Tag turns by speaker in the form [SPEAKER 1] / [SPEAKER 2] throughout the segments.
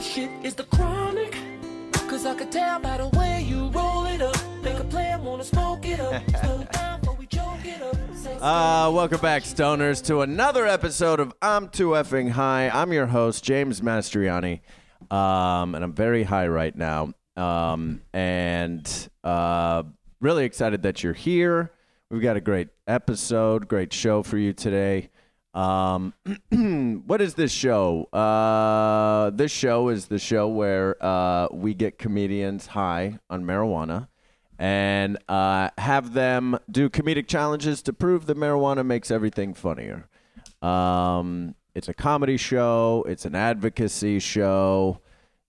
[SPEAKER 1] shit is the chronic. Cause I could tell by the way you roll it up. Make a player wanna smoke it up. Slow down before we choke it up. Say
[SPEAKER 2] Uh, welcome back, stoners, to another episode of I'm Too Effing High. I'm your host, James Mastriani, um, and I'm very high right now. Um, and uh, really excited that you're here. We've got a great episode, great show for you today. Um, what is this show? Uh, this show is the show where uh, we get comedians high on marijuana and uh, have them do comedic challenges to prove that marijuana makes everything funnier. Um, it's a comedy show, it's an advocacy show.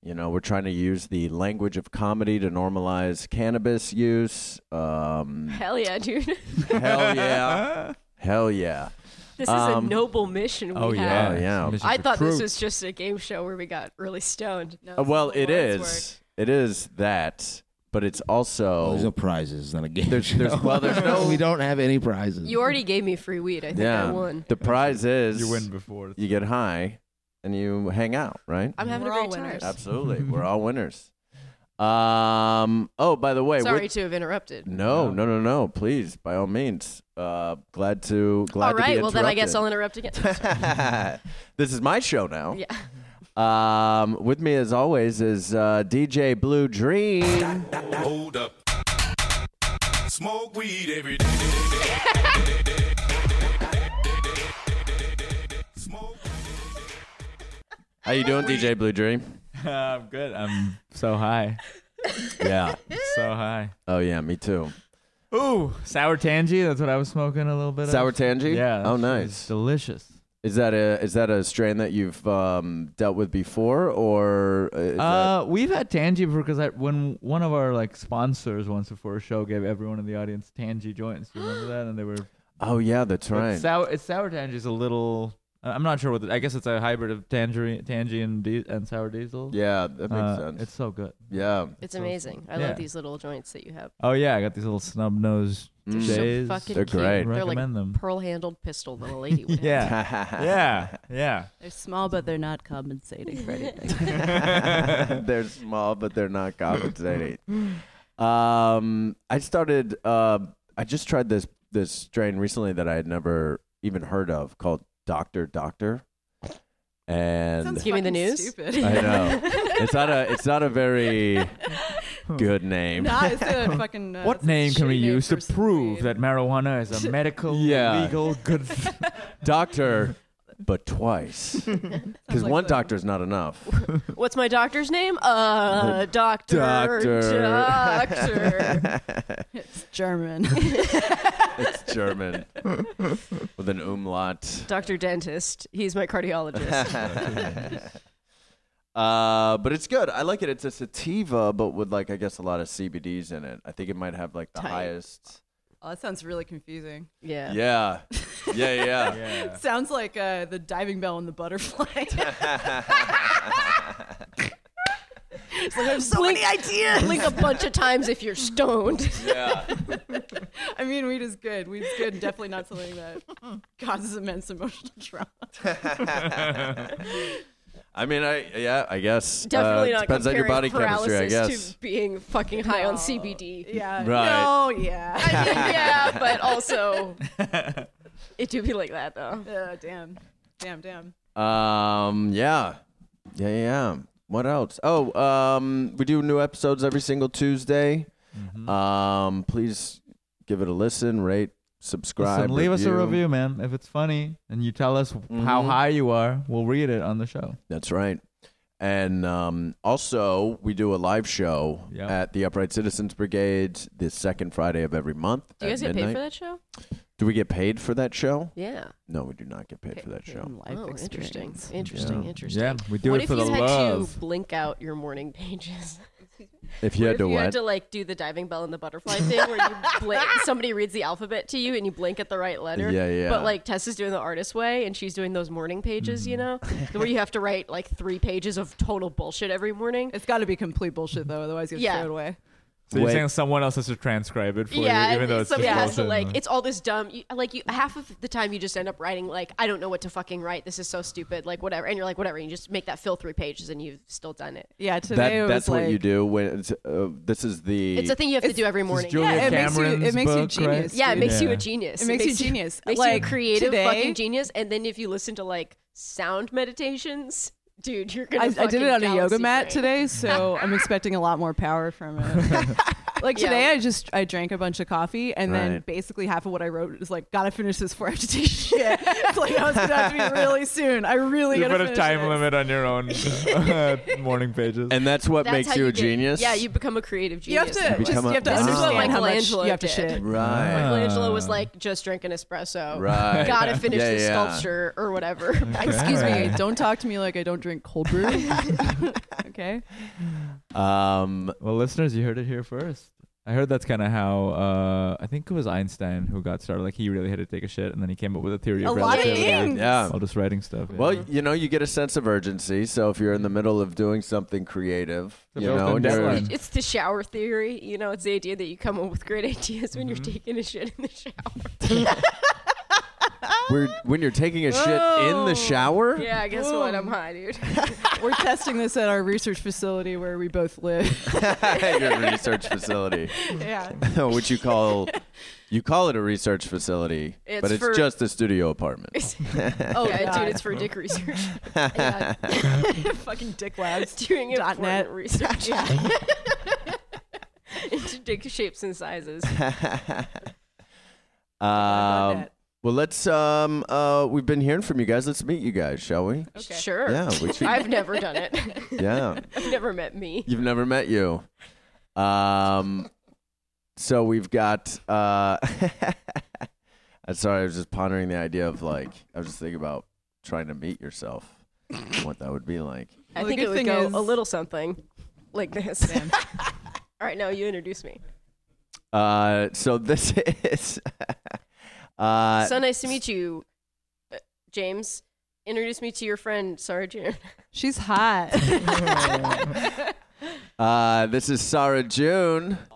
[SPEAKER 2] You know, we're trying to use the language of comedy to normalize cannabis use. Um,
[SPEAKER 3] Hell yeah, dude.
[SPEAKER 2] hell yeah. hell yeah.
[SPEAKER 3] This is a noble mission we
[SPEAKER 4] Oh yeah,
[SPEAKER 3] have.
[SPEAKER 2] Um, Oh, yeah.
[SPEAKER 4] Mission
[SPEAKER 3] I thought
[SPEAKER 4] Recruit.
[SPEAKER 3] this was just a game show where we got really stoned.
[SPEAKER 2] Uh, well, it is. It is that, but it's also
[SPEAKER 5] There's no prizes. It's not a game.
[SPEAKER 2] There's- there's-
[SPEAKER 5] show.
[SPEAKER 2] well, there's no-
[SPEAKER 5] we don't have any prizes.
[SPEAKER 3] You already gave me free weed. I think
[SPEAKER 2] yeah.
[SPEAKER 3] I won.
[SPEAKER 2] The prize is
[SPEAKER 4] you win before.
[SPEAKER 2] you get high, and you hang out, right?
[SPEAKER 3] I'm having
[SPEAKER 6] We're
[SPEAKER 3] a
[SPEAKER 6] all
[SPEAKER 3] great time.
[SPEAKER 6] winners.
[SPEAKER 2] Absolutely, we're all winners. Um. Oh, by the way,
[SPEAKER 3] Sorry
[SPEAKER 2] we're-
[SPEAKER 3] to have interrupted.
[SPEAKER 2] no, no, no, no. Please, by all means. Uh, glad to glad
[SPEAKER 3] All
[SPEAKER 2] to be
[SPEAKER 3] right, well then I guess I'll
[SPEAKER 2] interrupted.
[SPEAKER 3] interrupt again.
[SPEAKER 2] this is my show now.
[SPEAKER 3] yeah.
[SPEAKER 2] Um, with me as always is uh, DJ Blue Dream.
[SPEAKER 7] Hold up. Smoke weed every day. Smoke.
[SPEAKER 2] How you doing, DJ Blue Dream?
[SPEAKER 4] Ah, I'm good. I'm so high,
[SPEAKER 2] Yeah.
[SPEAKER 4] so high.
[SPEAKER 2] Oh yeah, me too.
[SPEAKER 4] Ooh, sour tangy. That's what I was smoking a little bit.
[SPEAKER 2] Sour
[SPEAKER 4] of.
[SPEAKER 2] tangy.
[SPEAKER 4] Yeah. that
[SPEAKER 2] Oh,
[SPEAKER 4] shit
[SPEAKER 2] nice.
[SPEAKER 4] is delicious.
[SPEAKER 2] Is that a is that a strain that you've um, dealt with before, or is
[SPEAKER 4] Uh, we've had tangy before because when one of our like sponsors once before a show gave everyone in the audience tangy joints. You remember that? And they were
[SPEAKER 2] that, oh yeah, that's
[SPEAKER 4] but
[SPEAKER 2] right.
[SPEAKER 4] Sour. It's sour tangy is a little. I- I'm not sure what. The, I guess it's a hybrid of tangerine, tangy and di- and sour diesel.
[SPEAKER 2] yeah, that makes
[SPEAKER 4] Uh,
[SPEAKER 2] sense.
[SPEAKER 4] It's so good.
[SPEAKER 2] yeah,
[SPEAKER 3] It's amazing. I
[SPEAKER 4] Yeah.
[SPEAKER 3] love these little joints that you have.
[SPEAKER 4] Oh yeah, I got these little snub nose
[SPEAKER 2] They're
[SPEAKER 3] They're so
[SPEAKER 4] J's.
[SPEAKER 3] fucking
[SPEAKER 2] They're
[SPEAKER 3] cute.
[SPEAKER 2] great.
[SPEAKER 3] They're like
[SPEAKER 4] Recommend them.
[SPEAKER 3] pearl-handled pistol that a lady would have.
[SPEAKER 4] yeah,
[SPEAKER 2] Mm.
[SPEAKER 4] yeah, yeah.
[SPEAKER 6] They're small, but they're not compensating for anything.
[SPEAKER 2] they're small, but they're not compensating. um, I started. Uh, I just tried this this strain recently that I had never even heard of called Doctor Doctor, and
[SPEAKER 3] Give me the news.
[SPEAKER 6] Stupid.
[SPEAKER 2] I know it's not a it's not a very good name.
[SPEAKER 6] Nah, it's a fucking. Uh,
[SPEAKER 4] What
[SPEAKER 6] it's a
[SPEAKER 4] name can we
[SPEAKER 6] shitty name
[SPEAKER 4] use
[SPEAKER 6] for
[SPEAKER 4] to prove
[SPEAKER 6] weed.
[SPEAKER 4] that marijuana is a medical,
[SPEAKER 2] Yeah.
[SPEAKER 4] legal, good?
[SPEAKER 2] doctor, but twice. Because
[SPEAKER 6] like
[SPEAKER 2] one
[SPEAKER 6] the-
[SPEAKER 2] doctor's not enough.
[SPEAKER 3] What's my doctor's name? Uh, doctor.
[SPEAKER 2] Doctor.
[SPEAKER 3] Doctor.
[SPEAKER 6] It's German.
[SPEAKER 2] It's German with an umlaut.
[SPEAKER 3] Doctor dentist. He's my cardiologist.
[SPEAKER 2] Uh, but it's good. I like it. It's a sativa, but with like I guess a lot of CBDs in it. I think it might have like the
[SPEAKER 3] Tight.
[SPEAKER 2] highest.
[SPEAKER 6] oh, that sounds really confusing.
[SPEAKER 3] Yeah.
[SPEAKER 2] Yeah, yeah, yeah.
[SPEAKER 4] yeah.
[SPEAKER 6] Sounds like uh, the diving bell and the butterfly. It's like, I have so
[SPEAKER 3] Blink-
[SPEAKER 6] many ideas.
[SPEAKER 3] Blink a bunch of times if you're stoned.
[SPEAKER 2] Uh,
[SPEAKER 6] I mean, weed is good. Weed's good. Definitely not something that causes immense emotional trauma.
[SPEAKER 2] I mean, I yeah, I guess. uh,
[SPEAKER 3] Definitely not
[SPEAKER 2] depends on your body
[SPEAKER 3] comparing
[SPEAKER 2] chemistry, I
[SPEAKER 3] paralysis
[SPEAKER 2] guess.
[SPEAKER 3] to being fucking high on
[SPEAKER 6] No.
[SPEAKER 3] CBD.
[SPEAKER 6] Yeah.
[SPEAKER 2] Right.
[SPEAKER 6] No. Yeah.
[SPEAKER 3] I mean, yeah, but also it do be like that though.
[SPEAKER 6] Uh, damn. Damn. Damn.
[SPEAKER 2] Um. Yeah. Yeah. Yeah. What else? Oh. Um. We do new episodes every single Tuesday.
[SPEAKER 4] Mm-hmm.
[SPEAKER 2] Um. Please give it a listen. Rate. Subscribe.
[SPEAKER 4] Listen, leave us a review, man. If it's funny and you tell us how high you are, we'll read it on the show.
[SPEAKER 2] That's right. And um, also, we do a live show
[SPEAKER 4] Yeah.
[SPEAKER 2] at the Upright Citizens Brigade the second Friday of every month.
[SPEAKER 3] Do
[SPEAKER 2] at
[SPEAKER 3] you guys get paid
[SPEAKER 2] midnight.
[SPEAKER 3] for that show?
[SPEAKER 2] Do we get paid for that show?
[SPEAKER 3] Yeah.
[SPEAKER 2] No, we do not get paid for that show.
[SPEAKER 6] Life
[SPEAKER 3] oh, interesting.
[SPEAKER 6] experience.
[SPEAKER 3] Interesting,
[SPEAKER 2] Yeah.
[SPEAKER 3] interesting.
[SPEAKER 4] Yeah, we do
[SPEAKER 3] what
[SPEAKER 4] it
[SPEAKER 3] if
[SPEAKER 4] for
[SPEAKER 3] you
[SPEAKER 4] the
[SPEAKER 3] had
[SPEAKER 4] love.
[SPEAKER 3] to blink out your morning pages?
[SPEAKER 2] If you
[SPEAKER 3] What
[SPEAKER 2] had
[SPEAKER 3] if
[SPEAKER 2] to
[SPEAKER 3] you had
[SPEAKER 2] what?
[SPEAKER 3] to like do the diving bell and the butterfly thing where you blink somebody reads the alphabet to you and you blink at the right letter?
[SPEAKER 2] Yeah, yeah.
[SPEAKER 3] But like Tess is doing the artist way and she's doing those morning pages, you know? where you have to write like three pages of total bullshit every morning.
[SPEAKER 6] It's got to be complete bullshit though, otherwise you have
[SPEAKER 3] Yeah.
[SPEAKER 6] to throw it away.
[SPEAKER 4] So you're
[SPEAKER 2] Wait.
[SPEAKER 4] saying someone else has to transcribe it for
[SPEAKER 3] yeah,
[SPEAKER 4] you, even though it's
[SPEAKER 3] somebody
[SPEAKER 4] just
[SPEAKER 3] has to
[SPEAKER 4] bullshit.
[SPEAKER 3] like
[SPEAKER 8] Mm-hmm.
[SPEAKER 3] it's all this dumb. You, like you, half of the time you just end up writing like I don't know what to fucking write. This is so stupid. Like whatever, and you're like whatever. And you just make that fill three pages, and you've still done it.
[SPEAKER 6] Yeah,
[SPEAKER 2] That,
[SPEAKER 6] today it was
[SPEAKER 2] that's
[SPEAKER 6] like,
[SPEAKER 2] what you do when it's, uh, this is the.
[SPEAKER 3] It's a thing you have to
[SPEAKER 6] It's-
[SPEAKER 3] do every morning.
[SPEAKER 2] This is Julia
[SPEAKER 6] Yeah, it makes you-
[SPEAKER 4] Cameron's
[SPEAKER 6] it makes you
[SPEAKER 4] book, right?
[SPEAKER 6] genius,
[SPEAKER 3] Yeah, it makes you
[SPEAKER 4] Yeah.
[SPEAKER 3] a genius.
[SPEAKER 6] It makes you genius.
[SPEAKER 3] Makes you
[SPEAKER 6] Like,
[SPEAKER 3] a creative
[SPEAKER 6] today-
[SPEAKER 3] fucking genius. And then if you listen to like sound meditations, dude, you're gonna.
[SPEAKER 6] I, I did
[SPEAKER 3] fucking
[SPEAKER 6] it on a yoga
[SPEAKER 3] galaxy
[SPEAKER 6] mat
[SPEAKER 3] brain.
[SPEAKER 6] today, so I'm expecting a lot more power from it. like
[SPEAKER 3] Yeah.
[SPEAKER 6] today, I just I drank a bunch of coffee, and then
[SPEAKER 2] Right.
[SPEAKER 6] basically half of what I wrote is like, gotta finish this before I have to take a shit. It's like I was gonna have to be really soon. I really
[SPEAKER 4] you
[SPEAKER 6] gotta
[SPEAKER 4] put a
[SPEAKER 6] finish
[SPEAKER 4] time
[SPEAKER 6] this.
[SPEAKER 4] limit on your own uh, morning pages.
[SPEAKER 2] and that's what
[SPEAKER 3] That's
[SPEAKER 2] makes
[SPEAKER 3] how
[SPEAKER 2] you, a
[SPEAKER 3] get-
[SPEAKER 2] genius.
[SPEAKER 3] Yeah, you become a creative
[SPEAKER 6] You have
[SPEAKER 3] genius.
[SPEAKER 6] to just,
[SPEAKER 2] Become
[SPEAKER 6] you
[SPEAKER 2] a-
[SPEAKER 6] have to
[SPEAKER 2] This is
[SPEAKER 6] understand
[SPEAKER 3] what
[SPEAKER 6] how much
[SPEAKER 3] Michelangelo
[SPEAKER 6] you have to
[SPEAKER 3] did.
[SPEAKER 6] shit.
[SPEAKER 2] Right.
[SPEAKER 3] Michelangelo was like, just drink an espresso.
[SPEAKER 2] Right.
[SPEAKER 3] Gotta finish
[SPEAKER 2] Yeah,
[SPEAKER 3] the
[SPEAKER 2] yeah.
[SPEAKER 3] sculpture or whatever.
[SPEAKER 6] Excuse me,
[SPEAKER 4] Alright.
[SPEAKER 6] don't talk to me like I don't drink cold brew. okay.
[SPEAKER 2] Um,
[SPEAKER 4] Well, listeners, you heard it here first. I heard that's kind of how uh, I think it was Einstein who got started. Like he really had to take a shit, and then he came up with a theory
[SPEAKER 6] A
[SPEAKER 4] of
[SPEAKER 6] lot of
[SPEAKER 4] relativity.
[SPEAKER 6] things.
[SPEAKER 2] yeah.
[SPEAKER 4] All just writing stuff. yeah.
[SPEAKER 2] Well, you know, you get a sense of urgency. So if you're in the middle of doing something creative,
[SPEAKER 4] It's a
[SPEAKER 2] you
[SPEAKER 4] built-in
[SPEAKER 2] know, and you're-
[SPEAKER 4] deadline.
[SPEAKER 3] It's the shower theory. You know, it's the idea that you come up with great ideas when you're
[SPEAKER 6] Mm-hmm.
[SPEAKER 3] taking a shit in the shower.
[SPEAKER 2] we're, when you're taking a shit in the shower,
[SPEAKER 3] Oh. Yeah, guess what? I'm high, dude.
[SPEAKER 6] We're testing this at our research facility where we both live.
[SPEAKER 2] your research facility,
[SPEAKER 6] yeah.
[SPEAKER 2] which you call, you call it a research facility,
[SPEAKER 3] It's
[SPEAKER 2] but it's
[SPEAKER 3] for-
[SPEAKER 2] just a studio apartment.
[SPEAKER 6] Oh,
[SPEAKER 3] yeah,
[SPEAKER 6] God.
[SPEAKER 3] dude, it's for dick research.
[SPEAKER 6] fucking dick labs.
[SPEAKER 3] Doing
[SPEAKER 6] Dot
[SPEAKER 3] important
[SPEAKER 6] net.
[SPEAKER 3] research. Into dick shapes and sizes.
[SPEAKER 6] about
[SPEAKER 2] Um,
[SPEAKER 6] that.
[SPEAKER 2] well, let's. Um, uh, we've been hearing from you guys. Let's meet you guys, shall we?
[SPEAKER 3] Sure.
[SPEAKER 2] Yeah, we should.
[SPEAKER 3] I've never done it.
[SPEAKER 2] yeah,
[SPEAKER 3] I've never met me.
[SPEAKER 2] you've never met you. Um, so we've got. Uh, I'm sorry, I was just pondering the idea of like I was just thinking about trying to meet yourself, and what that would be like.
[SPEAKER 3] I
[SPEAKER 6] Well, the
[SPEAKER 3] think
[SPEAKER 6] good
[SPEAKER 3] it would
[SPEAKER 6] thing
[SPEAKER 3] go
[SPEAKER 6] is-
[SPEAKER 3] a little something like this. All right, now you introduce me.
[SPEAKER 2] Uh, so this is. uh,
[SPEAKER 3] so nice to meet you, uh, James. Introduce me to your friend, Sarah June.
[SPEAKER 6] She's hot.
[SPEAKER 2] uh, this is Sarah June.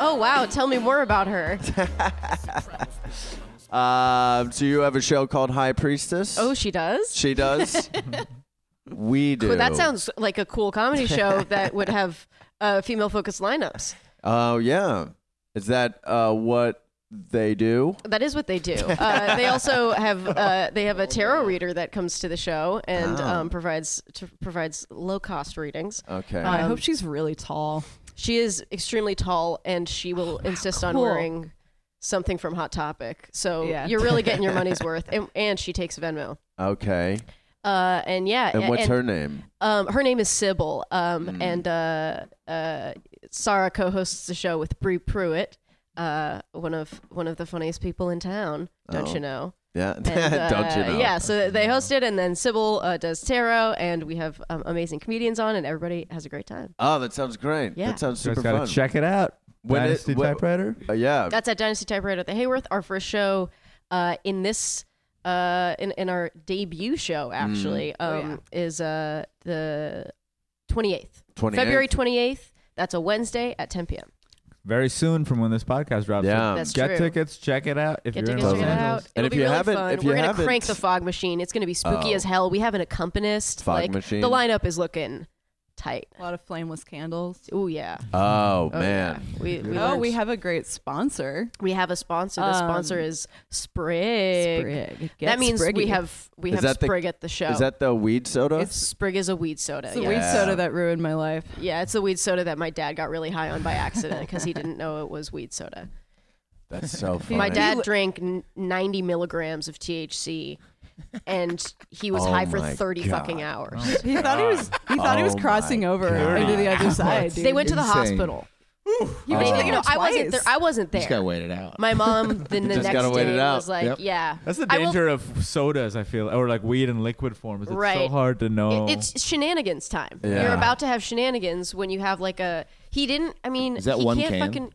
[SPEAKER 3] Oh, wow. Tell me more about her.
[SPEAKER 2] Um, so you have a show called High Priestess.
[SPEAKER 3] Oh, she does?
[SPEAKER 2] She does. we do.
[SPEAKER 3] Well, that sounds like a cool comedy show that would have uh, female focused lineups.
[SPEAKER 2] Oh yeah. Is that uh, what they do?
[SPEAKER 3] That is what they do. Uh, they also have uh, they have a tarot reader that comes to the show
[SPEAKER 2] Oh.
[SPEAKER 3] and um, provides to, provides low cost readings.
[SPEAKER 2] Okay.
[SPEAKER 6] I
[SPEAKER 3] Um,
[SPEAKER 6] hope she's really tall.
[SPEAKER 3] She is extremely tall, and she will insist on
[SPEAKER 6] Oh, Cool.
[SPEAKER 3] wearing something from Hot Topic. So
[SPEAKER 6] Yeah.
[SPEAKER 3] you're really getting your money's worth, and, and she takes Venmo.
[SPEAKER 2] okay.
[SPEAKER 3] Uh, and yeah,
[SPEAKER 2] And what's her Hmm. name?
[SPEAKER 3] Um, her name is Sybil, um, and uh, uh, Sarah co-hosts the show with Bree Pruitt, uh, one of one of the funniest people in town. Don't
[SPEAKER 2] Oh.
[SPEAKER 3] you know?
[SPEAKER 2] Yeah.
[SPEAKER 3] And,
[SPEAKER 2] Don't you
[SPEAKER 3] uh,
[SPEAKER 2] know?
[SPEAKER 3] Yeah, so they host it, and then Sybil uh, does tarot, and we have um, amazing comedians on, and everybody has a great time.
[SPEAKER 2] Oh, that sounds great.
[SPEAKER 3] Yeah.
[SPEAKER 2] That sounds
[SPEAKER 4] You
[SPEAKER 2] super
[SPEAKER 4] guys gotta
[SPEAKER 2] fun.
[SPEAKER 4] check it out.
[SPEAKER 2] When it-
[SPEAKER 4] Dynasty
[SPEAKER 2] when-
[SPEAKER 4] typewriter.
[SPEAKER 2] Uh, yeah.
[SPEAKER 3] That's at Dynasty Typewriter at the Hayworth, our first show uh, in this. Uh, in, in our debut
[SPEAKER 2] Mm.
[SPEAKER 3] show, actually,
[SPEAKER 2] Oh,
[SPEAKER 3] um, is uh, the 28th.
[SPEAKER 2] 28th?
[SPEAKER 3] February 28th. That's a Wednesday at 10 p.m.
[SPEAKER 4] Very soon from when this podcast drops.
[SPEAKER 2] Yeah.
[SPEAKER 3] That's
[SPEAKER 4] Get
[SPEAKER 3] true.
[SPEAKER 4] tickets. Check it out. If
[SPEAKER 3] Get
[SPEAKER 4] you're
[SPEAKER 3] tickets,
[SPEAKER 4] in Los
[SPEAKER 3] check it
[SPEAKER 2] Totally.
[SPEAKER 4] Angeles.
[SPEAKER 3] out.
[SPEAKER 2] And
[SPEAKER 3] It'll
[SPEAKER 2] if
[SPEAKER 3] be
[SPEAKER 2] you
[SPEAKER 3] really
[SPEAKER 2] haven't-
[SPEAKER 3] fun.
[SPEAKER 2] if you
[SPEAKER 3] We're gonna
[SPEAKER 2] haven't-
[SPEAKER 3] crank the fog machine. It's gonna be spooky
[SPEAKER 2] Oh.
[SPEAKER 3] as hell. We have an accompanist.
[SPEAKER 2] Fog
[SPEAKER 3] like
[SPEAKER 2] machine.
[SPEAKER 3] the lineup is looking tight.
[SPEAKER 6] A lot of flameless candles.
[SPEAKER 3] Ooh yeah.
[SPEAKER 2] Oh,
[SPEAKER 3] Oh,
[SPEAKER 2] man.
[SPEAKER 3] yeah. We, we
[SPEAKER 6] Oh,
[SPEAKER 3] learned-
[SPEAKER 6] we have a great sponsor.
[SPEAKER 3] we have a sponsor. The sponsor
[SPEAKER 6] Um,
[SPEAKER 3] is Sprig.
[SPEAKER 6] Sprig. Get
[SPEAKER 3] That means we
[SPEAKER 6] Spriggy.
[SPEAKER 3] have we
[SPEAKER 2] Is
[SPEAKER 3] have
[SPEAKER 2] that the-
[SPEAKER 3] Sprig at the show.
[SPEAKER 2] Is that the weed soda?
[SPEAKER 3] Sprig is a weed soda.
[SPEAKER 6] It's the
[SPEAKER 3] Yeah.
[SPEAKER 6] weed
[SPEAKER 2] Yeah.
[SPEAKER 6] soda that ruined my life.
[SPEAKER 3] yeah, it's the weed soda that my dad got really high on by accident because he didn't know it was weed soda.
[SPEAKER 2] That's so funny.
[SPEAKER 3] My dad drank n- 90 milligrams of THC and he was
[SPEAKER 2] Oh
[SPEAKER 3] high for
[SPEAKER 2] my
[SPEAKER 3] 30
[SPEAKER 2] God.
[SPEAKER 3] fucking hours.
[SPEAKER 6] He thought he was he thought he was
[SPEAKER 2] Oh my
[SPEAKER 6] crossing over
[SPEAKER 2] God. Oh
[SPEAKER 6] into the other side.
[SPEAKER 3] They
[SPEAKER 6] dude.
[SPEAKER 3] went to the
[SPEAKER 5] Insane.
[SPEAKER 3] hospital.
[SPEAKER 6] He
[SPEAKER 3] They-
[SPEAKER 6] was taken
[SPEAKER 3] you know,
[SPEAKER 6] out
[SPEAKER 3] I wasn't there.
[SPEAKER 6] twice.
[SPEAKER 3] I wasn't
[SPEAKER 5] Just gotta
[SPEAKER 3] there.
[SPEAKER 5] wait it out.
[SPEAKER 3] My mom then the
[SPEAKER 2] Just
[SPEAKER 3] next
[SPEAKER 2] gotta wait
[SPEAKER 3] day
[SPEAKER 2] it out.
[SPEAKER 3] was like,
[SPEAKER 5] Yep.
[SPEAKER 3] yeah.
[SPEAKER 4] That's the
[SPEAKER 3] I will-
[SPEAKER 4] danger of sodas. I feel, or like weed in liquid form. Is it's so
[SPEAKER 3] Right.
[SPEAKER 4] hard to
[SPEAKER 5] Oh.
[SPEAKER 4] know.
[SPEAKER 3] It- It's shenanigans time.
[SPEAKER 2] Yeah.
[SPEAKER 3] You're about to have shenanigans when you have like a. He didn't. I mean,
[SPEAKER 5] Is that
[SPEAKER 3] he
[SPEAKER 5] one
[SPEAKER 3] can't
[SPEAKER 5] can?
[SPEAKER 3] fucking.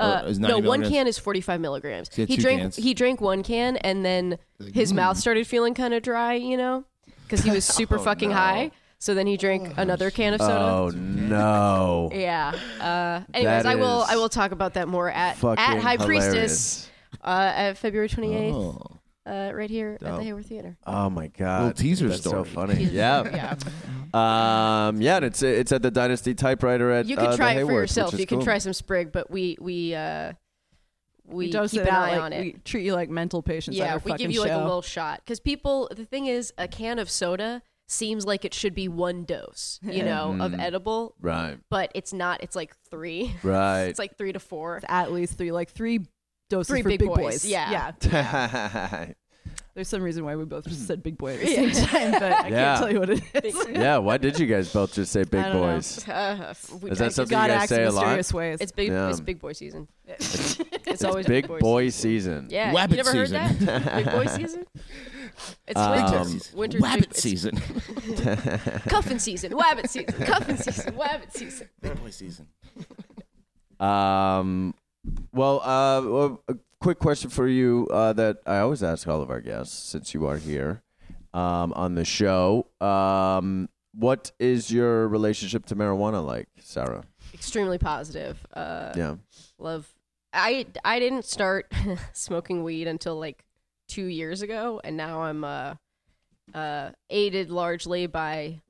[SPEAKER 5] Or
[SPEAKER 3] Uh,
[SPEAKER 5] is 90
[SPEAKER 3] no, one
[SPEAKER 5] milligrams?
[SPEAKER 3] can is 45 milligrams.
[SPEAKER 5] So you had
[SPEAKER 3] He
[SPEAKER 5] two
[SPEAKER 3] drank.
[SPEAKER 5] cans.
[SPEAKER 3] He drank one can, and then his mouth started feeling kind of dry. You know, because he was super fucking high. So then he drank another can of soda.
[SPEAKER 2] Oh no.
[SPEAKER 3] Yeah. Uh, anyways, I will
[SPEAKER 2] is
[SPEAKER 3] I will talk about that more at
[SPEAKER 2] Fucking
[SPEAKER 3] at High Priestess
[SPEAKER 2] hilarious.
[SPEAKER 3] uh, at February 28th
[SPEAKER 5] Oh.
[SPEAKER 3] uh, right here at
[SPEAKER 2] Dope.
[SPEAKER 3] the Hayward Theater.
[SPEAKER 2] Oh my god.
[SPEAKER 5] Little teaser
[SPEAKER 2] That's so
[SPEAKER 5] story.
[SPEAKER 2] funny.
[SPEAKER 3] Teaser
[SPEAKER 2] yeah.
[SPEAKER 3] story, yeah.
[SPEAKER 2] Um, yeah, and it's it's at the Dynasty typewriter at
[SPEAKER 3] You
[SPEAKER 2] uh,
[SPEAKER 3] can
[SPEAKER 2] the
[SPEAKER 3] try it for
[SPEAKER 2] Haywards, which
[SPEAKER 3] yourself.
[SPEAKER 2] is
[SPEAKER 3] You can
[SPEAKER 2] cool.
[SPEAKER 3] try some sprig, but we we uh, we,
[SPEAKER 6] dose
[SPEAKER 3] keep
[SPEAKER 6] it
[SPEAKER 3] an
[SPEAKER 6] out,
[SPEAKER 3] eye
[SPEAKER 6] like,
[SPEAKER 3] on it.
[SPEAKER 6] We treat you like mental patients. at
[SPEAKER 3] yeah,
[SPEAKER 6] our
[SPEAKER 3] we give
[SPEAKER 6] fucking
[SPEAKER 3] you like a
[SPEAKER 6] show.
[SPEAKER 3] little shot because people. The thing is, a can of soda seems like it should be one dose, you know, of edible,
[SPEAKER 2] Right.
[SPEAKER 3] but it's not. It's like three.
[SPEAKER 2] Mm. Right.
[SPEAKER 3] It's like three to four.
[SPEAKER 6] at least three, like three doses
[SPEAKER 3] Three
[SPEAKER 6] for
[SPEAKER 3] big
[SPEAKER 6] big,
[SPEAKER 3] boys,
[SPEAKER 6] boys.
[SPEAKER 3] yeah.
[SPEAKER 6] yeah. There's some reason why we both just said big boy at the same time, but I
[SPEAKER 2] Hmm. Yeah.
[SPEAKER 6] can't tell you what it is.
[SPEAKER 2] yeah, why did you guys both just say big
[SPEAKER 6] I don't know.
[SPEAKER 2] boys?
[SPEAKER 3] Uh, we-
[SPEAKER 2] Is that
[SPEAKER 3] I-
[SPEAKER 2] something
[SPEAKER 6] God
[SPEAKER 2] you guys
[SPEAKER 6] acts
[SPEAKER 2] say
[SPEAKER 6] in
[SPEAKER 2] a lot?
[SPEAKER 6] mysterious ways.
[SPEAKER 3] It's big.
[SPEAKER 2] Yeah.
[SPEAKER 3] It's big boy season. It's, always
[SPEAKER 2] Big
[SPEAKER 3] boy.
[SPEAKER 2] boy season.
[SPEAKER 3] Yeah,
[SPEAKER 5] Wabbit
[SPEAKER 3] you never heard
[SPEAKER 5] season.
[SPEAKER 3] that? big boy season. It's
[SPEAKER 2] Um,
[SPEAKER 3] winter. Winter's big-
[SPEAKER 5] Rabbit
[SPEAKER 3] it's
[SPEAKER 5] season.
[SPEAKER 3] Cuffing season. Wabbit season. Cuffing season. Wabbit season.
[SPEAKER 5] Big boy season.
[SPEAKER 2] Um, well, uh, well, a quick question for you uh, that I always ask all of our guests since you are here um, on the show. Um, what is your relationship to marijuana like, Sarah?
[SPEAKER 3] Extremely positive. Uh,
[SPEAKER 2] Yeah.
[SPEAKER 3] love i i didn't start smoking weed until like two years ago and now i'm uh uh aided largely by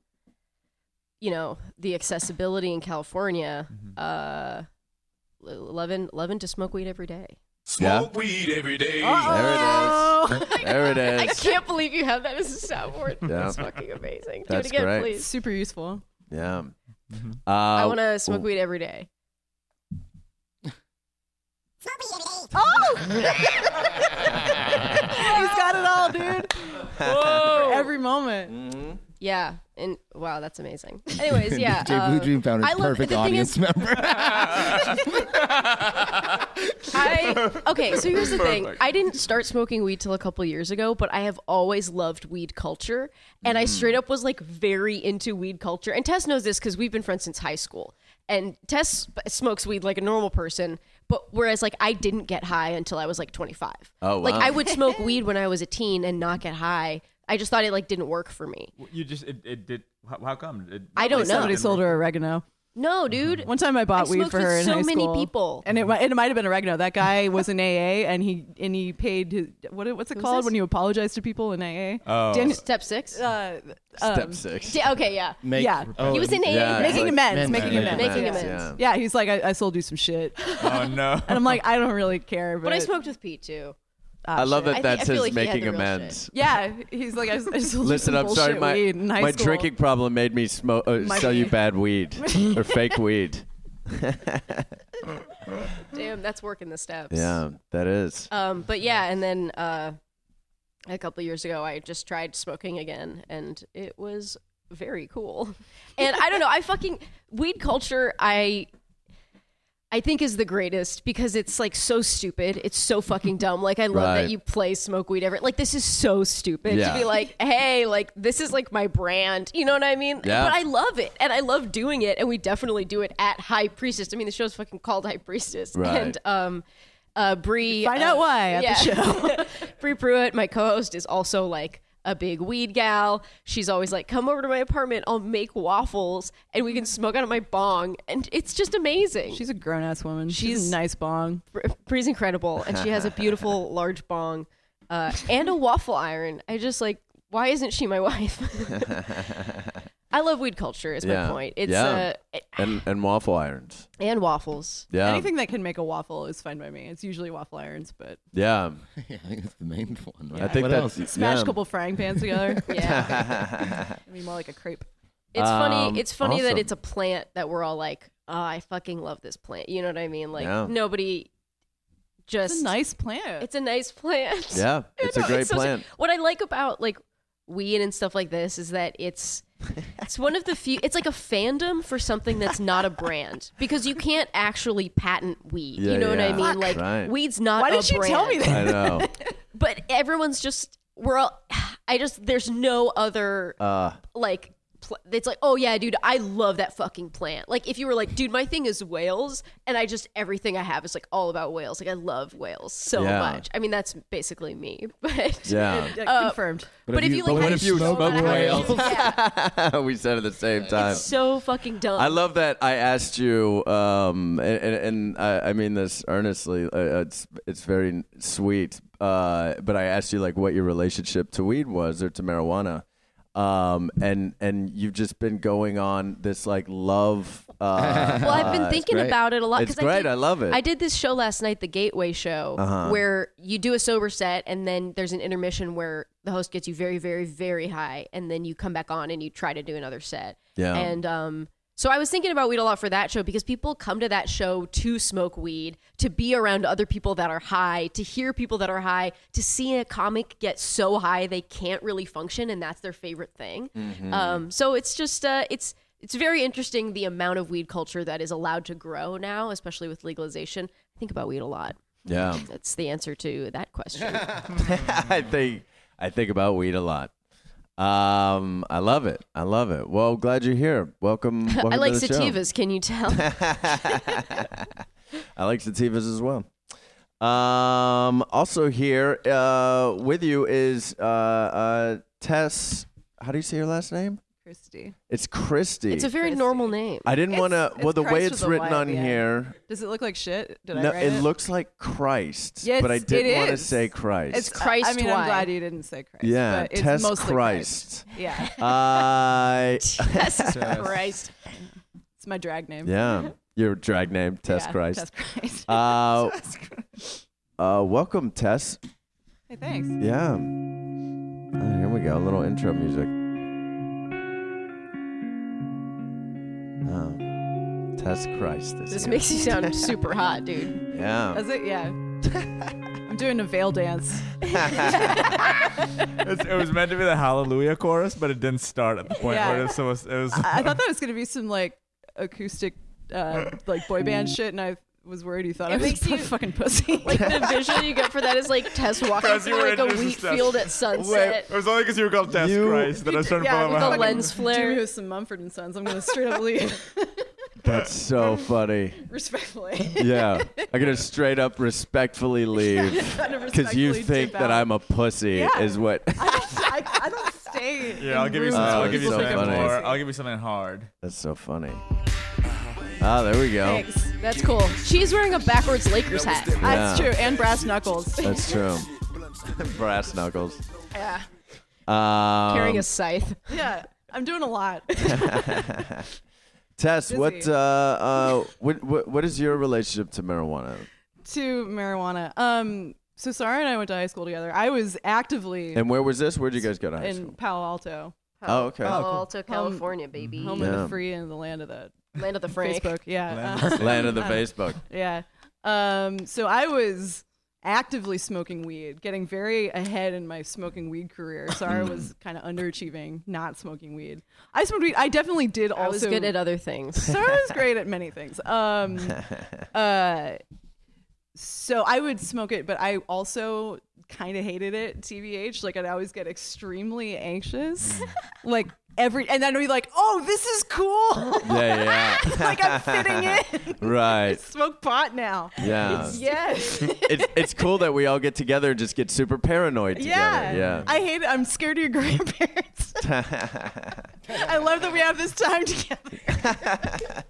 [SPEAKER 3] you know the accessibility in california
[SPEAKER 2] Mm-hmm.
[SPEAKER 3] uh l- loving loving to smoke weed every day
[SPEAKER 7] Smoke weed every day.
[SPEAKER 2] There it is. There it
[SPEAKER 3] i
[SPEAKER 2] is.
[SPEAKER 3] can't believe you have that as a soundboard
[SPEAKER 2] Yeah.
[SPEAKER 3] that's fucking amazing
[SPEAKER 2] That's
[SPEAKER 3] do it again
[SPEAKER 2] great.
[SPEAKER 6] It's
[SPEAKER 3] please
[SPEAKER 6] super useful.
[SPEAKER 2] Yeah.
[SPEAKER 4] Mhm.
[SPEAKER 2] Uh,
[SPEAKER 3] i want to smoke weed every day
[SPEAKER 6] He's got it all, dude. Whoa. Every moment.
[SPEAKER 3] Mm. yeah and wow that's amazing anyways yeah
[SPEAKER 5] Jay
[SPEAKER 3] um,
[SPEAKER 5] Blue Dream found
[SPEAKER 3] I
[SPEAKER 5] his
[SPEAKER 3] love-
[SPEAKER 5] perfect
[SPEAKER 3] the thing
[SPEAKER 5] audience
[SPEAKER 3] is-
[SPEAKER 5] member.
[SPEAKER 3] I okay. So here's the thing: I didn't start smoking weed till a couple years ago, but I have always loved weed culture, and I straight up was like very into weed culture. And Tess knows this because we've been friends since high school, and Tess sp- smokes weed like a normal person. But whereas like I didn't get high until I was like 25.
[SPEAKER 2] Oh,
[SPEAKER 3] Like
[SPEAKER 2] wow.
[SPEAKER 3] I would smoke weed when I was a teen and not get high. I just thought it like didn't work for me.
[SPEAKER 4] You just it, it did. How, how come? It,
[SPEAKER 3] I don't know.
[SPEAKER 6] Somebody sold her oregano.
[SPEAKER 3] No,
[SPEAKER 2] Mm-hmm.
[SPEAKER 3] dude.
[SPEAKER 6] One time I bought
[SPEAKER 3] I
[SPEAKER 6] weed
[SPEAKER 3] smoked
[SPEAKER 6] for
[SPEAKER 3] with
[SPEAKER 6] her in
[SPEAKER 3] so
[SPEAKER 6] high
[SPEAKER 3] many
[SPEAKER 6] school.
[SPEAKER 3] people.
[SPEAKER 6] and it, mi- it might have been oregano. That guy was in AA, and he and he paid his what what's it
[SPEAKER 3] Who's
[SPEAKER 6] called
[SPEAKER 3] this? Uh,
[SPEAKER 6] when you apologize to people in AA?
[SPEAKER 4] Oh.
[SPEAKER 6] Dan-
[SPEAKER 3] Step six.
[SPEAKER 6] uh,
[SPEAKER 2] step
[SPEAKER 6] um,
[SPEAKER 2] six.
[SPEAKER 3] Yeah, okay, yeah.
[SPEAKER 5] Make-
[SPEAKER 6] Yeah.
[SPEAKER 5] Oh,
[SPEAKER 3] He was in AA.
[SPEAKER 2] Yeah, it's
[SPEAKER 6] making
[SPEAKER 2] like-
[SPEAKER 6] amends,
[SPEAKER 5] Amends,
[SPEAKER 6] making
[SPEAKER 5] yeah.
[SPEAKER 6] amends,
[SPEAKER 3] Making
[SPEAKER 6] yeah.
[SPEAKER 3] amends.
[SPEAKER 6] Yeah, he's like, I, I sold you some shit, and
[SPEAKER 4] Oh no.
[SPEAKER 6] I'm like, I don't really care. But, ah,
[SPEAKER 3] But I smoked with Pete too.
[SPEAKER 2] I love that
[SPEAKER 3] I think- I
[SPEAKER 2] that's his
[SPEAKER 3] feel like he had
[SPEAKER 2] making
[SPEAKER 3] the real
[SPEAKER 2] amends.
[SPEAKER 6] Yeah, he's like, I, s- I sold
[SPEAKER 2] Listen,
[SPEAKER 6] you some
[SPEAKER 2] I'm sorry.
[SPEAKER 6] bullshit
[SPEAKER 2] My
[SPEAKER 6] weed in high
[SPEAKER 2] my
[SPEAKER 6] school.
[SPEAKER 2] drinking problem made me smoke uh,
[SPEAKER 6] My-
[SPEAKER 2] sell you bad weed or fake weed.
[SPEAKER 3] Damn, that's working the steps.
[SPEAKER 2] Yeah, that is.
[SPEAKER 3] Um, but yeah, and then uh, a couple years ago, I just tried smoking again, and it was very cool. And I don't know, I fucking weed culture. I I think is the greatest because it's like so stupid. It's so fucking dumb. Like I love
[SPEAKER 2] Right.
[SPEAKER 3] that you play smoke weed ever. Like this is so stupid
[SPEAKER 2] Yeah.
[SPEAKER 3] to be like, hey, like this is like my brand. You know what I mean?
[SPEAKER 2] Yeah.
[SPEAKER 3] But I love it and I love doing it and we definitely do it at High Priestess. I mean, the show's fucking called High Priestess.
[SPEAKER 2] Right.
[SPEAKER 3] And um uh Bree
[SPEAKER 6] Find
[SPEAKER 3] uh,
[SPEAKER 6] out why at the
[SPEAKER 3] the show. Bree Pruitt, my co-host, is also like a big weed gal. She's always like, "Come over to my apartment. I'll make waffles, and we can smoke out of my bong." And it's just amazing. She's
[SPEAKER 6] She's a grown ass woman. She's,
[SPEAKER 3] She's-
[SPEAKER 6] a nice bong.
[SPEAKER 3] Bree's incredible, and she has a beautiful large bong uh, and a waffle iron. I just like, why isn't she my wife? I love weed culture. Is
[SPEAKER 2] Yeah.
[SPEAKER 3] my point. It's
[SPEAKER 2] Yeah.
[SPEAKER 3] uh,
[SPEAKER 2] and and waffle irons.
[SPEAKER 3] and waffles.
[SPEAKER 2] Yeah,
[SPEAKER 6] Anything that can make a waffle is fine by me. It's usually waffle irons, but
[SPEAKER 2] yeah.
[SPEAKER 5] yeah, I think that's the main one.
[SPEAKER 2] I
[SPEAKER 5] Right?
[SPEAKER 2] think
[SPEAKER 5] what
[SPEAKER 2] that's
[SPEAKER 5] else?
[SPEAKER 6] smash
[SPEAKER 2] yeah.
[SPEAKER 6] a couple frying pans together.
[SPEAKER 3] Yeah.
[SPEAKER 6] I mean, more like a crepe.
[SPEAKER 3] It's
[SPEAKER 2] Um,
[SPEAKER 3] funny. It's funny
[SPEAKER 2] awesome.
[SPEAKER 3] that it's a plant that we're all like, oh, I fucking love this plant. You know what I mean? Like
[SPEAKER 2] Yeah.
[SPEAKER 3] nobody just.
[SPEAKER 6] It's a nice plant.
[SPEAKER 3] It's a nice plant.
[SPEAKER 2] Yeah, it's a
[SPEAKER 3] No,
[SPEAKER 2] great
[SPEAKER 3] so-
[SPEAKER 2] plant.
[SPEAKER 3] What I like about like weed and stuff like this is that it's it's one of the few. It's like a fandom for something that's not a brand because you can't actually patent weed.
[SPEAKER 2] Yeah,
[SPEAKER 3] you know
[SPEAKER 2] yeah.
[SPEAKER 3] what I mean? Like
[SPEAKER 2] Right.
[SPEAKER 3] weed's not.
[SPEAKER 6] why
[SPEAKER 3] a
[SPEAKER 6] didn't you tell
[SPEAKER 3] brand
[SPEAKER 6] me that?
[SPEAKER 2] I know.
[SPEAKER 3] but everyone's just we're all i just there's no other
[SPEAKER 2] Uh,
[SPEAKER 3] like pl- it's like, oh yeah, dude, I love that fucking plant. Like if you were like, dude, my thing is whales, and I just everything I have is like all about whales. Like I love whales so
[SPEAKER 2] Yeah.
[SPEAKER 3] much. I mean, that's basically me. But
[SPEAKER 2] Yeah.
[SPEAKER 6] Yeah,
[SPEAKER 3] Uh,
[SPEAKER 6] confirmed.
[SPEAKER 3] But, if you, like,
[SPEAKER 2] what
[SPEAKER 3] had
[SPEAKER 2] if you
[SPEAKER 3] so
[SPEAKER 2] smoke
[SPEAKER 3] much-
[SPEAKER 2] whales?
[SPEAKER 3] Yeah,
[SPEAKER 2] we said at the same time.
[SPEAKER 3] it's so fucking dumb.
[SPEAKER 2] I love that I asked you, um, and, and, and I, I mean this earnestly. Uh, it's it's very sweet, uh, but I asked you like what your relationship to weed was or to marijuana, um, and and you've just been going on this like love. Uh,
[SPEAKER 3] Well, I've
[SPEAKER 2] uh,
[SPEAKER 3] been thinking about it a lot.
[SPEAKER 2] It's
[SPEAKER 3] 'cause
[SPEAKER 2] great.
[SPEAKER 3] I, did,
[SPEAKER 2] I love it. Uh-huh.
[SPEAKER 3] I did this show last night, the Gateway Show, where you do a sober set and then there's an intermission where the host gets you very, very, very high, and then you come back on and you try to do another set.
[SPEAKER 2] Yeah.
[SPEAKER 3] And um, so I was thinking about weed a lot for that show because people come to that show to smoke weed, to be around other people that are high, to hear people that are high, to see a comic get so high they can't really function, and that's their favorite thing. Um, so it's just uh, it's it's very interesting the amount of weed culture that is allowed to grow now, especially with legalization. I think about weed a lot.
[SPEAKER 2] yeah,
[SPEAKER 3] That's the answer to that question.
[SPEAKER 2] I
[SPEAKER 6] Mm.
[SPEAKER 2] think I think about weed a lot. Um, I love it. I love it. Well, glad you're here. Welcome. welcome
[SPEAKER 3] I like
[SPEAKER 2] to the show.
[SPEAKER 3] sativas. Can you tell?
[SPEAKER 2] I like sativas as well. Um, also here uh, with you is uh, uh, Tess. How do you say your last name?
[SPEAKER 6] Christy.
[SPEAKER 2] It's Christy.
[SPEAKER 3] it's a very normal name.
[SPEAKER 2] I didn't want to.
[SPEAKER 6] It's-
[SPEAKER 2] Well,
[SPEAKER 6] it's
[SPEAKER 2] the way
[SPEAKER 6] Christ
[SPEAKER 2] it's
[SPEAKER 6] with a
[SPEAKER 2] written
[SPEAKER 6] Y at
[SPEAKER 2] on
[SPEAKER 6] the end.
[SPEAKER 2] here,
[SPEAKER 6] Does it look like shit? Did
[SPEAKER 2] no,
[SPEAKER 6] I write it?
[SPEAKER 2] it looks like Christ,
[SPEAKER 6] Yes,
[SPEAKER 2] but I
[SPEAKER 6] it
[SPEAKER 2] didn't want to
[SPEAKER 6] is.
[SPEAKER 2] say Christ.
[SPEAKER 6] It's
[SPEAKER 3] Christ
[SPEAKER 6] I mean,
[SPEAKER 3] Y.
[SPEAKER 6] I'm glad you didn't say Christ.
[SPEAKER 2] yeah,
[SPEAKER 6] but it's
[SPEAKER 2] Tess
[SPEAKER 6] mostly
[SPEAKER 2] Christ.
[SPEAKER 6] Yeah,
[SPEAKER 2] I
[SPEAKER 3] Jesus
[SPEAKER 4] Yes.
[SPEAKER 3] Christ.
[SPEAKER 6] it's my drag name.
[SPEAKER 2] yeah, your drag name, Tess
[SPEAKER 6] Yeah,
[SPEAKER 2] Christ.
[SPEAKER 6] Tess Christ.
[SPEAKER 2] Uh, uh, welcome, Tess.
[SPEAKER 6] hey, thanks.
[SPEAKER 2] Yeah. Oh, here we go. A little intro music. Oh. Tess Christ. This,
[SPEAKER 3] This
[SPEAKER 2] guy.
[SPEAKER 3] makes you sound super hot, dude.
[SPEAKER 2] Yeah.
[SPEAKER 6] Is it? Yeah. I'm doing a veil dance.
[SPEAKER 8] It's- it was meant to be the Hallelujah chorus, but it didn't start at the point
[SPEAKER 6] Yeah.
[SPEAKER 8] where it was supposed. It was.
[SPEAKER 6] I, I thought that was gonna be some like acoustic, uh, like boy
[SPEAKER 2] Mm.
[SPEAKER 6] band shit, and I was worried you thought
[SPEAKER 3] It
[SPEAKER 6] I was
[SPEAKER 3] makes
[SPEAKER 6] a
[SPEAKER 3] you-
[SPEAKER 6] fucking pussy.
[SPEAKER 3] Like the visual you get for that is like Tess walking
[SPEAKER 8] 'Cause you
[SPEAKER 3] through
[SPEAKER 8] were
[SPEAKER 3] like a
[SPEAKER 8] introduced
[SPEAKER 3] wheat
[SPEAKER 8] to Tess.
[SPEAKER 3] field at sunset.
[SPEAKER 8] It was only because you were called Tess
[SPEAKER 2] You-
[SPEAKER 8] Christ that I was trying to
[SPEAKER 6] Yeah,
[SPEAKER 8] pull
[SPEAKER 6] with
[SPEAKER 8] out
[SPEAKER 3] the
[SPEAKER 8] my
[SPEAKER 6] fucking
[SPEAKER 3] lens flare.
[SPEAKER 6] Jimmy with some Mumford and Sons. I'm gonna straight up leave
[SPEAKER 2] That's so funny.
[SPEAKER 6] respectfully.
[SPEAKER 2] Yeah. I'm going to straight up respectfully leave because
[SPEAKER 6] Because
[SPEAKER 2] you think that I'm a pussy,
[SPEAKER 6] Yeah.
[SPEAKER 2] is what.
[SPEAKER 6] I, I don't stay. in
[SPEAKER 8] Yeah, I'll give you
[SPEAKER 6] rooms
[SPEAKER 8] some.
[SPEAKER 2] Oh,
[SPEAKER 8] I'll
[SPEAKER 2] it's
[SPEAKER 8] give you
[SPEAKER 2] so
[SPEAKER 8] something
[SPEAKER 2] funny.
[SPEAKER 8] more. I'll give you something hard.
[SPEAKER 2] That's so funny. Ah, there we go.
[SPEAKER 3] Thanks. That's cool. She's wearing a backwards Lakers hat.
[SPEAKER 6] That's
[SPEAKER 2] Yeah.
[SPEAKER 6] Uh, true. And brass knuckles.
[SPEAKER 2] That's true. Brass knuckles.
[SPEAKER 6] yeah.
[SPEAKER 2] Um,
[SPEAKER 3] Carrying a scythe.
[SPEAKER 6] Yeah. I'm doing a lot.
[SPEAKER 2] Tess, what,
[SPEAKER 6] Busy.
[SPEAKER 2] uh, uh, what, what, what is your relationship to marijuana?
[SPEAKER 6] to marijuana. Um, so Sarah and I went to high school together. I was actively
[SPEAKER 2] And where was this? Where'd you guys go to high
[SPEAKER 6] in
[SPEAKER 2] school?
[SPEAKER 6] Palo Alto,
[SPEAKER 2] Oh, okay.
[SPEAKER 3] Palo Alto,
[SPEAKER 6] cool. Um,
[SPEAKER 3] California, baby.
[SPEAKER 6] home of
[SPEAKER 2] Yeah.
[SPEAKER 6] the free and the land of the
[SPEAKER 3] Land of the Frank.
[SPEAKER 6] Facebook. Yeah,
[SPEAKER 8] Land
[SPEAKER 6] uh,
[SPEAKER 2] Land of the Facebook.
[SPEAKER 6] yeah. Um, so I was actively smoking weed, getting very ahead in my smoking weed career. Sarah was kind of underachieving, not smoking weed. I smoked weed. I definitely did. Also,
[SPEAKER 3] I was good at other things.
[SPEAKER 6] Sarah was great at many things. Um, uh, so I would smoke it, but I also kind of hated it. TBH, like I'd always get extremely anxious, like every, and then I'd be like, "Oh, this is cool!
[SPEAKER 2] Yeah, yeah.
[SPEAKER 6] like I'm fitting in. I
[SPEAKER 2] right.
[SPEAKER 6] smoke pot now."
[SPEAKER 2] Yeah.
[SPEAKER 6] Yes.
[SPEAKER 2] It's, it's cool that we all get together and just get super paranoid together.
[SPEAKER 6] yeah.
[SPEAKER 2] Yeah.
[SPEAKER 6] I hate it. I'm scared of your grandparents. I love that we have this time together.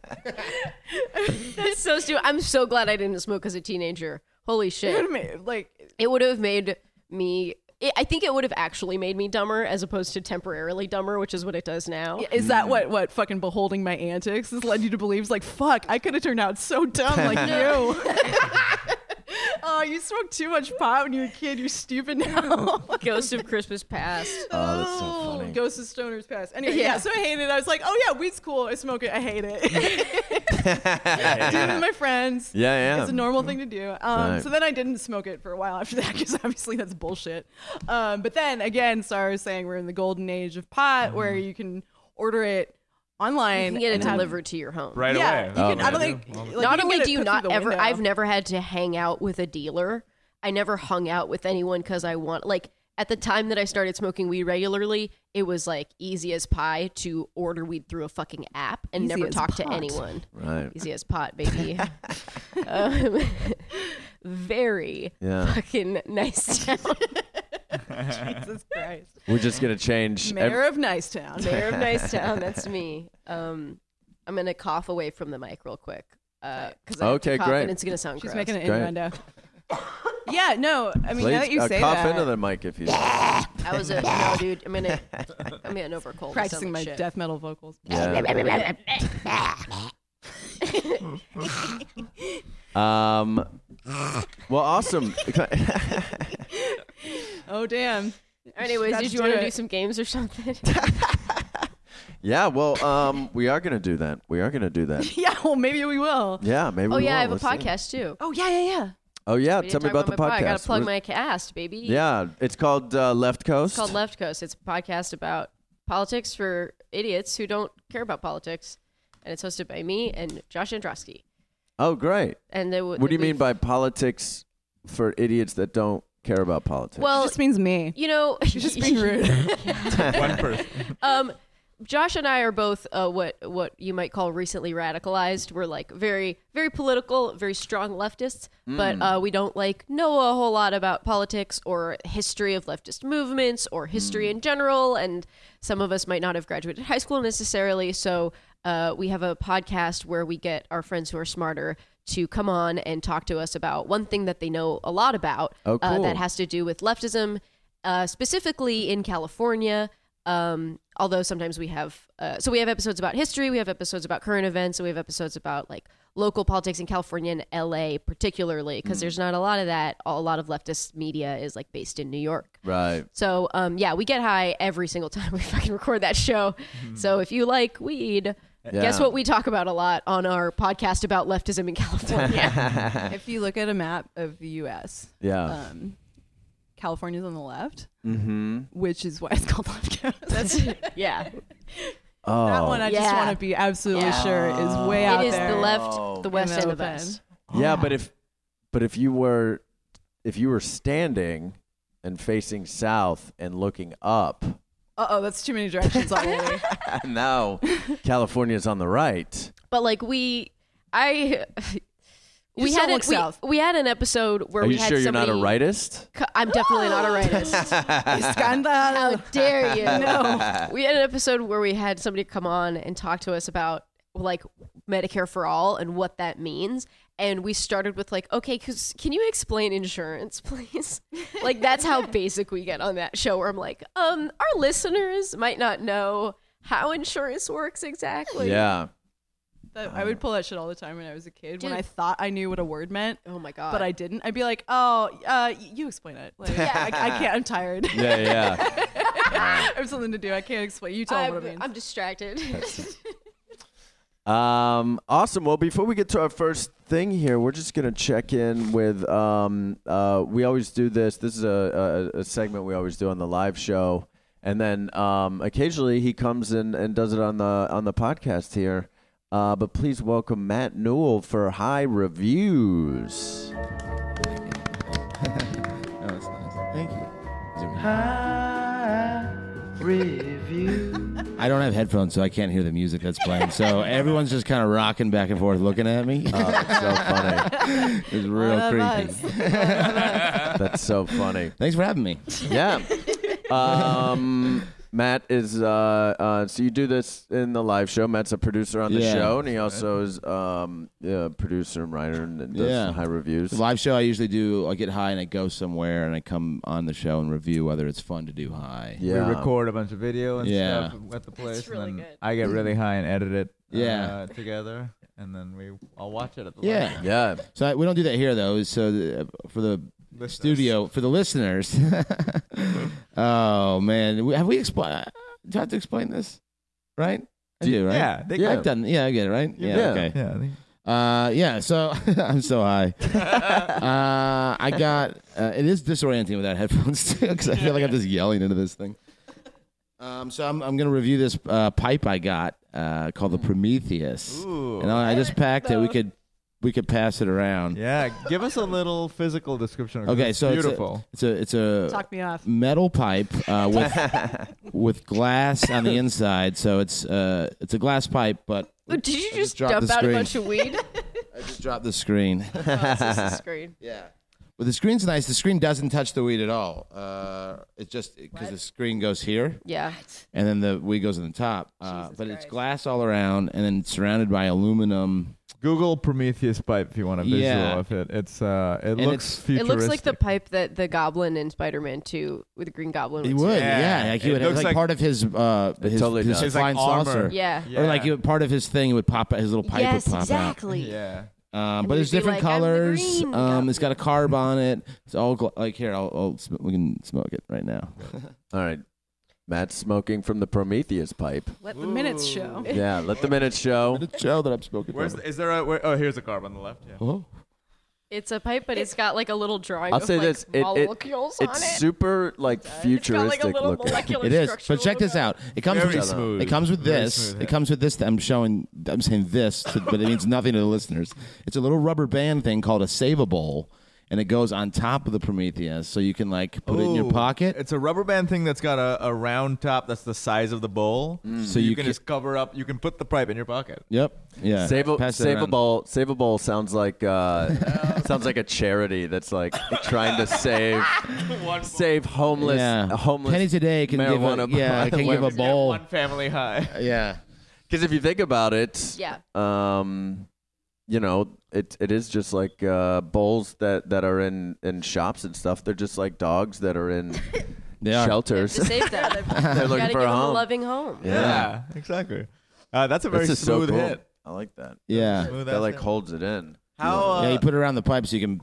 [SPEAKER 3] That's so stupid. I'm so glad I didn't smoke as a teenager. Holy shit.
[SPEAKER 6] like,
[SPEAKER 3] It would have made me. It, I think it would have actually made me dumber as opposed to temporarily dumber, which is what it does now.
[SPEAKER 6] Is that what what fucking beholding my antics has led you to believe? It's like fuck, I could have turned out so dumb like you. oh, you smoked too much pot when you were a kid. You're stupid now.
[SPEAKER 3] Ghost of Christmas Past.
[SPEAKER 2] Oh, that's so funny.
[SPEAKER 6] Ghost of Stoner's Past. Anyway,
[SPEAKER 3] Yeah.
[SPEAKER 6] yeah. So I hated it. I was like, oh yeah, weed's cool. I smoke it. I hate it. Did it with my friends.
[SPEAKER 2] Yeah, yeah.
[SPEAKER 6] It's a normal thing to do. Um,
[SPEAKER 2] Right.
[SPEAKER 6] So then I didn't smoke it for a while after that because obviously that's bullshit. Um, but then again, Sarah was saying we're in the golden age of pot
[SPEAKER 2] Mm-hmm.
[SPEAKER 6] where you can order it online.
[SPEAKER 3] You can get it
[SPEAKER 6] and have-
[SPEAKER 3] delivered to your home.
[SPEAKER 8] Right
[SPEAKER 6] yeah,
[SPEAKER 8] away.
[SPEAKER 6] You
[SPEAKER 2] Oh,
[SPEAKER 6] can, I
[SPEAKER 2] man.
[SPEAKER 6] don't think. like,
[SPEAKER 3] not
[SPEAKER 6] can
[SPEAKER 3] only
[SPEAKER 6] get
[SPEAKER 3] do
[SPEAKER 6] it
[SPEAKER 3] you
[SPEAKER 6] put
[SPEAKER 3] not
[SPEAKER 6] through the
[SPEAKER 3] ever
[SPEAKER 6] window.
[SPEAKER 3] i've never had to hang out with a dealer i never hung out with anyone because i want like at the time that I started smoking weed regularly, it was like easy as pie to order weed through a fucking app and
[SPEAKER 6] Easy
[SPEAKER 3] never
[SPEAKER 6] as
[SPEAKER 3] talk to
[SPEAKER 6] pot.
[SPEAKER 3] anyone.
[SPEAKER 2] Right.
[SPEAKER 3] Easy as pot, baby. um, very
[SPEAKER 2] Yeah.
[SPEAKER 3] fucking nice town.
[SPEAKER 6] Jesus Christ.
[SPEAKER 2] We're just gonna change. ev-
[SPEAKER 6] Mayor of Nicetown.
[SPEAKER 3] Mayor of Nice Town, that's me. Um, I'm gonna cough away from the mic real quick. Uh, 'cause I have to
[SPEAKER 2] Okay,
[SPEAKER 3] cough
[SPEAKER 2] great.
[SPEAKER 3] And it's gonna sound
[SPEAKER 6] She's
[SPEAKER 3] gross.
[SPEAKER 6] making an
[SPEAKER 2] Great.
[SPEAKER 6] innuendo. yeah, no, I mean, now that you
[SPEAKER 2] uh,
[SPEAKER 6] say
[SPEAKER 2] cough
[SPEAKER 6] that,
[SPEAKER 2] into the mic if you.
[SPEAKER 3] I was a no, dude. I'm gonna I'm getting over a cold. I sound
[SPEAKER 6] practicing my
[SPEAKER 3] like shit.
[SPEAKER 6] death metal vocals.
[SPEAKER 2] Yeah. um. Well, awesome.
[SPEAKER 6] Oh, damn.
[SPEAKER 3] All right, anyways,
[SPEAKER 6] Gotta
[SPEAKER 3] did you
[SPEAKER 6] do
[SPEAKER 3] want to
[SPEAKER 6] it.
[SPEAKER 3] do some games or something?
[SPEAKER 2] yeah. Well, um, we are gonna do that. We are gonna do that.
[SPEAKER 6] Yeah, well, maybe we will.
[SPEAKER 2] Yeah. Maybe.
[SPEAKER 3] oh
[SPEAKER 2] we
[SPEAKER 3] yeah, I have
[SPEAKER 2] will.
[SPEAKER 3] a
[SPEAKER 2] Let's see.
[SPEAKER 3] podcast too.
[SPEAKER 6] Oh, yeah, yeah, yeah.
[SPEAKER 2] Oh yeah.
[SPEAKER 3] We
[SPEAKER 2] Tell
[SPEAKER 3] didn't
[SPEAKER 2] me
[SPEAKER 3] talk
[SPEAKER 2] about the podcast.
[SPEAKER 3] my pod- I gotta plug
[SPEAKER 2] We're-
[SPEAKER 3] my cast, baby.
[SPEAKER 2] yeah, it's called uh, Left Coast.
[SPEAKER 3] It's called Left Coast. It's a podcast about politics for idiots who don't care about politics, and it's hosted by me and Josh Androsky.
[SPEAKER 2] oh, great.
[SPEAKER 3] And they,
[SPEAKER 2] What do you mean by politics for idiots that don't care about politics?
[SPEAKER 6] It
[SPEAKER 3] well?
[SPEAKER 6] just means me.
[SPEAKER 3] you know,
[SPEAKER 6] You're just being rude.
[SPEAKER 8] One person.
[SPEAKER 3] um, Josh and I are both uh, what what you might call recently radicalized. We're like very very political, very strong leftists,
[SPEAKER 2] Hmm.
[SPEAKER 3] but uh, we don't like know a whole lot about politics or history of leftist movements or history
[SPEAKER 2] Hmm.
[SPEAKER 3] in general. And some of us might not have graduated high school necessarily, so. Uh, we have a podcast where we get our friends who are smarter to come on and talk to us about one thing that they know a lot about
[SPEAKER 2] Oh,
[SPEAKER 3] uh,
[SPEAKER 2] cool.
[SPEAKER 3] that has to do with leftism, uh, specifically in California. Um, although sometimes we have, uh, so we have episodes about history, we have episodes about current events, and we have episodes about like local politics in California and LA, particularly
[SPEAKER 2] Mm-hmm.
[SPEAKER 3] because there's not a lot of that. A lot of leftist media is like based in New York.
[SPEAKER 2] right.
[SPEAKER 3] So um, yeah, we get high every single time we fucking record that show. So if you like weed, guess
[SPEAKER 2] Mm-hmm. Yeah.
[SPEAKER 3] what we talk about a lot on our podcast about leftism in California.
[SPEAKER 6] if you look at a map of the U.S.,
[SPEAKER 2] Yeah.
[SPEAKER 3] uh,
[SPEAKER 6] um, California's on the left,
[SPEAKER 2] mm-hmm.
[SPEAKER 6] which is why it's called Left Coast.
[SPEAKER 3] That's yeah.
[SPEAKER 2] Oh.
[SPEAKER 6] that one I just
[SPEAKER 3] Yeah.
[SPEAKER 6] want to be absolutely
[SPEAKER 3] Yeah.
[SPEAKER 6] sure is way out
[SPEAKER 3] It is
[SPEAKER 6] there.
[SPEAKER 3] the
[SPEAKER 2] Oh.
[SPEAKER 3] left, the west,
[SPEAKER 6] In the
[SPEAKER 3] and the
[SPEAKER 6] open.
[SPEAKER 3] west.
[SPEAKER 2] Yeah, but if but if you were if you were standing and facing south and looking up,
[SPEAKER 6] Uh oh, that's too many directions already.
[SPEAKER 2] now California's on the right.
[SPEAKER 3] But like we, I, we
[SPEAKER 6] just
[SPEAKER 3] had an,
[SPEAKER 6] don't look
[SPEAKER 3] we,
[SPEAKER 6] south.
[SPEAKER 3] we had an episode where
[SPEAKER 2] Are
[SPEAKER 3] we
[SPEAKER 2] you
[SPEAKER 3] had
[SPEAKER 2] sure you're
[SPEAKER 3] somebody.
[SPEAKER 2] not a rightist?
[SPEAKER 3] cu- I'm definitely not a rightist. How
[SPEAKER 6] Scandal.
[SPEAKER 3] dare you? No. We had an episode where we had somebody come on and talk to us about like Medicare for all and what that means. And we started with like, okay, 'cause- can you explain insurance, please? like that's how basic we get on that show. Where I'm like, um, our listeners might not know how insurance works exactly.
[SPEAKER 2] yeah.
[SPEAKER 6] That- I would pull that shit all the time when I was a kid when
[SPEAKER 3] Dude.
[SPEAKER 6] I thought I knew what a word meant.
[SPEAKER 3] Oh my god.
[SPEAKER 6] But I didn't. I'd be like, "Oh, uh, y- you explain it. Like, I, I can't. I'm tired.
[SPEAKER 2] Yeah, yeah.
[SPEAKER 6] I have something to do. I can't explain. You tell me what it
[SPEAKER 3] I'm,
[SPEAKER 6] means."
[SPEAKER 3] I'm distracted.
[SPEAKER 2] Um, awesome. Well, before we get to our first thing here, we're just gonna check in with. Um, uh, we always do this. This is a, a, a segment we always do on the live show, and then um, occasionally he comes in and does it on the on the podcast here. Uh, but please welcome Matt Newell for High Reviews.
[SPEAKER 5] No, that's nice. Thank you. Jimmy. I don't have headphones, so I can't hear the music that's playing. So everyone's just kind of rocking back and forth, looking at me. Uh,
[SPEAKER 2] Oh, that's so funny.
[SPEAKER 5] It's real
[SPEAKER 6] One of
[SPEAKER 5] creepy.
[SPEAKER 2] That's so funny.
[SPEAKER 5] Thanks for having me.
[SPEAKER 2] Yeah. Um, Matt is uh, uh, so you do this in the live show. Matt's a producer on the
[SPEAKER 5] Yeah.
[SPEAKER 2] show, and he also is um, yeah, producer and writer and does
[SPEAKER 5] Yeah.
[SPEAKER 2] high reviews.
[SPEAKER 5] The live show I usually do. I get high and I go somewhere and I come on the show and review whether it's fun to do high.
[SPEAKER 2] Yeah.
[SPEAKER 4] We record a bunch of video and
[SPEAKER 5] Yeah.
[SPEAKER 4] stuff at the place.
[SPEAKER 3] really
[SPEAKER 4] and then
[SPEAKER 3] good.
[SPEAKER 4] I get really high and edit it.
[SPEAKER 5] Yeah.
[SPEAKER 4] Uh, together, and then we I'll watch it at the
[SPEAKER 5] Yeah.
[SPEAKER 4] live.
[SPEAKER 2] Yeah.
[SPEAKER 5] So I, we don't do that here though. So the, for the
[SPEAKER 4] Listeners.
[SPEAKER 5] studio, for the listeners. oh man, We- have we explained? Do I have to explain this? Right? I do, right?
[SPEAKER 4] Yeah, they-
[SPEAKER 5] I've done. Yeah, I get it. Right? Yeah.
[SPEAKER 2] Yeah.
[SPEAKER 5] Okay.
[SPEAKER 4] Yeah. I think-
[SPEAKER 5] Uh, yeah. So I'm so high. uh, I got. Uh, it is disorienting without headphones too, because I feel like I'm just yelling into this thing. Um, so I'm I'm gonna review this uh, pipe I got uh, called the Prometheus,
[SPEAKER 4] Hmm. Ooh.
[SPEAKER 5] and I I just packed it. We could we could pass it around.
[SPEAKER 4] Yeah, give us a little physical description. 'cause
[SPEAKER 5] Okay,
[SPEAKER 4] it's
[SPEAKER 5] so
[SPEAKER 4] beautiful.
[SPEAKER 5] it's a it's a, it's a
[SPEAKER 6] Talk me off.
[SPEAKER 5] metal pipe uh, with with glass on the inside. So it's uh it's a glass pipe, but
[SPEAKER 3] Did you
[SPEAKER 5] I
[SPEAKER 3] just
[SPEAKER 5] dropped
[SPEAKER 3] dump
[SPEAKER 5] the
[SPEAKER 3] out a
[SPEAKER 5] screen.
[SPEAKER 3] bunch of weed?
[SPEAKER 5] I just dropped the screen.
[SPEAKER 3] oh, it's just a screen.
[SPEAKER 5] yeah. Well, the screen's nice. The screen doesn't touch the weed at all. Uh, it's just because the screen goes here,
[SPEAKER 3] Yeah.
[SPEAKER 5] and then the weed goes on the top. Uh, but it's glass all around, and then surrounded by aluminum.
[SPEAKER 4] Google Prometheus pipe if you want a visual
[SPEAKER 5] Yeah.
[SPEAKER 4] of it. It's uh, it
[SPEAKER 5] And
[SPEAKER 4] looks
[SPEAKER 5] it's-
[SPEAKER 3] It
[SPEAKER 4] futuristic.
[SPEAKER 3] looks like the pipe that the goblin in Spider-Man 2 with the Green Goblin.
[SPEAKER 5] He
[SPEAKER 3] would
[SPEAKER 5] would,
[SPEAKER 8] Yeah.
[SPEAKER 5] yeah. Like he
[SPEAKER 8] It
[SPEAKER 5] would, it was
[SPEAKER 8] looks
[SPEAKER 5] like,
[SPEAKER 8] like-
[SPEAKER 5] part of his uh, his,
[SPEAKER 2] totally
[SPEAKER 5] his
[SPEAKER 2] does.
[SPEAKER 8] It's like
[SPEAKER 5] flying
[SPEAKER 8] armor.
[SPEAKER 5] saucer,
[SPEAKER 3] Yeah.
[SPEAKER 5] or like it, part of his thing would pop. out- His little pipe
[SPEAKER 3] yes,
[SPEAKER 5] would pop out.
[SPEAKER 3] exactly.
[SPEAKER 4] yeah.
[SPEAKER 5] Um,
[SPEAKER 3] And
[SPEAKER 5] but
[SPEAKER 3] you'd
[SPEAKER 5] there's
[SPEAKER 3] be
[SPEAKER 5] different
[SPEAKER 3] like, "I'm the
[SPEAKER 5] colors.
[SPEAKER 3] green
[SPEAKER 5] um,
[SPEAKER 3] guy."
[SPEAKER 5] it's got a carb on it. It's all gl- like here. I'll, I'll sm- we can smoke it right now.
[SPEAKER 2] All right. Matt's smoking from the Prometheus pipe.
[SPEAKER 6] Let the minutes show.
[SPEAKER 2] Yeah, let the minutes show.
[SPEAKER 5] The show that I'm smoking.
[SPEAKER 8] Where's
[SPEAKER 5] from.
[SPEAKER 8] the, is there a where, oh here's a carb on the left. Yeah.
[SPEAKER 5] Oh.
[SPEAKER 3] It's a pipe, but it's got like a little drawing
[SPEAKER 2] I'll
[SPEAKER 3] of
[SPEAKER 2] say
[SPEAKER 3] like
[SPEAKER 2] this, it- it-
[SPEAKER 3] molecules on
[SPEAKER 2] It's
[SPEAKER 3] it.
[SPEAKER 2] super like
[SPEAKER 3] it's got like a
[SPEAKER 2] futuristic
[SPEAKER 3] little
[SPEAKER 2] looking.
[SPEAKER 3] molecular
[SPEAKER 5] It is.
[SPEAKER 3] structure
[SPEAKER 5] But check this
[SPEAKER 3] logo.
[SPEAKER 5] out. It comes
[SPEAKER 8] Very
[SPEAKER 5] with
[SPEAKER 8] smooth.
[SPEAKER 5] it comes with
[SPEAKER 8] Very
[SPEAKER 5] this.
[SPEAKER 8] smooth, yeah.
[SPEAKER 5] It comes with this. that I'm showing. I'm saying this, to- but it means nothing to the listeners. It's a little rubber band thing called a savable, and it goes on top of the Prometheus, so you can like put it in your
[SPEAKER 8] Ooh.
[SPEAKER 5] pocket.
[SPEAKER 8] It's a rubber band thing that's got a, a round top that's the size of the bowl.
[SPEAKER 5] Mm. So
[SPEAKER 2] mm.
[SPEAKER 8] So you,
[SPEAKER 5] you
[SPEAKER 8] can,
[SPEAKER 5] ca-
[SPEAKER 8] just cover up. You can put the pipe in your pocket.
[SPEAKER 5] Yep. Yeah.
[SPEAKER 2] Save a,
[SPEAKER 5] Pass it
[SPEAKER 2] save a
[SPEAKER 5] around.
[SPEAKER 2] bowl. Save a bowl sounds like uh, sounds like a charity that's like trying to save save homeless
[SPEAKER 5] Yeah.
[SPEAKER 2] homeless
[SPEAKER 5] Pennies a day can give a-
[SPEAKER 2] marijuana
[SPEAKER 5] yeah, it can give a bowl.
[SPEAKER 8] One family high.
[SPEAKER 5] Yeah.
[SPEAKER 2] Because if you think about it,
[SPEAKER 3] Yeah.
[SPEAKER 2] um, you know, it it is just like uh, bowls that that are in in shops and stuff. They're just like dogs that are in
[SPEAKER 5] They are.
[SPEAKER 2] shelters.
[SPEAKER 3] To save them.
[SPEAKER 2] They're
[SPEAKER 3] You
[SPEAKER 2] looking
[SPEAKER 3] gotta
[SPEAKER 2] for a
[SPEAKER 3] give them a
[SPEAKER 2] home.
[SPEAKER 3] loving home.
[SPEAKER 8] Yeah, exactly. Uh, that's a very
[SPEAKER 2] This is so
[SPEAKER 8] smooth
[SPEAKER 2] cool.
[SPEAKER 8] hit.
[SPEAKER 2] I like that.
[SPEAKER 5] Yeah.
[SPEAKER 8] Smooth
[SPEAKER 2] that
[SPEAKER 8] ass
[SPEAKER 2] like
[SPEAKER 8] hit.
[SPEAKER 2] holds it in.
[SPEAKER 8] how uh,
[SPEAKER 5] yeah, you put it around the pipe so you can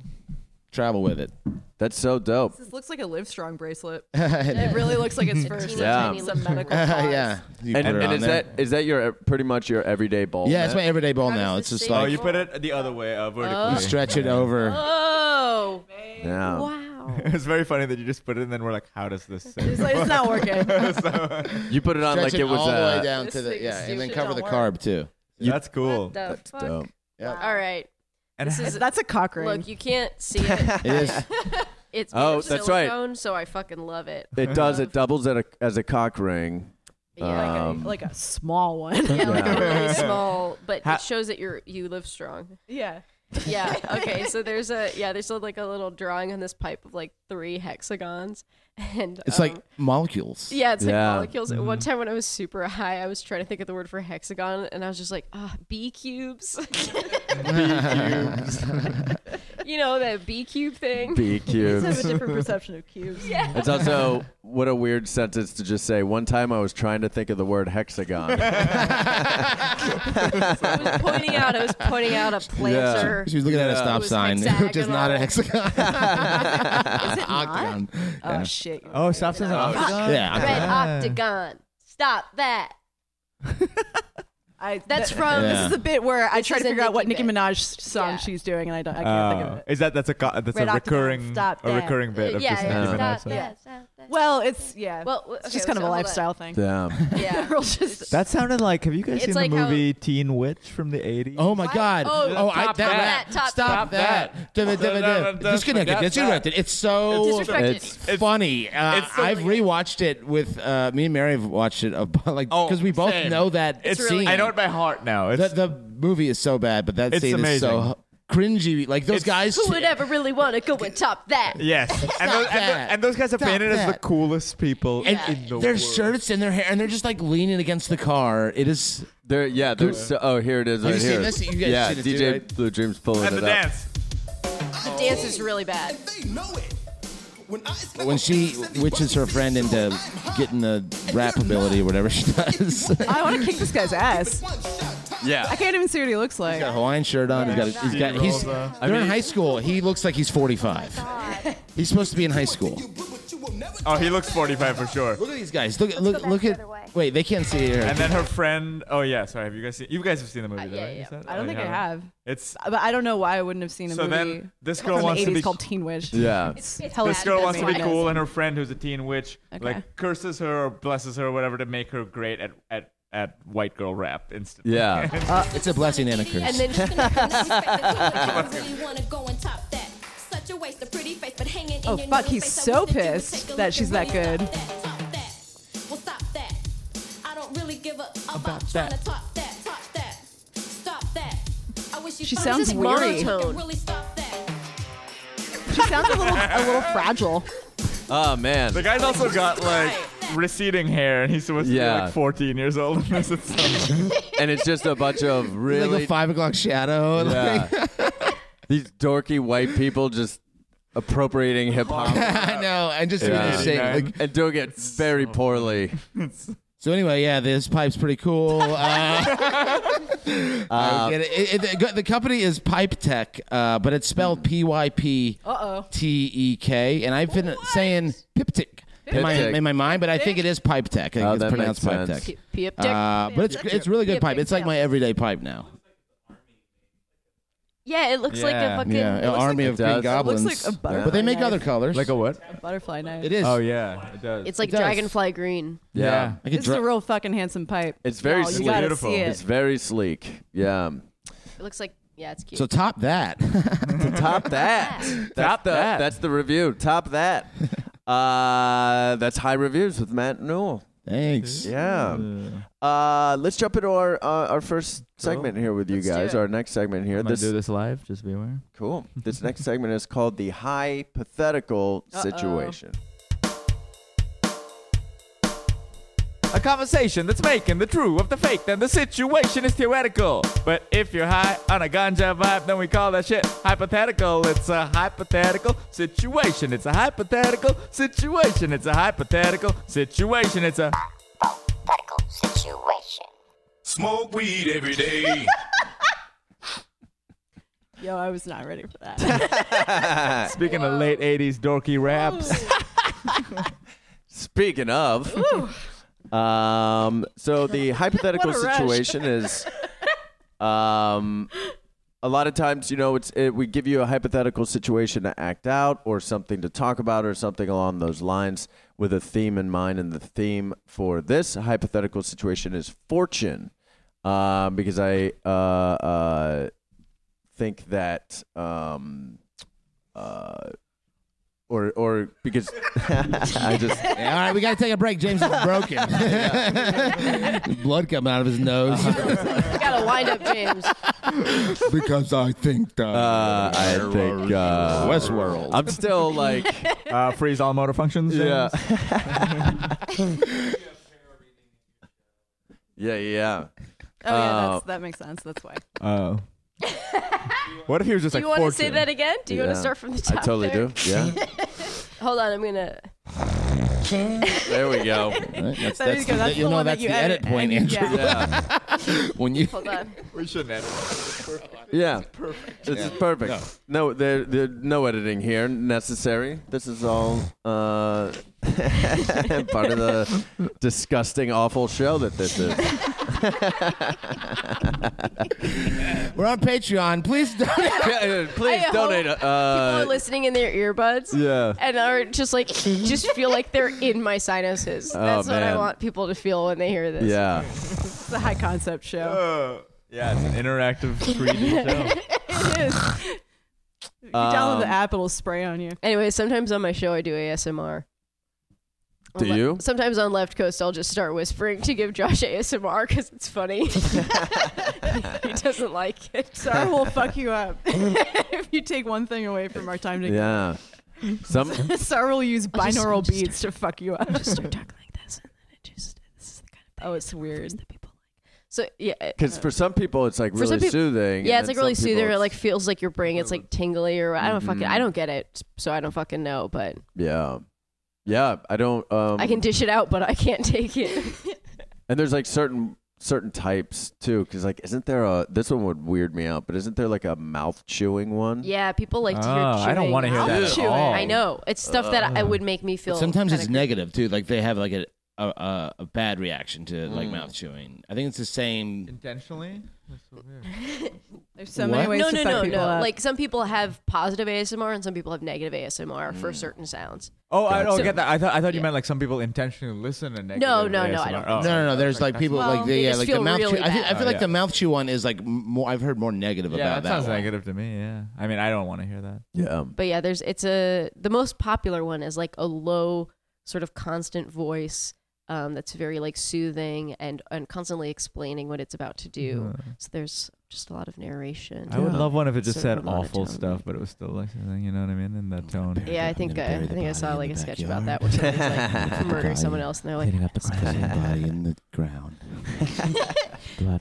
[SPEAKER 5] travel with it.
[SPEAKER 2] That's so dope.
[SPEAKER 6] This looks like a Live Strong bracelet.
[SPEAKER 5] yeah.
[SPEAKER 6] It really looks like it's for some,
[SPEAKER 2] Yeah.
[SPEAKER 6] some medical cause.
[SPEAKER 5] yeah. You
[SPEAKER 2] And,
[SPEAKER 5] put it
[SPEAKER 2] and
[SPEAKER 5] on
[SPEAKER 2] is
[SPEAKER 5] there.
[SPEAKER 2] that is that your pretty much your everyday bowl?
[SPEAKER 5] Yeah, it's my
[SPEAKER 2] Matt?
[SPEAKER 5] everyday bowl
[SPEAKER 3] How
[SPEAKER 5] now.
[SPEAKER 3] does
[SPEAKER 5] It's
[SPEAKER 3] this
[SPEAKER 5] just
[SPEAKER 3] shape?
[SPEAKER 8] Oh,
[SPEAKER 5] like
[SPEAKER 8] you put it the other way, uh, vertically.
[SPEAKER 5] stretch it over.
[SPEAKER 3] Oh.
[SPEAKER 2] yeah.
[SPEAKER 3] Wow.
[SPEAKER 8] it's very funny that you just put it, and then we're like, "How does this?"
[SPEAKER 6] It's
[SPEAKER 8] Sit?
[SPEAKER 6] like, it's not working.
[SPEAKER 8] uh,
[SPEAKER 2] You put it on
[SPEAKER 5] Stretch
[SPEAKER 2] like it was
[SPEAKER 5] all the
[SPEAKER 2] uh,
[SPEAKER 5] way down to
[SPEAKER 3] This
[SPEAKER 5] the
[SPEAKER 3] thing
[SPEAKER 5] yeah,
[SPEAKER 3] is
[SPEAKER 5] and then
[SPEAKER 3] stupid,
[SPEAKER 5] cover
[SPEAKER 3] don't
[SPEAKER 5] the
[SPEAKER 3] work.
[SPEAKER 5] carb too.
[SPEAKER 8] that's cool.
[SPEAKER 3] The fuck?
[SPEAKER 2] dope.
[SPEAKER 3] All right.
[SPEAKER 8] And
[SPEAKER 3] This is
[SPEAKER 6] That's a cock ring.
[SPEAKER 3] look. You can't see it.
[SPEAKER 5] It is.
[SPEAKER 3] It's made
[SPEAKER 2] Oh,
[SPEAKER 3] of
[SPEAKER 2] that's right.
[SPEAKER 3] silicone, so I fucking love it.
[SPEAKER 2] It does. It doubles at a, as a cock ring.
[SPEAKER 3] Yeah.
[SPEAKER 2] Um,
[SPEAKER 6] like a small one.
[SPEAKER 3] yeah, like
[SPEAKER 2] yeah.
[SPEAKER 3] a really small, but
[SPEAKER 8] Ha-
[SPEAKER 3] it shows that you're you live strong.
[SPEAKER 6] yeah.
[SPEAKER 3] Yeah. Okay. So there's a yeah. There's a, like a little drawing on this pipe of like three hexagons, and
[SPEAKER 5] It's
[SPEAKER 3] um,
[SPEAKER 5] like molecules.
[SPEAKER 3] Yeah, it's
[SPEAKER 2] Yeah. mm-hmm.
[SPEAKER 3] like molecules. At One time when I was super high, I was trying to think of the word for hexagon, and I was just like, ah, B cubes. you know, that B cube thing.
[SPEAKER 2] B
[SPEAKER 6] I have a
[SPEAKER 2] cubes.
[SPEAKER 6] different perception of cubes. Yeah.
[SPEAKER 2] It's also what a weird sentence to just say. One time I was trying to think of the word hexagon.
[SPEAKER 3] I was pointing out, I was pointing out a planter.
[SPEAKER 5] She was looking at a
[SPEAKER 2] Yeah.
[SPEAKER 5] stop
[SPEAKER 3] It was
[SPEAKER 5] sign, which is not a hexagon.
[SPEAKER 6] Is it not?
[SPEAKER 5] Octagon.
[SPEAKER 6] Oh,
[SPEAKER 5] Yeah.
[SPEAKER 6] shit.
[SPEAKER 8] oh, stop saying that.
[SPEAKER 5] Yeah.
[SPEAKER 3] Red octagon. Stop that.
[SPEAKER 6] I,
[SPEAKER 3] That's
[SPEAKER 6] that-
[SPEAKER 3] from.
[SPEAKER 5] Yeah.
[SPEAKER 6] This is the bit where I
[SPEAKER 3] This
[SPEAKER 6] try to
[SPEAKER 3] is a
[SPEAKER 6] figure out what
[SPEAKER 3] Nicki
[SPEAKER 6] Nicki
[SPEAKER 3] bit.
[SPEAKER 6] Minaj song
[SPEAKER 3] Yeah.
[SPEAKER 6] she's doing, and I don't. I can't think of
[SPEAKER 8] Oh,
[SPEAKER 6] it.
[SPEAKER 8] is that that's a co- that's
[SPEAKER 6] Red
[SPEAKER 8] a
[SPEAKER 6] Octagon,
[SPEAKER 8] recurring
[SPEAKER 6] stop
[SPEAKER 8] a
[SPEAKER 6] that.
[SPEAKER 8] recurring bit
[SPEAKER 3] Yeah,
[SPEAKER 8] of just
[SPEAKER 3] yeah,
[SPEAKER 2] Nicki
[SPEAKER 3] stop
[SPEAKER 8] Minaj song.
[SPEAKER 3] that. Stop that.
[SPEAKER 6] Well, it's yeah.
[SPEAKER 3] Well, okay,
[SPEAKER 6] it's just kind of
[SPEAKER 3] so
[SPEAKER 6] a
[SPEAKER 3] hold on.
[SPEAKER 6] lifestyle thing.
[SPEAKER 2] Damn.
[SPEAKER 3] Yeah.
[SPEAKER 6] We're all just-
[SPEAKER 8] That sounded like. Have you guys
[SPEAKER 3] It's
[SPEAKER 8] seen
[SPEAKER 3] like
[SPEAKER 8] the
[SPEAKER 3] how-
[SPEAKER 8] movie Teen Witch from the '80s?
[SPEAKER 5] Oh my God!
[SPEAKER 3] Oh,
[SPEAKER 5] I,
[SPEAKER 3] top that, top
[SPEAKER 5] Stop
[SPEAKER 8] that.
[SPEAKER 5] that! Dib- dib- dib-
[SPEAKER 8] Stop that.
[SPEAKER 5] Disconnected!
[SPEAKER 8] Stop that.
[SPEAKER 5] Disconnected! It's so
[SPEAKER 3] Disrespected.
[SPEAKER 2] It's-
[SPEAKER 5] funny. Uh,
[SPEAKER 8] it's so-
[SPEAKER 5] I've rewatched it with uh, me and Mary. Have watched it about, like
[SPEAKER 8] Oh,
[SPEAKER 5] because we both
[SPEAKER 8] same.
[SPEAKER 5] know that
[SPEAKER 8] It's
[SPEAKER 5] scene.
[SPEAKER 8] I know it by heart now. It's
[SPEAKER 5] The, the movie is so bad, but that
[SPEAKER 8] It's
[SPEAKER 5] scene is
[SPEAKER 8] amazing.
[SPEAKER 5] so cringy. Like those
[SPEAKER 8] It's-
[SPEAKER 5] guys.
[SPEAKER 3] Who would ever really want to go and top that?
[SPEAKER 8] Yes, and, those, and,
[SPEAKER 5] that.
[SPEAKER 8] tho- and those guys are
[SPEAKER 5] Stop
[SPEAKER 8] painted as the
[SPEAKER 5] that.
[SPEAKER 8] coolest people
[SPEAKER 5] and
[SPEAKER 8] in the
[SPEAKER 5] their
[SPEAKER 8] world.
[SPEAKER 5] shirts and their hair, and they're just like leaning against the car. It is.
[SPEAKER 2] There. Yeah. There's. So, oh, here it is.
[SPEAKER 5] Have
[SPEAKER 2] right
[SPEAKER 5] you seen
[SPEAKER 2] here.
[SPEAKER 5] this? You guys
[SPEAKER 2] yeah.
[SPEAKER 5] seen it too,
[SPEAKER 2] DJ
[SPEAKER 5] right?
[SPEAKER 2] Blue Dreams pulling
[SPEAKER 8] and
[SPEAKER 2] it
[SPEAKER 8] the
[SPEAKER 2] up.
[SPEAKER 8] dance.
[SPEAKER 3] The dance is really bad.
[SPEAKER 7] They know it. When, I-
[SPEAKER 5] when she witches her friend into getting the rap ability or whatever she does. he's
[SPEAKER 6] I want to kick this guy's ass.
[SPEAKER 2] Yeah.
[SPEAKER 6] I can't even see what he looks like.
[SPEAKER 5] got a Hawaiian shirt on. He's got. He's got. He's. They're
[SPEAKER 8] uh,
[SPEAKER 5] in high school. He looks like he's 45. He's supposed to be in high school.
[SPEAKER 7] Uh,
[SPEAKER 8] Oh, he looks 45 for sure.
[SPEAKER 5] Look at these guys. Look. Look. Look at. Wait, they can't see her.
[SPEAKER 8] And then her friend. Oh yeah, sorry. Have you guys seen? You guys have seen the movie,
[SPEAKER 3] Uh,
[SPEAKER 8] though,
[SPEAKER 3] yeah,
[SPEAKER 8] right?
[SPEAKER 3] yeah.
[SPEAKER 8] You said?
[SPEAKER 6] I don't
[SPEAKER 8] Oh,
[SPEAKER 6] think
[SPEAKER 8] you
[SPEAKER 6] I have.
[SPEAKER 8] It's
[SPEAKER 6] But I don't know why I wouldn't have seen a
[SPEAKER 8] so
[SPEAKER 6] movie
[SPEAKER 8] then this
[SPEAKER 6] from
[SPEAKER 8] girl
[SPEAKER 6] the
[SPEAKER 8] wants to
[SPEAKER 6] 80s
[SPEAKER 8] be.
[SPEAKER 6] called Teen Witch.
[SPEAKER 2] Yeah.
[SPEAKER 6] Hella
[SPEAKER 8] This girl
[SPEAKER 6] stupid.
[SPEAKER 8] wants to be
[SPEAKER 6] Oh, That's
[SPEAKER 8] cool,
[SPEAKER 6] why.
[SPEAKER 8] and her friend, who's a teen witch,
[SPEAKER 6] Okay.
[SPEAKER 8] like curses her or blesses her or whatever to make her great at, at at white girl rap instantly.
[SPEAKER 2] Yeah.
[SPEAKER 5] Uh, It's a blessing and a curse.
[SPEAKER 3] And then
[SPEAKER 9] She's gonna come now, she's faking cool, but I really wanna go and top that. Such a waste of pretty face, but hanging in
[SPEAKER 6] Oh,
[SPEAKER 9] your
[SPEAKER 6] fuck,
[SPEAKER 9] nigga
[SPEAKER 6] he's
[SPEAKER 9] face. I
[SPEAKER 6] so
[SPEAKER 9] wish that you would
[SPEAKER 6] pissed
[SPEAKER 9] take a
[SPEAKER 6] that
[SPEAKER 9] look
[SPEAKER 6] she's
[SPEAKER 9] and
[SPEAKER 6] that
[SPEAKER 9] really
[SPEAKER 6] good.
[SPEAKER 9] top that, top that. Well, stop that. I don't really give a about
[SPEAKER 5] that.
[SPEAKER 9] tryna top that, top that. Stop that. I wish you
[SPEAKER 6] She
[SPEAKER 9] found
[SPEAKER 6] sounds
[SPEAKER 9] a nigga
[SPEAKER 3] weary.
[SPEAKER 9] who could really stop that.
[SPEAKER 6] She sounds a little a little fragile.
[SPEAKER 2] oh man.
[SPEAKER 8] The guy's also got like receding hair, and he's supposed to be
[SPEAKER 2] Yeah.
[SPEAKER 8] like 14 years old. in this. It's so-
[SPEAKER 2] And it's just a bunch of
[SPEAKER 5] like
[SPEAKER 2] really
[SPEAKER 5] a five o'clock shadow. Like,
[SPEAKER 2] Yeah. These dorky white people just appropriating hip hop
[SPEAKER 5] I know. And just
[SPEAKER 2] Yeah.
[SPEAKER 5] doing the same. Like,
[SPEAKER 2] and doing it very poorly.
[SPEAKER 5] So anyway, yeah, this pipe's pretty cool. Uh, I would get it. It- it- the- the company is Pipe Tech, uh, but it's spelled P Y P T E K, and I've been saying Piptic in my
[SPEAKER 2] Piptic.
[SPEAKER 5] in my mind, but I think it is Pipe Tech. I think
[SPEAKER 2] Oh,
[SPEAKER 5] it's
[SPEAKER 2] that
[SPEAKER 5] pronounced
[SPEAKER 2] makes
[SPEAKER 5] Pipe
[SPEAKER 2] sense.
[SPEAKER 5] Tech.
[SPEAKER 3] Piptic.
[SPEAKER 5] Uh, but it's it's really good pipe. It's like my everyday pipe now.
[SPEAKER 3] yeah, it looks like a
[SPEAKER 8] Yeah.
[SPEAKER 3] fucking.
[SPEAKER 5] Yeah,
[SPEAKER 3] it
[SPEAKER 5] an
[SPEAKER 3] looks
[SPEAKER 5] army
[SPEAKER 2] like-
[SPEAKER 5] of
[SPEAKER 2] It
[SPEAKER 5] green
[SPEAKER 2] does.
[SPEAKER 5] goblins.
[SPEAKER 6] It looks like a butterfly.
[SPEAKER 5] but they make
[SPEAKER 6] knife.
[SPEAKER 5] other colors.
[SPEAKER 8] like a what?
[SPEAKER 6] butterfly knife.
[SPEAKER 5] it is.
[SPEAKER 8] Oh yeah, it does.
[SPEAKER 3] It's like
[SPEAKER 5] does.
[SPEAKER 3] dragonfly green.
[SPEAKER 2] Yeah.
[SPEAKER 5] I could
[SPEAKER 6] This is a
[SPEAKER 5] dra-
[SPEAKER 6] real fucking handsome pipe.
[SPEAKER 2] It's very
[SPEAKER 6] Y'all, you
[SPEAKER 2] sleek.
[SPEAKER 6] gotta
[SPEAKER 8] Beautiful.
[SPEAKER 6] see it.
[SPEAKER 2] It's very sleek. Yeah.
[SPEAKER 3] It looks like yeah, it's cute.
[SPEAKER 5] so top that.
[SPEAKER 2] Top that. That's
[SPEAKER 8] Top
[SPEAKER 2] the,
[SPEAKER 8] that.
[SPEAKER 2] That's the review. Top that. Uh, that's high reviews with Matt Newell.
[SPEAKER 5] Thanks.
[SPEAKER 2] Yeah.
[SPEAKER 8] Mm.
[SPEAKER 2] Uh, let's jump into our uh, our first segment here with you
[SPEAKER 3] Let's do
[SPEAKER 2] guys.
[SPEAKER 3] it.
[SPEAKER 2] Our next segment here.
[SPEAKER 4] I'm gonna
[SPEAKER 2] This
[SPEAKER 4] do this live. Just be aware.
[SPEAKER 2] cool. This next segment is called the hypothetical situation.
[SPEAKER 8] A conversation that's making the true of the fake, then the situation is theoretical. But if you're high on a ganja vibe, then we call that shit hypothetical. It's a hypothetical situation. It's a hypothetical situation. It's a hypothetical situation. It's a.
[SPEAKER 7] Smoke weed every day.
[SPEAKER 6] Yo, I was not ready for that. Oh,
[SPEAKER 8] Speaking of late 80s dorky raps.
[SPEAKER 2] Speaking of, um, so the hypothetical
[SPEAKER 6] What a rush.
[SPEAKER 2] situation is, um, a lot of times, you know, it's it, we give you a hypothetical situation to act out or something to talk about or something along those lines with a theme in mind, and the theme for this hypothetical situation is fortune, um, because I uh, uh, think that. Um, uh, or, or because I just
[SPEAKER 5] Yeah, all right, we got to take a break. James is broken. Blood coming out of his nose.
[SPEAKER 3] you gotta wind up, James.
[SPEAKER 5] Uh-huh. because I think that
[SPEAKER 2] Uh, I think uh,
[SPEAKER 5] Westworld.
[SPEAKER 2] I'm still like,
[SPEAKER 8] Uh, freeze all motor functions.
[SPEAKER 2] yeah,
[SPEAKER 8] James?
[SPEAKER 2] yeah, yeah.
[SPEAKER 6] Oh yeah,
[SPEAKER 2] Uh,
[SPEAKER 6] that's, that makes sense. That's why.
[SPEAKER 8] Oh. what if he was just
[SPEAKER 3] Do
[SPEAKER 8] like
[SPEAKER 3] you want to say
[SPEAKER 8] fortune?
[SPEAKER 3] that again? Do you want
[SPEAKER 2] Yeah.
[SPEAKER 3] to start from the top?
[SPEAKER 2] I totally
[SPEAKER 3] there?
[SPEAKER 2] do. Yeah,
[SPEAKER 3] Hold on, I'm gonna.
[SPEAKER 2] there we go.
[SPEAKER 5] that's,
[SPEAKER 6] There you
[SPEAKER 5] the-
[SPEAKER 6] go. That's
[SPEAKER 5] you'll
[SPEAKER 6] the
[SPEAKER 5] know
[SPEAKER 6] one that
[SPEAKER 5] that's
[SPEAKER 6] you
[SPEAKER 5] the edit,
[SPEAKER 6] edit
[SPEAKER 5] point,
[SPEAKER 6] and-
[SPEAKER 5] Andrew.
[SPEAKER 2] Yeah,
[SPEAKER 5] When you
[SPEAKER 3] Hold on.
[SPEAKER 8] We shouldn't edit.
[SPEAKER 2] yeah. This is perfect. No, there, there, no editing here necessary. This is all uh, part of the disgusting, awful show that this is.
[SPEAKER 5] we're on Patreon, please donate.
[SPEAKER 2] Yeah, uh, Please
[SPEAKER 3] I hope
[SPEAKER 2] donate.
[SPEAKER 3] People are
[SPEAKER 2] Uh,
[SPEAKER 3] listening in their earbuds.
[SPEAKER 2] yeah.
[SPEAKER 3] And are just like, just feel like they're in my sinuses. That's what I
[SPEAKER 2] man.
[SPEAKER 3] want people to feel when they hear this.
[SPEAKER 2] Yeah.
[SPEAKER 6] It's a high concept show.
[SPEAKER 2] Oh,
[SPEAKER 8] yeah, it's an interactive 3D show.
[SPEAKER 6] It is. You download
[SPEAKER 2] Um,
[SPEAKER 6] the app, it'll spray on you.
[SPEAKER 3] Anyway, sometimes on my show I do ASMR. On
[SPEAKER 2] Do
[SPEAKER 3] le-
[SPEAKER 2] you?
[SPEAKER 3] Sometimes on Left Coast I'll just start whispering to give Josh ASMR because it's funny. he doesn't like it.
[SPEAKER 6] Star will fuck you up if you take one thing away from our time together.
[SPEAKER 2] Yeah. Some
[SPEAKER 6] Star will use
[SPEAKER 3] just- I'll
[SPEAKER 6] binaural
[SPEAKER 3] just
[SPEAKER 6] beats to fuck you up.
[SPEAKER 3] Just start talking like this, and then it just this is the kind of
[SPEAKER 6] Oh, it's weird.
[SPEAKER 3] that people like. So yeah, it-
[SPEAKER 2] Because for some people, it's like
[SPEAKER 3] For some
[SPEAKER 2] really
[SPEAKER 3] peop-
[SPEAKER 2] soothing.
[SPEAKER 3] yeah,
[SPEAKER 2] and
[SPEAKER 3] it's
[SPEAKER 2] then
[SPEAKER 3] like really
[SPEAKER 2] some people
[SPEAKER 3] soothing. It
[SPEAKER 2] it's- Mm-hmm.
[SPEAKER 3] like feels like your brain gets like tingly or I don't fucking I don't get it, so I don't fucking know. But
[SPEAKER 2] yeah, yeah. I don't. Um,
[SPEAKER 3] I can dish it out, but I can't take it.
[SPEAKER 2] and there's like certain certain types too. Because like, isn't there a this one would weird me out, but isn't there like a mouth chewing one?
[SPEAKER 3] yeah, people like to hear.
[SPEAKER 2] Ah,
[SPEAKER 8] Oh, I don't
[SPEAKER 3] chewing.
[SPEAKER 8] wanna hear
[SPEAKER 3] I'll
[SPEAKER 8] that at
[SPEAKER 3] chewing.
[SPEAKER 8] all.
[SPEAKER 2] Uh.
[SPEAKER 3] I know it's stuff that I, would make me feel.
[SPEAKER 5] Sometimes
[SPEAKER 3] kinda
[SPEAKER 5] it's
[SPEAKER 3] cr-
[SPEAKER 5] negative too. Like they have like a a, a, a bad reaction to
[SPEAKER 6] Mm.
[SPEAKER 5] like mouth chewing. I think it's the same.
[SPEAKER 4] Intentionally?
[SPEAKER 6] There's so many
[SPEAKER 5] What?
[SPEAKER 6] ways
[SPEAKER 3] no,
[SPEAKER 6] to
[SPEAKER 3] no,
[SPEAKER 6] fuck
[SPEAKER 3] no,
[SPEAKER 6] people
[SPEAKER 3] no.
[SPEAKER 5] Uh,
[SPEAKER 6] up.
[SPEAKER 3] Like some people have positive ASMR and some people have negative ASMR for
[SPEAKER 5] Mm.
[SPEAKER 3] certain sounds.
[SPEAKER 4] Oh, I don't
[SPEAKER 3] So-
[SPEAKER 4] get that. I thought I thought you
[SPEAKER 3] Yeah.
[SPEAKER 4] meant like some people intentionally listen and negative
[SPEAKER 3] No, no, no, I
[SPEAKER 4] ASMR.
[SPEAKER 3] don't
[SPEAKER 4] Oh,
[SPEAKER 5] No, no, no. There's like people
[SPEAKER 3] Well,
[SPEAKER 5] like the
[SPEAKER 3] they
[SPEAKER 5] yeah,
[SPEAKER 3] just
[SPEAKER 5] like
[SPEAKER 3] feel
[SPEAKER 5] the mouth.
[SPEAKER 3] really
[SPEAKER 5] chew. I, think, I
[SPEAKER 3] bad.
[SPEAKER 5] feel like
[SPEAKER 4] Oh,
[SPEAKER 5] the mouth chew one is like m- more. I've heard more negative
[SPEAKER 4] Yeah,
[SPEAKER 5] about
[SPEAKER 4] that sounds
[SPEAKER 5] one.
[SPEAKER 4] negative to me. Yeah, I mean, I don't want to hear that.
[SPEAKER 2] Yeah.
[SPEAKER 3] But yeah, there's it's a the most popular one is like a low sort of constant voice um, that's very like soothing and and constantly explaining what it's about to do.
[SPEAKER 5] Mm-hmm.
[SPEAKER 3] So there's just a lot of narration.
[SPEAKER 4] I would love one if it just
[SPEAKER 3] Sort of
[SPEAKER 4] said
[SPEAKER 3] monotone.
[SPEAKER 4] awful stuff, but it was still like something, you know what I mean, in that tone.
[SPEAKER 3] Yeah, I think
[SPEAKER 5] gonna
[SPEAKER 3] I,
[SPEAKER 5] bury
[SPEAKER 3] I
[SPEAKER 5] the
[SPEAKER 3] think I
[SPEAKER 5] body
[SPEAKER 3] saw
[SPEAKER 5] in
[SPEAKER 3] like
[SPEAKER 5] the
[SPEAKER 3] a sketch about
[SPEAKER 5] backyard.
[SPEAKER 3] that where somebody's like murdering
[SPEAKER 5] Body.
[SPEAKER 3] someone else and they're like
[SPEAKER 5] Cleaning up the crusty body in the ground,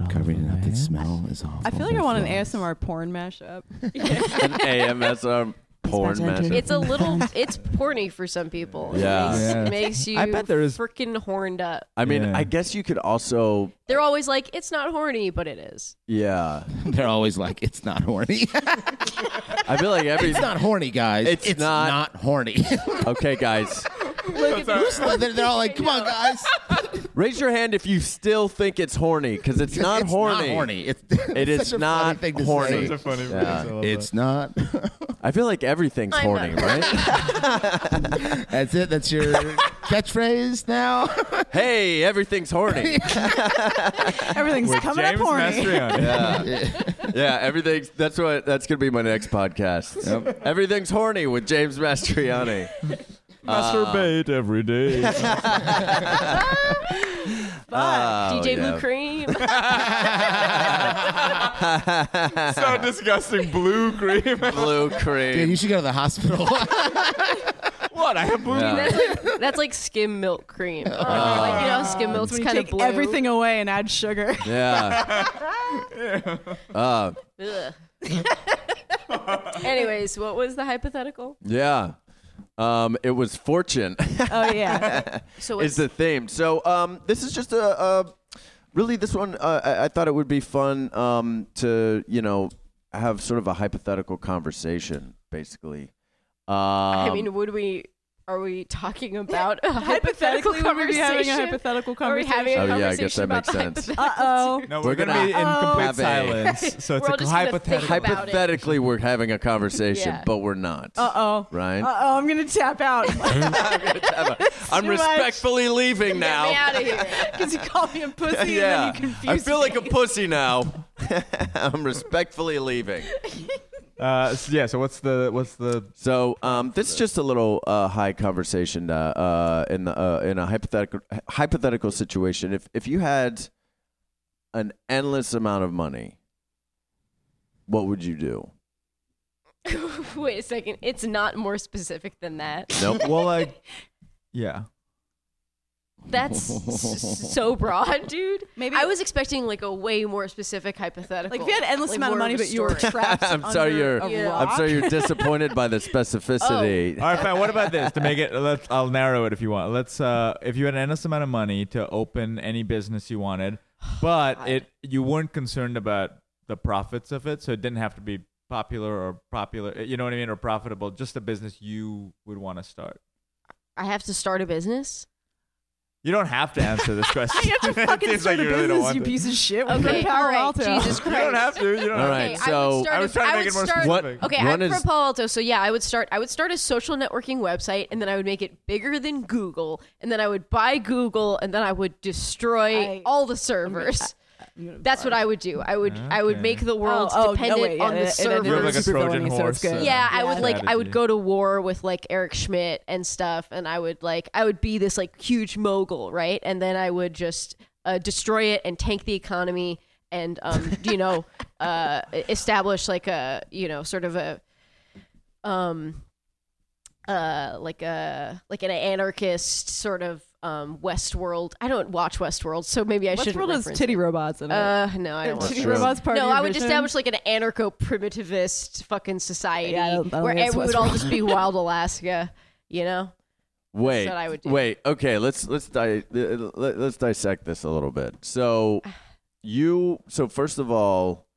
[SPEAKER 5] covering it up. That smell is awful.
[SPEAKER 6] I feel like I want an ASMR porn mashup.
[SPEAKER 2] An AMSR um, porn match.
[SPEAKER 3] It's a little, it's porny for some people.
[SPEAKER 2] Yeah.
[SPEAKER 3] It makes,
[SPEAKER 4] Yeah.
[SPEAKER 3] it makes you
[SPEAKER 4] I bet there is-
[SPEAKER 3] freaking horned up.
[SPEAKER 2] I mean,
[SPEAKER 4] Yeah.
[SPEAKER 2] I guess you could also,
[SPEAKER 3] They're always like, it's not horny, but it is.
[SPEAKER 2] yeah.
[SPEAKER 5] They're always like, it's not horny.
[SPEAKER 2] I feel like every.
[SPEAKER 5] it's not horny, guys.
[SPEAKER 2] It's not-
[SPEAKER 5] horny.
[SPEAKER 2] Okay, guys,
[SPEAKER 5] they're, they're all like, come on, guys.
[SPEAKER 2] raise your hand if you still think it's horny, because it's not
[SPEAKER 5] it's
[SPEAKER 2] horny.
[SPEAKER 5] Not horny. It's,
[SPEAKER 2] It is
[SPEAKER 5] such a funny
[SPEAKER 2] not
[SPEAKER 5] thing to
[SPEAKER 2] horny.
[SPEAKER 5] say.
[SPEAKER 4] funny.
[SPEAKER 5] It's not.
[SPEAKER 2] I feel like everything's
[SPEAKER 3] I'm
[SPEAKER 2] horny,
[SPEAKER 3] not-
[SPEAKER 2] right?
[SPEAKER 5] That's it. That's your catchphrase now.
[SPEAKER 2] hey, everything's horny.
[SPEAKER 6] Everything's coming
[SPEAKER 8] James
[SPEAKER 6] up horny.
[SPEAKER 8] Mastriani.
[SPEAKER 2] Yeah, everything's. That's what. That's gonna be my next podcast. Everything's horny with James Mastriani.
[SPEAKER 8] Masturbate every day.
[SPEAKER 2] Oh,
[SPEAKER 3] DJ
[SPEAKER 2] yeah.
[SPEAKER 3] Blue Cream.
[SPEAKER 2] Oh,
[SPEAKER 8] so disgusting. Blue cream.
[SPEAKER 2] Blue cream.
[SPEAKER 5] Dude, you should go to the hospital.
[SPEAKER 8] what? I have blue.
[SPEAKER 2] Yeah.
[SPEAKER 3] That's like, that's like skim milk cream. like, you know, how skim milk's
[SPEAKER 6] When you
[SPEAKER 3] kind of
[SPEAKER 6] Oh. take
[SPEAKER 3] blue.
[SPEAKER 6] everything away and add sugar.
[SPEAKER 2] Yeah. Uh,
[SPEAKER 3] Ugh. Anyways, what was the hypothetical?
[SPEAKER 2] yeah. Um, it was fortune
[SPEAKER 6] Oh yeah.
[SPEAKER 3] So
[SPEAKER 2] is
[SPEAKER 3] it's
[SPEAKER 2] the theme. So um, this is just a, a really this one. Uh, I, I thought it would be fun um, to you know have sort of a hypothetical conversation, basically. Um,
[SPEAKER 3] I mean, would we? Are we talking about a hypothetical
[SPEAKER 6] Hypothetically, we would be having a
[SPEAKER 3] conversation?
[SPEAKER 6] hypothetical
[SPEAKER 3] Are we having
[SPEAKER 6] conversation.
[SPEAKER 3] a
[SPEAKER 2] Oh, yeah, I
[SPEAKER 3] conversation
[SPEAKER 2] guess that
[SPEAKER 3] about
[SPEAKER 2] makes
[SPEAKER 3] the
[SPEAKER 2] sense.
[SPEAKER 3] hypothetical?
[SPEAKER 6] Uh oh.
[SPEAKER 8] No,
[SPEAKER 2] We're
[SPEAKER 8] we're,
[SPEAKER 2] gonna
[SPEAKER 8] gonna, be in
[SPEAKER 6] have
[SPEAKER 8] complete
[SPEAKER 2] a-
[SPEAKER 8] silence. So it's
[SPEAKER 3] We're all
[SPEAKER 8] a
[SPEAKER 3] just gonna think
[SPEAKER 8] hypothetical.
[SPEAKER 3] about it.
[SPEAKER 2] hypothetically, we're having a conversation,
[SPEAKER 3] Yeah.
[SPEAKER 2] but we're not.
[SPEAKER 6] Uh oh.
[SPEAKER 2] Right?
[SPEAKER 6] Uh oh. I'm gonna tap out
[SPEAKER 2] I'm
[SPEAKER 6] too much.
[SPEAKER 2] respectfully leaving now.
[SPEAKER 3] Get me out of here.
[SPEAKER 6] because you called me a pussy
[SPEAKER 2] yeah.
[SPEAKER 6] and then you confused
[SPEAKER 2] I feel
[SPEAKER 6] me.
[SPEAKER 2] like a pussy now. I'm respectfully leaving.
[SPEAKER 4] Uh, s- yeah. So what's the what's the
[SPEAKER 2] So um, this is just a little uh, high conversation uh, uh, in the uh, in a hypothetical hypothetical situation. If if you had an endless amount of money, what would you do?
[SPEAKER 3] Wait a second. It's not more specific than that.
[SPEAKER 2] Nope.
[SPEAKER 4] well like yeah
[SPEAKER 3] That's s- so broad, dude.
[SPEAKER 6] Maybe-
[SPEAKER 3] I was expecting like a way more specific hypothetical.
[SPEAKER 6] Like if you had endless
[SPEAKER 3] Like,
[SPEAKER 6] amount of
[SPEAKER 3] more
[SPEAKER 6] money, but you were
[SPEAKER 3] restored.
[SPEAKER 6] trapped
[SPEAKER 2] I'm sorry
[SPEAKER 6] under
[SPEAKER 2] you're-
[SPEAKER 6] a
[SPEAKER 3] Yeah.
[SPEAKER 6] rock. Oh,
[SPEAKER 2] I'm sorry you're disappointed by the specificity.
[SPEAKER 8] All right, fine. What about this? To make it, let's, I'll narrow it if you want. Let's, uh, if you had an endless amount of money to open any business you wanted, but it you weren't concerned about the profits of it, so it didn't have to be popular or popular, you know what I mean, or profitable. Just a business you would want to start.
[SPEAKER 3] I have to start a business.
[SPEAKER 8] You don't have to answer this question.
[SPEAKER 6] You have to
[SPEAKER 8] It
[SPEAKER 6] fucking
[SPEAKER 8] seems
[SPEAKER 6] start
[SPEAKER 8] like
[SPEAKER 6] a
[SPEAKER 8] you really don't
[SPEAKER 6] business,
[SPEAKER 8] want
[SPEAKER 6] you
[SPEAKER 8] to.
[SPEAKER 6] piece of shit. We're
[SPEAKER 3] Okay,
[SPEAKER 6] in
[SPEAKER 3] all
[SPEAKER 6] Palo
[SPEAKER 3] right.
[SPEAKER 6] Alto.
[SPEAKER 3] Jesus Christ.
[SPEAKER 8] You don't have to. You don't.
[SPEAKER 2] All
[SPEAKER 8] have
[SPEAKER 2] right.
[SPEAKER 3] Okay,
[SPEAKER 2] so-
[SPEAKER 8] I was trying to
[SPEAKER 3] I
[SPEAKER 8] make
[SPEAKER 3] would
[SPEAKER 8] it more
[SPEAKER 3] start-
[SPEAKER 8] specific.
[SPEAKER 3] Okay,
[SPEAKER 2] One
[SPEAKER 3] I'm
[SPEAKER 2] is-
[SPEAKER 3] from Palo Alto, so yeah, I would start. I would start a social networking website, and then I would make it bigger than Google, and then I would buy Google, and then I would destroy
[SPEAKER 6] I-
[SPEAKER 3] all the servers. That's what I would do. I would. I would make the world
[SPEAKER 6] oh, oh,
[SPEAKER 3] dependent
[SPEAKER 6] wait, yeah,
[SPEAKER 3] on the
[SPEAKER 6] it- it ended
[SPEAKER 3] servers.
[SPEAKER 8] You have like a
[SPEAKER 6] Super
[SPEAKER 8] Trojan
[SPEAKER 6] bony, so it's
[SPEAKER 8] horse.
[SPEAKER 6] good.
[SPEAKER 8] uh,
[SPEAKER 3] yeah, I would
[SPEAKER 6] Yeah.
[SPEAKER 3] like I
[SPEAKER 8] Strategy.
[SPEAKER 3] would go to war with like Eric Schmidt and stuff, and I would like I would be this like huge mogul, right? And then I would just uh, destroy it and tank the economy, and um, you know, uh, establish like a you know sort of a um uh like a like an anarchist sort of um Westworld. I don't watch Westworld, so maybe I should.
[SPEAKER 6] Westworld has
[SPEAKER 3] reference
[SPEAKER 6] titty
[SPEAKER 3] it.
[SPEAKER 6] robots in it.
[SPEAKER 3] Uh, no, I don't. watch
[SPEAKER 6] titty
[SPEAKER 2] true.
[SPEAKER 6] robots part
[SPEAKER 3] no,
[SPEAKER 6] of your
[SPEAKER 3] I would
[SPEAKER 6] vision?
[SPEAKER 3] establish like an anarcho-primitivist fucking society
[SPEAKER 6] Yeah, I don't- I don't
[SPEAKER 3] where
[SPEAKER 6] think
[SPEAKER 3] ev-
[SPEAKER 6] it's
[SPEAKER 3] we would all just be wild Alaska, you know?
[SPEAKER 2] Wait,
[SPEAKER 3] what I would do.
[SPEAKER 2] wait. Okay, let's let's di- uh, let, let's dissect this a little bit. So, you so first of all,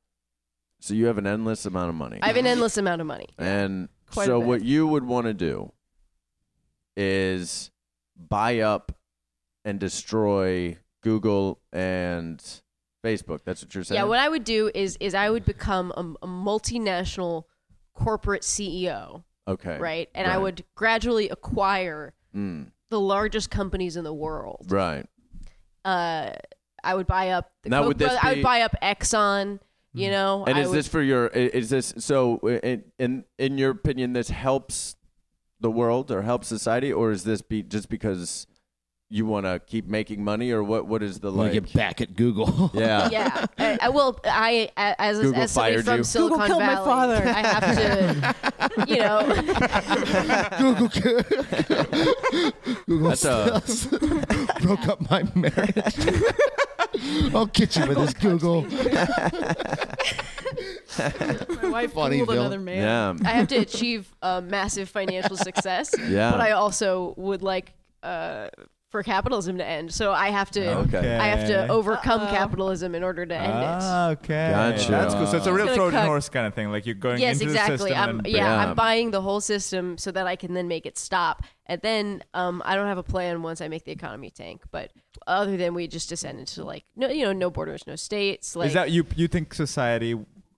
[SPEAKER 2] so you have an endless amount of money,
[SPEAKER 3] I have an endless amount of money.
[SPEAKER 2] and
[SPEAKER 6] Quite a
[SPEAKER 2] so
[SPEAKER 6] bit.
[SPEAKER 2] what you would want to do is buy up and destroy Google and Facebook. That's what you're saying.
[SPEAKER 3] Yeah, what I would do is is I would become a, a multinational corporate CEO,
[SPEAKER 2] okay.
[SPEAKER 3] right? And I
[SPEAKER 2] Right.
[SPEAKER 3] would gradually acquire
[SPEAKER 2] Mm,
[SPEAKER 3] the largest companies in the world.
[SPEAKER 2] right.
[SPEAKER 3] Uh, I would buy up the
[SPEAKER 2] Now,
[SPEAKER 3] Koch
[SPEAKER 2] would this
[SPEAKER 3] brother- I
[SPEAKER 2] be-
[SPEAKER 3] would buy up Exxon.
[SPEAKER 6] Mm-hmm.
[SPEAKER 3] You know,
[SPEAKER 2] And
[SPEAKER 3] I
[SPEAKER 2] is
[SPEAKER 3] would-
[SPEAKER 2] this for your? i- Is this so? In, in in your opinion, this helps the world or helps society, or is this be just because you want to keep making money, or what? What is the
[SPEAKER 5] Like,
[SPEAKER 2] like?
[SPEAKER 5] get back at Google.
[SPEAKER 2] yeah.
[SPEAKER 3] yeah. I, I will. I a- as
[SPEAKER 2] Uh, Google
[SPEAKER 3] as somebody
[SPEAKER 2] fired
[SPEAKER 3] from
[SPEAKER 2] you.
[SPEAKER 3] Silicon
[SPEAKER 6] Google killed my
[SPEAKER 3] Valley,
[SPEAKER 6] father.
[SPEAKER 3] I have to, you know,
[SPEAKER 5] Google, Google
[SPEAKER 2] That's uh, a-
[SPEAKER 5] broke up my marriage. I'll get you with this Google.
[SPEAKER 6] My wife
[SPEAKER 5] Funny,
[SPEAKER 6] Funny
[SPEAKER 5] Bill.
[SPEAKER 6] another man.
[SPEAKER 2] Yeah.
[SPEAKER 3] I have to achieve uh, massive financial success.
[SPEAKER 2] Yeah.
[SPEAKER 3] But I also would like uh, for capitalism to end, so I have to.
[SPEAKER 2] Okay.
[SPEAKER 3] I have to overcome
[SPEAKER 6] Uh-oh.
[SPEAKER 3] capitalism in order to end
[SPEAKER 8] Ah.
[SPEAKER 3] it.
[SPEAKER 8] Okay.
[SPEAKER 2] Gotcha.
[SPEAKER 8] That's cool. So it's a real
[SPEAKER 3] Gonna
[SPEAKER 8] Trojan
[SPEAKER 3] cut.
[SPEAKER 8] horse kind of thing. Like you're going
[SPEAKER 3] Yes,
[SPEAKER 8] into the
[SPEAKER 3] exactly.
[SPEAKER 8] system.
[SPEAKER 3] I'm,
[SPEAKER 8] and
[SPEAKER 3] yeah,
[SPEAKER 2] Yeah.
[SPEAKER 3] I'm buying the whole system so that I can then make it stop, and then um, I don't have a plan once I make the economy tank. But other than we just descend into like no, you know, no borders, no states. Like
[SPEAKER 8] Is that you? You think society?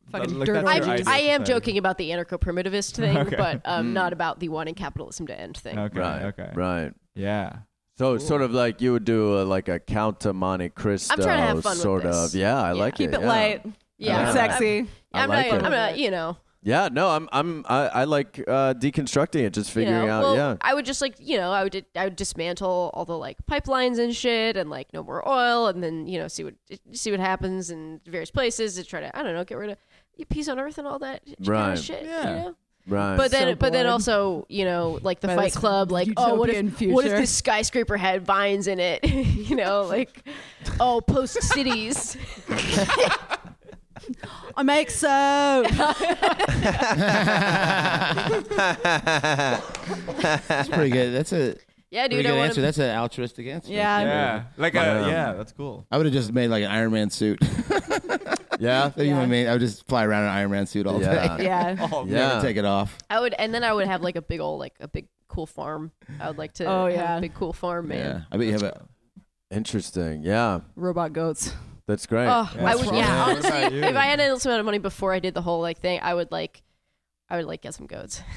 [SPEAKER 6] Fucking
[SPEAKER 8] like
[SPEAKER 6] dirt
[SPEAKER 8] that's
[SPEAKER 6] orgies.
[SPEAKER 8] your
[SPEAKER 3] I'm,
[SPEAKER 8] idea
[SPEAKER 3] I
[SPEAKER 8] of
[SPEAKER 3] am
[SPEAKER 8] society.
[SPEAKER 3] joking about the anarcho-primitivist thing,
[SPEAKER 8] Okay.
[SPEAKER 3] but um,
[SPEAKER 6] Hmm.
[SPEAKER 3] not about the wanting capitalism to end thing.
[SPEAKER 8] Okay.
[SPEAKER 2] Right.
[SPEAKER 8] Okay.
[SPEAKER 2] Right.
[SPEAKER 8] Yeah.
[SPEAKER 2] So it's sort of like you would do a, like a Count to Monte Cristo
[SPEAKER 3] I'm trying to have fun with
[SPEAKER 2] sort
[SPEAKER 3] this.
[SPEAKER 2] of. Yeah, I
[SPEAKER 3] Yeah.
[SPEAKER 2] like
[SPEAKER 6] Keep
[SPEAKER 2] it.
[SPEAKER 6] it
[SPEAKER 2] yeah.
[SPEAKER 6] light.
[SPEAKER 3] Yeah,
[SPEAKER 2] Yeah.
[SPEAKER 6] Sexy.
[SPEAKER 2] I
[SPEAKER 3] I'm
[SPEAKER 2] like
[SPEAKER 3] not.
[SPEAKER 2] it.
[SPEAKER 3] I'm not. You know.
[SPEAKER 2] Yeah, no, I'm I'm I, I like uh, deconstructing it, just
[SPEAKER 3] you
[SPEAKER 2] figuring
[SPEAKER 3] know,
[SPEAKER 2] out.
[SPEAKER 3] well,
[SPEAKER 2] yeah.
[SPEAKER 3] I would just like you know I would I would dismantle all the like pipelines and shit and like no more oil and then you know see what see what happens in various places to try to I don't know get rid of peace on earth and all that kind
[SPEAKER 2] Right.
[SPEAKER 3] of shit.
[SPEAKER 8] Yeah.
[SPEAKER 3] You know?
[SPEAKER 2] Right.
[SPEAKER 3] But then,
[SPEAKER 6] So
[SPEAKER 3] but then
[SPEAKER 6] bored.
[SPEAKER 3] also, you know, like the
[SPEAKER 6] By
[SPEAKER 3] Fight
[SPEAKER 6] this
[SPEAKER 3] Club, like, oh, what if,
[SPEAKER 6] utopian
[SPEAKER 3] what if
[SPEAKER 6] future.
[SPEAKER 3] this skyscraper had vines in it? you know, like, oh, post cities.
[SPEAKER 6] I make so.
[SPEAKER 5] That's pretty good. That's a
[SPEAKER 3] yeah,
[SPEAKER 5] pretty
[SPEAKER 3] dude,
[SPEAKER 5] good
[SPEAKER 3] I
[SPEAKER 5] answer.
[SPEAKER 3] want
[SPEAKER 5] That's an altruistic answer.
[SPEAKER 6] Yeah.
[SPEAKER 8] Yeah. Like a,
[SPEAKER 2] Yeah.
[SPEAKER 8] yeah. That's cool.
[SPEAKER 5] I would have just made like an Iron Man suit.
[SPEAKER 2] yeah.
[SPEAKER 5] You know what I mean? I would just fly around in an Iron Man suit all
[SPEAKER 2] Yeah.
[SPEAKER 5] day.
[SPEAKER 6] Yeah.
[SPEAKER 8] Oh,
[SPEAKER 5] Never
[SPEAKER 2] Yeah.
[SPEAKER 5] take it off.
[SPEAKER 3] I would, and then I would have like a big old, like a big cool farm. I would like to.
[SPEAKER 6] Oh,
[SPEAKER 3] have
[SPEAKER 6] yeah.
[SPEAKER 3] a big cool farm, man.
[SPEAKER 5] Yeah. I bet you have a
[SPEAKER 2] Interesting. Yeah.
[SPEAKER 6] Robot goats.
[SPEAKER 2] That's great.
[SPEAKER 3] Oh, I would. Yeah,
[SPEAKER 8] What about
[SPEAKER 3] honestly,
[SPEAKER 8] you?
[SPEAKER 3] if I had an amount of money before I did the whole like thing, I would like, I would like get some goats.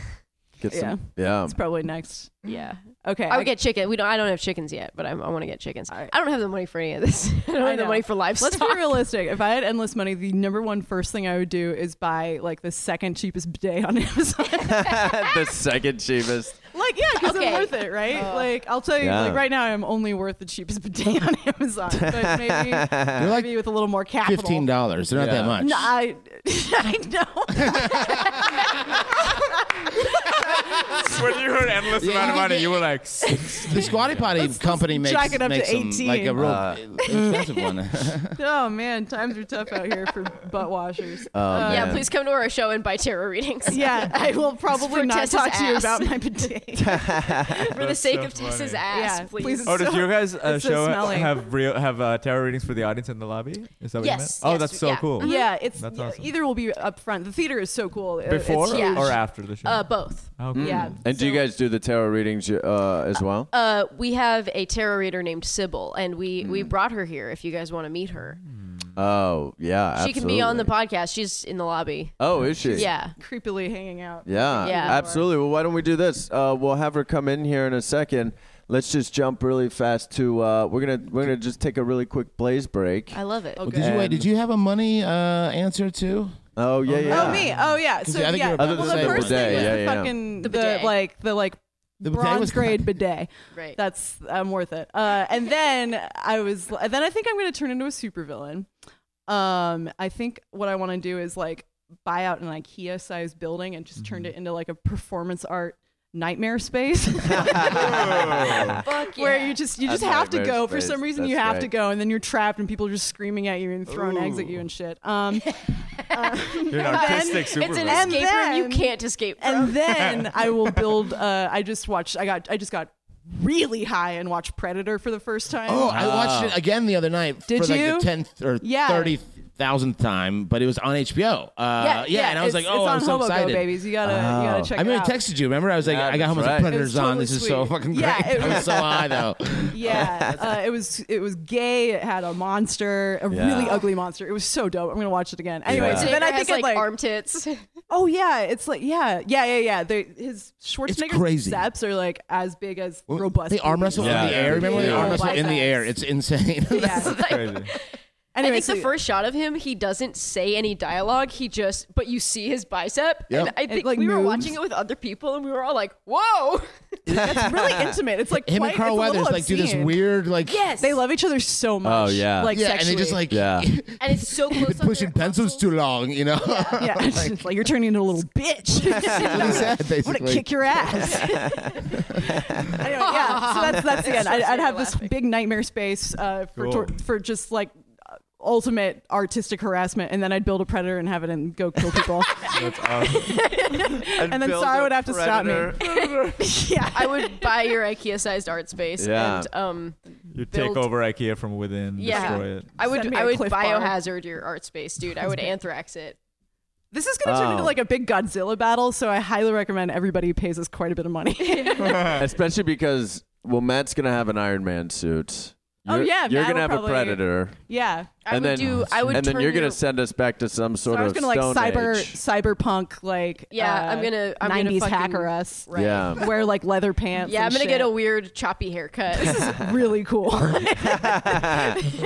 [SPEAKER 2] Get
[SPEAKER 6] yeah.
[SPEAKER 2] some, yeah.
[SPEAKER 6] It's probably next.
[SPEAKER 3] Yeah,
[SPEAKER 6] Okay.
[SPEAKER 3] I would get chicken. We don't. I don't have chickens yet, but I'm, I want to get chickens.
[SPEAKER 6] All right.
[SPEAKER 3] I don't have the money for any of this. I don't
[SPEAKER 6] I
[SPEAKER 3] have the
[SPEAKER 6] know.
[SPEAKER 3] money for
[SPEAKER 6] Let's
[SPEAKER 3] livestock.
[SPEAKER 6] be realistic. If I had endless money, the number one first thing I would do is buy like the second cheapest bidet on Amazon.
[SPEAKER 2] the second cheapest.
[SPEAKER 6] like, yeah, because
[SPEAKER 3] Okay.
[SPEAKER 6] I'm worth it, right?
[SPEAKER 3] Uh,
[SPEAKER 6] like, I'll tell you,
[SPEAKER 2] Yeah.
[SPEAKER 6] like right now, I'm only worth the cheapest bidet on Amazon. But maybe,
[SPEAKER 5] They're like
[SPEAKER 6] maybe with a little more capital.
[SPEAKER 5] fifteen dollars. They're not
[SPEAKER 2] Yeah.
[SPEAKER 5] that much.
[SPEAKER 6] No, I, I know.
[SPEAKER 8] when you heard endless amount of money, you were like,
[SPEAKER 5] The squatty potty company makes,
[SPEAKER 6] jack it up
[SPEAKER 5] makes
[SPEAKER 6] to
[SPEAKER 5] them, like a
[SPEAKER 6] 18.
[SPEAKER 5] real
[SPEAKER 2] Uh,
[SPEAKER 5] expensive one.
[SPEAKER 6] oh man, times are tough out here for butt washers. Uh,
[SPEAKER 2] Oh,
[SPEAKER 3] yeah,
[SPEAKER 2] man.
[SPEAKER 3] please come to our show and buy tarot readings.
[SPEAKER 6] Yeah, I will probably
[SPEAKER 3] for
[SPEAKER 6] not
[SPEAKER 3] Tessa's
[SPEAKER 6] talk to you
[SPEAKER 3] ass.
[SPEAKER 6] about my bidet.
[SPEAKER 3] for the
[SPEAKER 8] That's
[SPEAKER 3] sake
[SPEAKER 8] so
[SPEAKER 3] of Tessa's
[SPEAKER 8] funny.
[SPEAKER 3] ass,
[SPEAKER 6] Yeah,
[SPEAKER 3] please.
[SPEAKER 6] please.
[SPEAKER 8] Oh, does
[SPEAKER 6] So-
[SPEAKER 8] your guys uh,
[SPEAKER 6] it's so
[SPEAKER 8] show
[SPEAKER 6] smelly.
[SPEAKER 8] have real have uh, tarot readings for the audience in the lobby? Is that
[SPEAKER 3] Yes,
[SPEAKER 8] what you meant?
[SPEAKER 3] yes,
[SPEAKER 8] oh, that's so
[SPEAKER 3] yeah.
[SPEAKER 8] cool.
[SPEAKER 6] Yeah, Mm, it's
[SPEAKER 8] That's
[SPEAKER 6] yeah,
[SPEAKER 8] awesome.
[SPEAKER 6] either will be up front. The theater is so cool. It-
[SPEAKER 8] Before
[SPEAKER 6] it's,
[SPEAKER 3] Yeah. huge.
[SPEAKER 8] or after the show?
[SPEAKER 3] Uh, both.
[SPEAKER 8] oh, cool.
[SPEAKER 6] yeah.
[SPEAKER 2] And do you guys do the tarot readings uh, as well?
[SPEAKER 3] Uh, we have a tarot reader named Sybil, and we we brought her here. If you guys want to meet her,
[SPEAKER 2] oh, yeah.
[SPEAKER 3] she can be on the
[SPEAKER 2] absolutely.
[SPEAKER 3] podcast. She's in the lobby.
[SPEAKER 2] Oh, is she?
[SPEAKER 3] Yeah.
[SPEAKER 6] creepily hanging out.
[SPEAKER 2] Yeah,
[SPEAKER 3] Yeah.
[SPEAKER 2] absolutely. Well, why don't we do this? Uh, we'll have her come in here in a second. Let's just jump really fast to uh, we're gonna we're gonna just take a really quick blaze break.
[SPEAKER 6] Uh,
[SPEAKER 3] I love it.
[SPEAKER 5] Did you wait? Did you have a money uh, answer too?
[SPEAKER 2] Oh yeah, yeah.
[SPEAKER 6] Oh me. Oh yeah. So
[SPEAKER 5] I think you
[SPEAKER 6] yeah.
[SPEAKER 5] were about to
[SPEAKER 6] Well, the
[SPEAKER 5] say the
[SPEAKER 6] first
[SPEAKER 2] bidet,
[SPEAKER 6] thing was
[SPEAKER 2] yeah,
[SPEAKER 6] the
[SPEAKER 2] yeah.
[SPEAKER 6] fucking
[SPEAKER 3] The
[SPEAKER 6] the,
[SPEAKER 3] bidet.
[SPEAKER 6] like the like
[SPEAKER 5] The bidet
[SPEAKER 6] bronze
[SPEAKER 5] was-
[SPEAKER 6] grade bidet.
[SPEAKER 3] Right.
[SPEAKER 6] That's I'm worth it. Uh, and then I was. And then I think I'm going to turn into a supervillain. Um, I think what I want to do is like buy out an IKEA sized building and just
[SPEAKER 5] Mm-hmm.
[SPEAKER 6] turn it into like a performance art nightmare space.
[SPEAKER 3] Fuck
[SPEAKER 6] where
[SPEAKER 3] yeah.
[SPEAKER 6] you just you
[SPEAKER 2] That's
[SPEAKER 6] just have to
[SPEAKER 2] nightmare
[SPEAKER 6] go for
[SPEAKER 2] space.
[SPEAKER 6] some reason
[SPEAKER 2] That's
[SPEAKER 6] you have
[SPEAKER 2] right.
[SPEAKER 6] to go and then you're trapped and people are just screaming at you and throwing eggs at you and shit um
[SPEAKER 8] You're an
[SPEAKER 6] And then
[SPEAKER 8] artistic
[SPEAKER 6] it's
[SPEAKER 3] it's an
[SPEAKER 8] supervillain.
[SPEAKER 6] And
[SPEAKER 3] escape room
[SPEAKER 6] then-
[SPEAKER 3] you can't escape from.
[SPEAKER 6] and then i will build uh i just watched i got i just got really high and watched predator for the first time
[SPEAKER 5] Oh, I watched it again the other night
[SPEAKER 6] Uh, Did
[SPEAKER 5] for like
[SPEAKER 6] you?
[SPEAKER 5] the tenth or
[SPEAKER 6] Yeah.
[SPEAKER 5] thirtieth thousandth time, but it was on HBO. Uh, yeah, and I was like,
[SPEAKER 6] it's-
[SPEAKER 5] oh,
[SPEAKER 6] it's
[SPEAKER 5] I
[SPEAKER 6] on
[SPEAKER 5] was so
[SPEAKER 6] Hobo
[SPEAKER 5] excited. Oh.
[SPEAKER 6] Go, babies. You gotta, you gotta check
[SPEAKER 5] I mean,
[SPEAKER 6] it out.
[SPEAKER 5] I texted you. Remember, I was like, I got home with
[SPEAKER 2] That's
[SPEAKER 5] the
[SPEAKER 2] right.
[SPEAKER 5] Predators
[SPEAKER 6] It was
[SPEAKER 5] on. This
[SPEAKER 6] totally
[SPEAKER 5] is so
[SPEAKER 6] sweet.
[SPEAKER 5] fucking great.
[SPEAKER 6] Yeah, it
[SPEAKER 5] I was
[SPEAKER 6] was-
[SPEAKER 5] so high though.
[SPEAKER 6] Yeah, uh, it was it was gay. It had a monster, a
[SPEAKER 2] Yeah.
[SPEAKER 6] really ugly monster. It was so dope. I'm gonna watch it again. Anyway,
[SPEAKER 2] Yeah.
[SPEAKER 6] so then I
[SPEAKER 3] has,
[SPEAKER 6] think
[SPEAKER 3] like,
[SPEAKER 6] it like,
[SPEAKER 3] arm tits.
[SPEAKER 6] oh yeah, it's like yeah, yeah, yeah, yeah. They, his Schwarzenegger's
[SPEAKER 5] crazy.
[SPEAKER 6] steps are like as big as
[SPEAKER 5] Well,
[SPEAKER 6] robust.
[SPEAKER 5] They arm
[SPEAKER 6] babies.
[SPEAKER 5] wrestle
[SPEAKER 2] Yeah.
[SPEAKER 5] in the air. Remember when they
[SPEAKER 3] Yeah.
[SPEAKER 5] arm wrestle in the
[SPEAKER 3] Biceps.
[SPEAKER 5] air? It's insane.
[SPEAKER 6] Yeah.
[SPEAKER 8] Crazy.
[SPEAKER 3] I
[SPEAKER 6] anyway,
[SPEAKER 3] think
[SPEAKER 6] so-
[SPEAKER 3] the first shot of him, he doesn't say any dialogue. He just, but you see his bicep.
[SPEAKER 5] Yep.
[SPEAKER 3] And I think
[SPEAKER 6] like,
[SPEAKER 3] we were
[SPEAKER 6] moves.
[SPEAKER 3] watching it with other people, and we were all like, "Whoa!"
[SPEAKER 6] that's really intimate. It's like
[SPEAKER 5] Him
[SPEAKER 6] quite,
[SPEAKER 5] and Carl
[SPEAKER 6] it's a
[SPEAKER 5] Weathers
[SPEAKER 6] little
[SPEAKER 5] like do this
[SPEAKER 6] obscene.
[SPEAKER 5] weird like
[SPEAKER 3] yes,
[SPEAKER 6] They love each other so much.
[SPEAKER 2] Oh, yeah.
[SPEAKER 6] like
[SPEAKER 5] yeah, and they just
[SPEAKER 6] sexually.
[SPEAKER 5] like
[SPEAKER 2] Yeah.
[SPEAKER 3] and it's so close. on
[SPEAKER 5] pushing
[SPEAKER 3] their
[SPEAKER 5] pencils
[SPEAKER 3] muscles.
[SPEAKER 5] too long. You know,
[SPEAKER 6] yeah, it's just like you're turning into a little bitch.
[SPEAKER 5] Really sad,
[SPEAKER 6] I'm gonna
[SPEAKER 5] basically.
[SPEAKER 6] kick your ass. anyway, yeah, so that's that's the end. I'd, I'd have this big nightmare space uh, for
[SPEAKER 8] Cool.
[SPEAKER 6] tor- for just like uh, ultimate artistic harassment, and then I'd build a predator and have it and go kill people.
[SPEAKER 8] That's awesome.
[SPEAKER 6] And then Sarah would have to stop me. yeah,
[SPEAKER 3] I would buy your IKEA-sized art space,
[SPEAKER 2] Yeah.
[SPEAKER 3] and um,
[SPEAKER 8] You take
[SPEAKER 3] Build-
[SPEAKER 8] over IKEA from within,
[SPEAKER 3] Yeah.
[SPEAKER 8] destroy it.
[SPEAKER 3] I would,
[SPEAKER 6] Send me
[SPEAKER 3] I
[SPEAKER 6] a
[SPEAKER 3] would
[SPEAKER 6] Clif Bar.
[SPEAKER 3] biohazard your art space, dude. I would anthrax it.
[SPEAKER 6] this is gonna turn into
[SPEAKER 2] Oh.
[SPEAKER 6] like a big Godzilla battle. So I highly recommend everybody pays us quite a bit of money.
[SPEAKER 2] Especially because well, Matt's gonna have an Iron Man suit.
[SPEAKER 6] Oh,
[SPEAKER 2] You're-
[SPEAKER 6] yeah,
[SPEAKER 2] you're
[SPEAKER 6] Matt
[SPEAKER 2] gonna
[SPEAKER 6] will
[SPEAKER 2] have a
[SPEAKER 6] probably-
[SPEAKER 2] predator,
[SPEAKER 6] yeah.
[SPEAKER 3] I
[SPEAKER 2] and
[SPEAKER 3] would
[SPEAKER 2] then
[SPEAKER 3] do. I would.
[SPEAKER 2] and then
[SPEAKER 3] turn
[SPEAKER 2] you're gonna
[SPEAKER 3] you-
[SPEAKER 2] send us back to some
[SPEAKER 6] So
[SPEAKER 2] sort
[SPEAKER 6] I was
[SPEAKER 2] of
[SPEAKER 6] gonna like
[SPEAKER 2] Stone
[SPEAKER 6] cyber
[SPEAKER 2] Age.
[SPEAKER 6] cyberpunk like
[SPEAKER 3] Yeah,
[SPEAKER 6] uh,
[SPEAKER 3] I'm gonna. I'm gonna
[SPEAKER 6] 90s
[SPEAKER 3] fucking,
[SPEAKER 6] hacker us.
[SPEAKER 3] Right.
[SPEAKER 2] Yeah.
[SPEAKER 6] Wear like leather pants.
[SPEAKER 3] Yeah, I'm
[SPEAKER 6] and
[SPEAKER 3] gonna get
[SPEAKER 6] shit.
[SPEAKER 3] a weird choppy haircut.
[SPEAKER 6] really cool.
[SPEAKER 3] I'm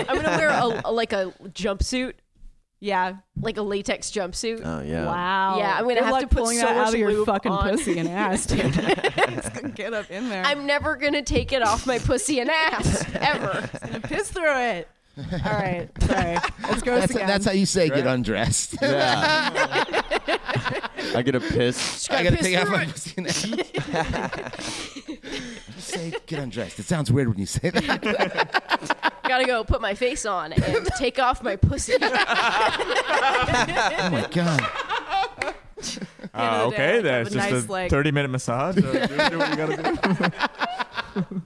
[SPEAKER 3] gonna wear a, a- like a jumpsuit,
[SPEAKER 6] yeah.
[SPEAKER 3] like a latex jumpsuit.
[SPEAKER 2] Oh yeah.
[SPEAKER 6] Wow.
[SPEAKER 3] Yeah, I'm gonna
[SPEAKER 6] Good
[SPEAKER 3] have
[SPEAKER 6] luck
[SPEAKER 3] to put
[SPEAKER 6] pulling
[SPEAKER 3] so
[SPEAKER 6] that
[SPEAKER 3] much
[SPEAKER 6] out of your
[SPEAKER 3] lube
[SPEAKER 6] fucking
[SPEAKER 3] on.
[SPEAKER 6] pussy and ass, dude. It's gonna get up in there.
[SPEAKER 3] I'm never gonna take it off my pussy and ass ever.
[SPEAKER 6] piss through it. All right, sorry. Let's go
[SPEAKER 5] that's,
[SPEAKER 6] again.
[SPEAKER 5] that's how you say get undressed.
[SPEAKER 2] Yeah. I get a piss.
[SPEAKER 5] I gotta take
[SPEAKER 3] piss
[SPEAKER 5] out
[SPEAKER 3] through
[SPEAKER 5] my
[SPEAKER 3] it.
[SPEAKER 5] pussy. now. You say get undressed. It sounds weird when you say that.
[SPEAKER 3] Gotta go put my face on and take off my pussy.
[SPEAKER 5] Oh my god.
[SPEAKER 8] Ah,
[SPEAKER 6] of the
[SPEAKER 8] okay,
[SPEAKER 6] day, like, have
[SPEAKER 8] that's
[SPEAKER 6] a
[SPEAKER 8] just
[SPEAKER 6] nice,
[SPEAKER 8] a
[SPEAKER 6] like-
[SPEAKER 8] 30 minute massage. Uh, do- do what you gotta do.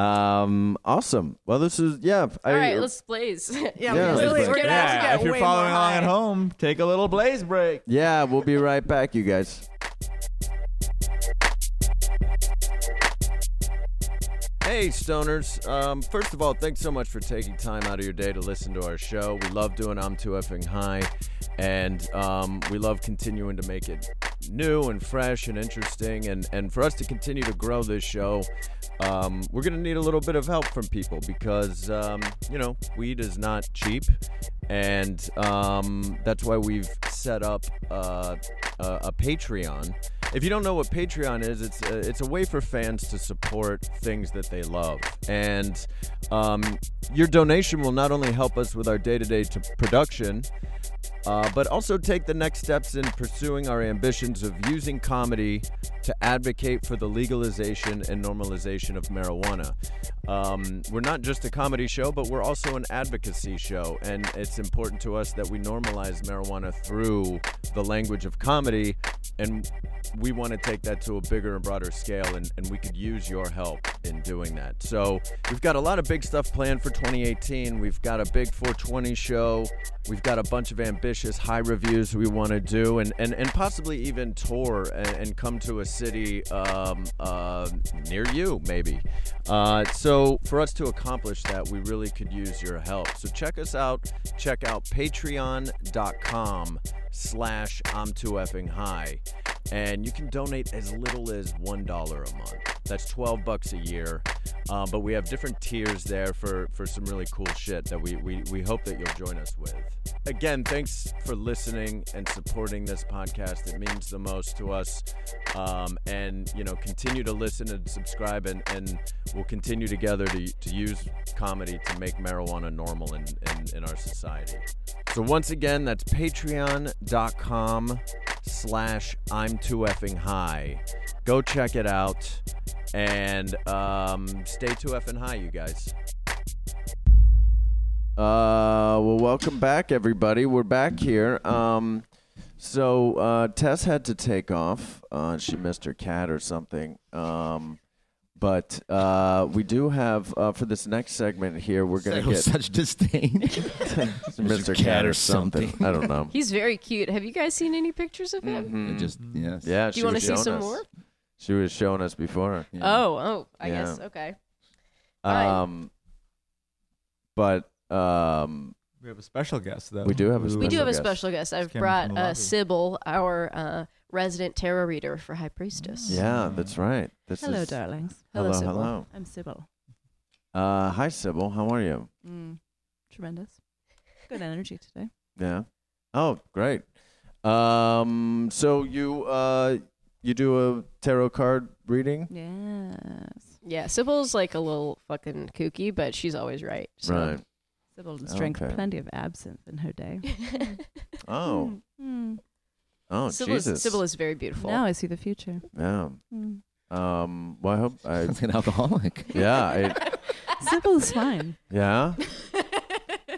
[SPEAKER 2] Um, awesome. Well, this is yeah. I,
[SPEAKER 3] All right, let's blaze.
[SPEAKER 6] yeah,
[SPEAKER 2] Yeah,
[SPEAKER 6] we really,
[SPEAKER 2] let's
[SPEAKER 6] we're
[SPEAKER 2] break
[SPEAKER 6] gonna have to
[SPEAKER 8] yeah,
[SPEAKER 6] get
[SPEAKER 8] if you're
[SPEAKER 6] way
[SPEAKER 8] following
[SPEAKER 6] more
[SPEAKER 8] along
[SPEAKER 6] high.
[SPEAKER 8] at home, take a little blaze break.
[SPEAKER 2] yeah, we'll be right back, you guys. Hey, stoners. Um, first of all, thanks so much for taking time out of your day to listen to our show. We love doing I'm Too Effing High, and um, we love continuing to make it new and fresh and interesting. And, and for us to continue to grow this show, um, we're going to need a little bit of help from people because, um, you know, weed is not cheap. And um, that's why we've set up uh, a, a Patreon. If you don't know what Patreon is, it's a, it's a way for fans to support things that they love, and um, your donation will not only help us with our day to day production, uh, but also take the next steps in pursuing our ambitions of using comedy to advocate for the legalization and normalization of marijuana. Um, we're not just a comedy show, but we're also an advocacy show, and it's important to us that we normalize marijuana through the language of comedy, and we want to take that to a bigger and broader scale, and, and we could use your help in doing that. So, we've got a lot of big stuff planned for 2018. We've got a big 420 show. We've got a bunch of ambitious high reviews we want to do, and, and, and possibly even tour and, and come to a city um, uh, near you, maybe. Uh, so, for us to accomplish that, we really could use your help. So, check us out. Check out patreon.com slash I'm too effing high. And you can donate as little as $1 a month. That's 12 bucks a year. Uh, but we have different tiers there for, for some really cool shit that we, we, we hope that you'll join us with. Again, thanks for listening and supporting this podcast. It means the most to us. Um, and, you know, continue to listen and subscribe, and, and we'll continue together to, to use comedy to make marijuana normal in, in, in our society. So once again, that's patreon.com slash I'm too effing high. Go check it out and um, stay too effing high, you guys. Uh, well, welcome back, everybody. We're back here. Um, so uh, Tess had to take off. Uh, she missed her cat or something. Um, But uh, we do have uh, for this next segment here, we're gonna
[SPEAKER 5] Said with
[SPEAKER 2] get
[SPEAKER 5] such disdain.
[SPEAKER 2] Mr. Cat or something. I don't know. Mm-hmm.
[SPEAKER 3] He's very cute. Have you guys seen any pictures of
[SPEAKER 2] Mm,
[SPEAKER 3] him?
[SPEAKER 5] It just yes.
[SPEAKER 2] Yeah,
[SPEAKER 3] Do
[SPEAKER 2] she
[SPEAKER 3] you want to
[SPEAKER 2] was
[SPEAKER 3] see
[SPEAKER 2] showing
[SPEAKER 3] some
[SPEAKER 2] us.
[SPEAKER 3] more?
[SPEAKER 2] She was showing us before.
[SPEAKER 3] Oh, oh, I
[SPEAKER 2] Yeah.
[SPEAKER 3] guess. Okay. Right.
[SPEAKER 2] Um, but um,
[SPEAKER 8] We have a special guest, though.
[SPEAKER 2] We do have a
[SPEAKER 8] who-
[SPEAKER 3] We do have a
[SPEAKER 2] guest.
[SPEAKER 3] special guest. I've
[SPEAKER 8] came in
[SPEAKER 3] brought
[SPEAKER 8] from the
[SPEAKER 3] uh,
[SPEAKER 8] lobby.
[SPEAKER 3] Sybil, our uh, resident tarot reader for High Priestess.
[SPEAKER 2] yeah, that's right. This
[SPEAKER 6] Hello,
[SPEAKER 2] is,
[SPEAKER 6] darlings.
[SPEAKER 3] Hello,
[SPEAKER 2] hello,
[SPEAKER 3] Sybil.
[SPEAKER 2] hello.
[SPEAKER 6] I'm Sybil.
[SPEAKER 2] Uh, hi, Sybil. How are you?
[SPEAKER 6] Mm, tremendous. Good energy today.
[SPEAKER 2] Yeah. Oh, great. Um, so you uh, you do a tarot card reading,
[SPEAKER 6] Yes.
[SPEAKER 3] Yeah, Sybil's like a little fucking kooky, but she's always right. so-
[SPEAKER 2] right?
[SPEAKER 6] Sybil drank
[SPEAKER 2] Okay.
[SPEAKER 6] plenty of absinthe in her day.
[SPEAKER 2] Oh,
[SPEAKER 6] Mm.
[SPEAKER 2] oh,
[SPEAKER 3] Hmm. Sybil, is,
[SPEAKER 2] Jesus.
[SPEAKER 3] Sybil is very beautiful.
[SPEAKER 6] Now I see the future.
[SPEAKER 2] yeah.
[SPEAKER 6] Mm.
[SPEAKER 2] Um. Well, I hope. I,
[SPEAKER 5] Sounds like an alcoholic.
[SPEAKER 2] yeah. I,
[SPEAKER 6] Sybil's fine.
[SPEAKER 2] yeah.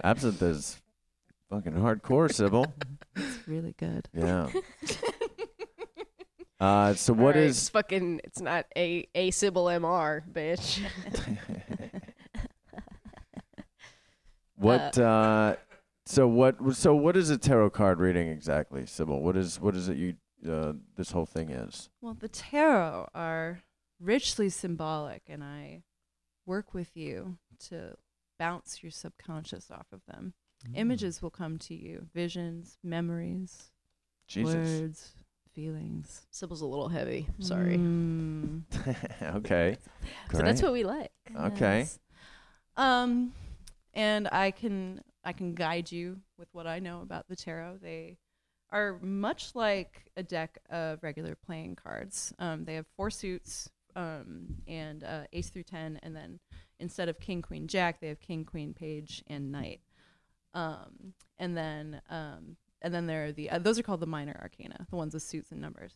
[SPEAKER 2] Absinthe is fucking hardcore, Sybil.
[SPEAKER 6] It's really good.
[SPEAKER 2] Yeah. Uh. So
[SPEAKER 3] All
[SPEAKER 2] what
[SPEAKER 3] right,
[SPEAKER 2] is
[SPEAKER 3] it's fucking? It's not a a Sybil MR, bitch.
[SPEAKER 2] what? Uh. So what? So what is a tarot card reading exactly, Sybil? What is what is it you? Uh, this whole thing is.
[SPEAKER 6] Well, the tarot are richly symbolic, and I work with you to bounce your subconscious off of them. Images will come to you, visions, memories,
[SPEAKER 2] Jesus.
[SPEAKER 6] words, feelings.
[SPEAKER 3] Sybil's a little heavy. Sorry.
[SPEAKER 6] Mm.
[SPEAKER 2] okay.
[SPEAKER 3] So that's
[SPEAKER 2] Great.
[SPEAKER 3] what we like.
[SPEAKER 2] Okay.
[SPEAKER 6] Yes. Um, and I can I can guide you with what I know about the tarot. They are much like a deck of regular playing cards. Um, they have four suits, um, and uh, ace through ten, and then instead of king, queen, jack, they have king, queen, page, and knight. Um, and then um, and then there are the uh, those are called the minor arcana, the ones with suits and numbers.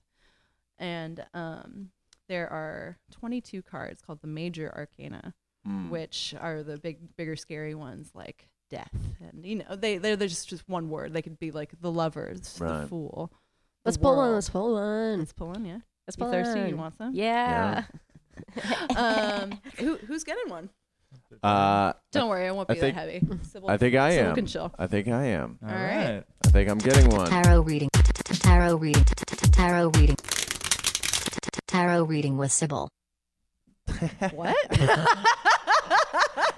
[SPEAKER 6] And um, there are 22 cards called the major arcana,
[SPEAKER 2] Hmm.
[SPEAKER 6] which are the big, bigger, scary ones like death, and you know they they're, they're just just one word. They could be like the lovers, the
[SPEAKER 2] Right.
[SPEAKER 6] fool.
[SPEAKER 3] Let's
[SPEAKER 6] the
[SPEAKER 3] pull on.
[SPEAKER 6] world.
[SPEAKER 3] Let's pull on.
[SPEAKER 6] Let's pull on, yeah.
[SPEAKER 3] Let's
[SPEAKER 6] You
[SPEAKER 3] pull
[SPEAKER 6] thirsty? You
[SPEAKER 3] on.
[SPEAKER 6] want some?
[SPEAKER 3] Yeah.
[SPEAKER 6] Um, who who's getting one?
[SPEAKER 2] Uh.
[SPEAKER 6] Don't worry, I won't
[SPEAKER 2] I
[SPEAKER 6] be
[SPEAKER 2] think-
[SPEAKER 6] that heavy. Sybil,
[SPEAKER 2] I think I
[SPEAKER 6] Sybil
[SPEAKER 2] am.
[SPEAKER 6] can chill.
[SPEAKER 2] I think I am.
[SPEAKER 6] All right.
[SPEAKER 2] I think I'm getting one.
[SPEAKER 10] Tarot reading. Tarot reading. Tarot reading. Tarot reading with Sybil.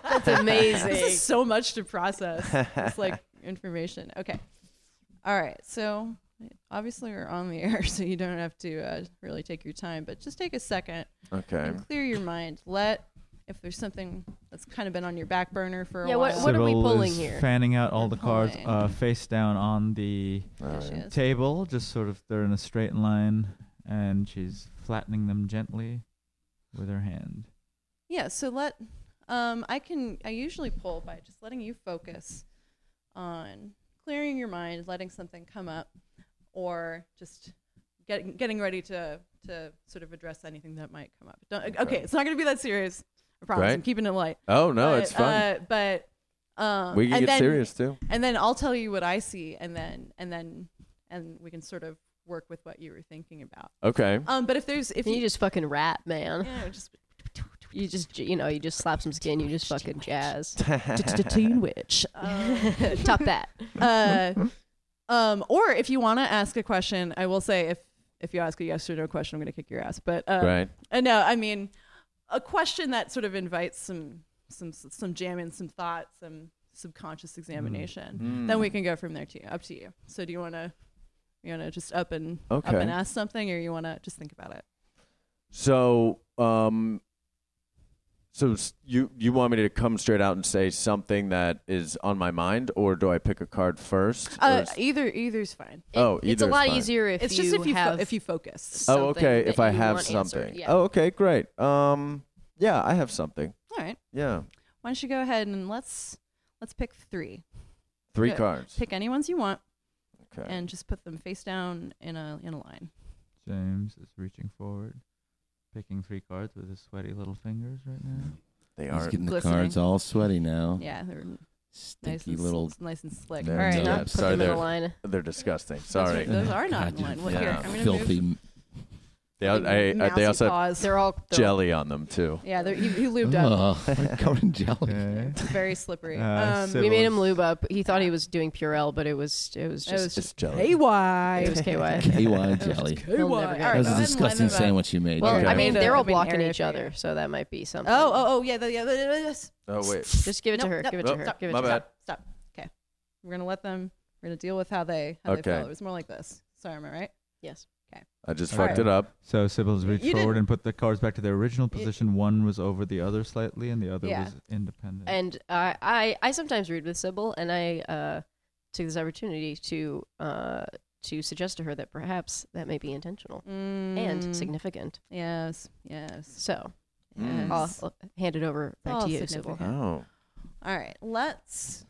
[SPEAKER 3] That's amazing.
[SPEAKER 6] This is so much to process. It's like information. Okay. All right. So obviously we're on the air, so you don't have to uh, really take your time, but just take a second
[SPEAKER 2] Okay.
[SPEAKER 6] and clear your mind. Let if there's something that's kind of been on your back burner for a
[SPEAKER 3] Yeah,
[SPEAKER 6] while.
[SPEAKER 3] What are we
[SPEAKER 4] Sybil
[SPEAKER 3] pulling
[SPEAKER 4] is
[SPEAKER 3] here?
[SPEAKER 4] Fanning out all
[SPEAKER 6] We're
[SPEAKER 4] the cards
[SPEAKER 6] pulling.
[SPEAKER 4] uh, face down on the
[SPEAKER 2] uh,
[SPEAKER 6] There she is.
[SPEAKER 4] table, just sort of they're in a straight line, and she's flattening them gently with her hand.
[SPEAKER 6] Yeah, so let um I can I usually pull by just letting you focus on clearing your mind, letting something come up or just getting getting ready to to sort of address anything that might come up. Don't, okay. it's not going to be that serious. I promise. I'm
[SPEAKER 2] Right.
[SPEAKER 6] keeping it light.
[SPEAKER 2] Oh no,
[SPEAKER 6] but,
[SPEAKER 2] it's fun.
[SPEAKER 6] Uh, but um
[SPEAKER 2] we can
[SPEAKER 6] and
[SPEAKER 2] get
[SPEAKER 6] then,
[SPEAKER 2] serious too.
[SPEAKER 6] And then I'll tell you what I see and then and then and we can sort of work with what you were thinking about.
[SPEAKER 2] Okay.
[SPEAKER 6] Um but if there's if
[SPEAKER 3] you just fucking rap, man.
[SPEAKER 6] yeah, just
[SPEAKER 3] You just you know you just slap some skin. You just fucking jazz.
[SPEAKER 6] Teen Witch.
[SPEAKER 3] Top that.
[SPEAKER 6] uh, um, or if you want to ask a question, I will say if if you ask a yes or no question, I'm going to kick your ass. But uh,
[SPEAKER 2] Right.
[SPEAKER 6] uh, no, I mean a question that sort of invites some some some jamming, some thought, some subconscious
[SPEAKER 2] Mm-hmm.
[SPEAKER 6] examination. Then we can go from there to you, up to you. So do you want to you want to just up and up
[SPEAKER 2] Okay.
[SPEAKER 6] and ask something, or you want to just think about it?
[SPEAKER 2] So, um, so s- you you want me to come straight out and say something that is on my mind, or do I pick a card first? Or
[SPEAKER 6] Uh,
[SPEAKER 2] is-
[SPEAKER 6] either either's fine.
[SPEAKER 2] oh,
[SPEAKER 3] it's a
[SPEAKER 2] either is
[SPEAKER 3] lot
[SPEAKER 2] fine.
[SPEAKER 3] easier if
[SPEAKER 6] it's
[SPEAKER 3] you
[SPEAKER 6] just if you fo-
[SPEAKER 3] have
[SPEAKER 6] if you focus.
[SPEAKER 2] Oh, okay.
[SPEAKER 3] something
[SPEAKER 2] If
[SPEAKER 3] that
[SPEAKER 2] I
[SPEAKER 3] you
[SPEAKER 2] have
[SPEAKER 3] want
[SPEAKER 2] something.
[SPEAKER 3] answered, yeah.
[SPEAKER 2] Oh, okay, great. Um, yeah, I have something.
[SPEAKER 6] All right.
[SPEAKER 2] Yeah,
[SPEAKER 6] Why don't you go ahead and let's let's pick three.
[SPEAKER 2] three
[SPEAKER 6] Good.
[SPEAKER 2] cards.
[SPEAKER 6] Pick any ones you want.
[SPEAKER 2] okay.
[SPEAKER 6] and just put them face down in a in a line.
[SPEAKER 4] James is reaching forward, picking three cards with his sweaty little fingers right now.
[SPEAKER 2] they
[SPEAKER 5] He's
[SPEAKER 2] are.
[SPEAKER 5] getting the
[SPEAKER 6] Glistening.
[SPEAKER 5] cards all sweaty now.
[SPEAKER 6] Yeah, they're nice
[SPEAKER 5] Stinky
[SPEAKER 6] and
[SPEAKER 5] little.
[SPEAKER 6] s- nice and slick.
[SPEAKER 2] There
[SPEAKER 6] All right,
[SPEAKER 2] you go.
[SPEAKER 6] now-
[SPEAKER 2] Yeah,
[SPEAKER 3] Put
[SPEAKER 2] sorry,
[SPEAKER 3] them in a
[SPEAKER 2] there-
[SPEAKER 3] line.
[SPEAKER 2] They're disgusting.
[SPEAKER 6] those are-
[SPEAKER 2] Sorry.
[SPEAKER 6] those are not
[SPEAKER 5] God,
[SPEAKER 6] in
[SPEAKER 5] you
[SPEAKER 6] line. Well,
[SPEAKER 2] yeah.
[SPEAKER 6] here, I'm gonna move-
[SPEAKER 5] filthy.
[SPEAKER 6] I'm
[SPEAKER 5] m-
[SPEAKER 2] They, al- I, I, they
[SPEAKER 6] mousy
[SPEAKER 2] also have
[SPEAKER 6] paws. They're all- they're all-
[SPEAKER 2] jelly on them too.
[SPEAKER 6] Yeah, they're- he, he lubed up.
[SPEAKER 5] covered in jelly.
[SPEAKER 6] It's very slippery.
[SPEAKER 2] Uh,
[SPEAKER 6] um,
[SPEAKER 2] so-
[SPEAKER 3] We made him lube up. He thought he was doing Purell, but it was it was
[SPEAKER 6] It
[SPEAKER 3] just,
[SPEAKER 6] was just
[SPEAKER 3] jelly.
[SPEAKER 6] KY.
[SPEAKER 3] It was KY.
[SPEAKER 5] KY jelly.
[SPEAKER 3] They'll never get
[SPEAKER 6] All
[SPEAKER 3] it.
[SPEAKER 6] right,
[SPEAKER 5] That was
[SPEAKER 6] go
[SPEAKER 5] a
[SPEAKER 6] ahead and
[SPEAKER 5] disgusting
[SPEAKER 6] line them up.
[SPEAKER 5] sandwich you made.
[SPEAKER 3] Well,
[SPEAKER 5] Okay.
[SPEAKER 3] I mean,
[SPEAKER 6] Okay.
[SPEAKER 3] they're all
[SPEAKER 6] Urban
[SPEAKER 3] blocking
[SPEAKER 6] area
[SPEAKER 3] each
[SPEAKER 6] for
[SPEAKER 3] other, so that might be something.
[SPEAKER 6] Oh, oh, oh, yeah, the, yeah. the-
[SPEAKER 2] Oh wait.
[SPEAKER 3] Just give it to
[SPEAKER 6] Nope,
[SPEAKER 3] her.
[SPEAKER 6] nope,
[SPEAKER 3] Give it to
[SPEAKER 6] nope,
[SPEAKER 3] her.
[SPEAKER 6] Stop.
[SPEAKER 3] Give it
[SPEAKER 2] Oh, My
[SPEAKER 3] to her.
[SPEAKER 2] bad.
[SPEAKER 6] Stop. Stop. Okay. We're gonna let them. We're gonna deal with how they how
[SPEAKER 2] Okay.
[SPEAKER 6] they feel. It was more like this. Sorry, am I right?
[SPEAKER 3] Yes.
[SPEAKER 2] I just
[SPEAKER 4] All
[SPEAKER 2] fucked
[SPEAKER 4] right.
[SPEAKER 2] it up.
[SPEAKER 4] So Sybil's reached
[SPEAKER 6] You
[SPEAKER 4] forward
[SPEAKER 6] didn't-
[SPEAKER 4] and put the cards back to their original position. One was over the other slightly, and the other
[SPEAKER 6] Yeah.
[SPEAKER 4] was independent.
[SPEAKER 3] And I, I, I sometimes read with Sybil, and I uh, took this opportunity to uh, to suggest to her that perhaps that may be intentional and
[SPEAKER 6] Mm,
[SPEAKER 3] significant.
[SPEAKER 6] Yes. Yes.
[SPEAKER 3] So
[SPEAKER 2] Mm.
[SPEAKER 3] I'll
[SPEAKER 6] Yes.
[SPEAKER 3] l- hand it over back
[SPEAKER 6] All
[SPEAKER 3] to you, Sybil.
[SPEAKER 6] significant.
[SPEAKER 2] Oh.
[SPEAKER 6] All right. Let's.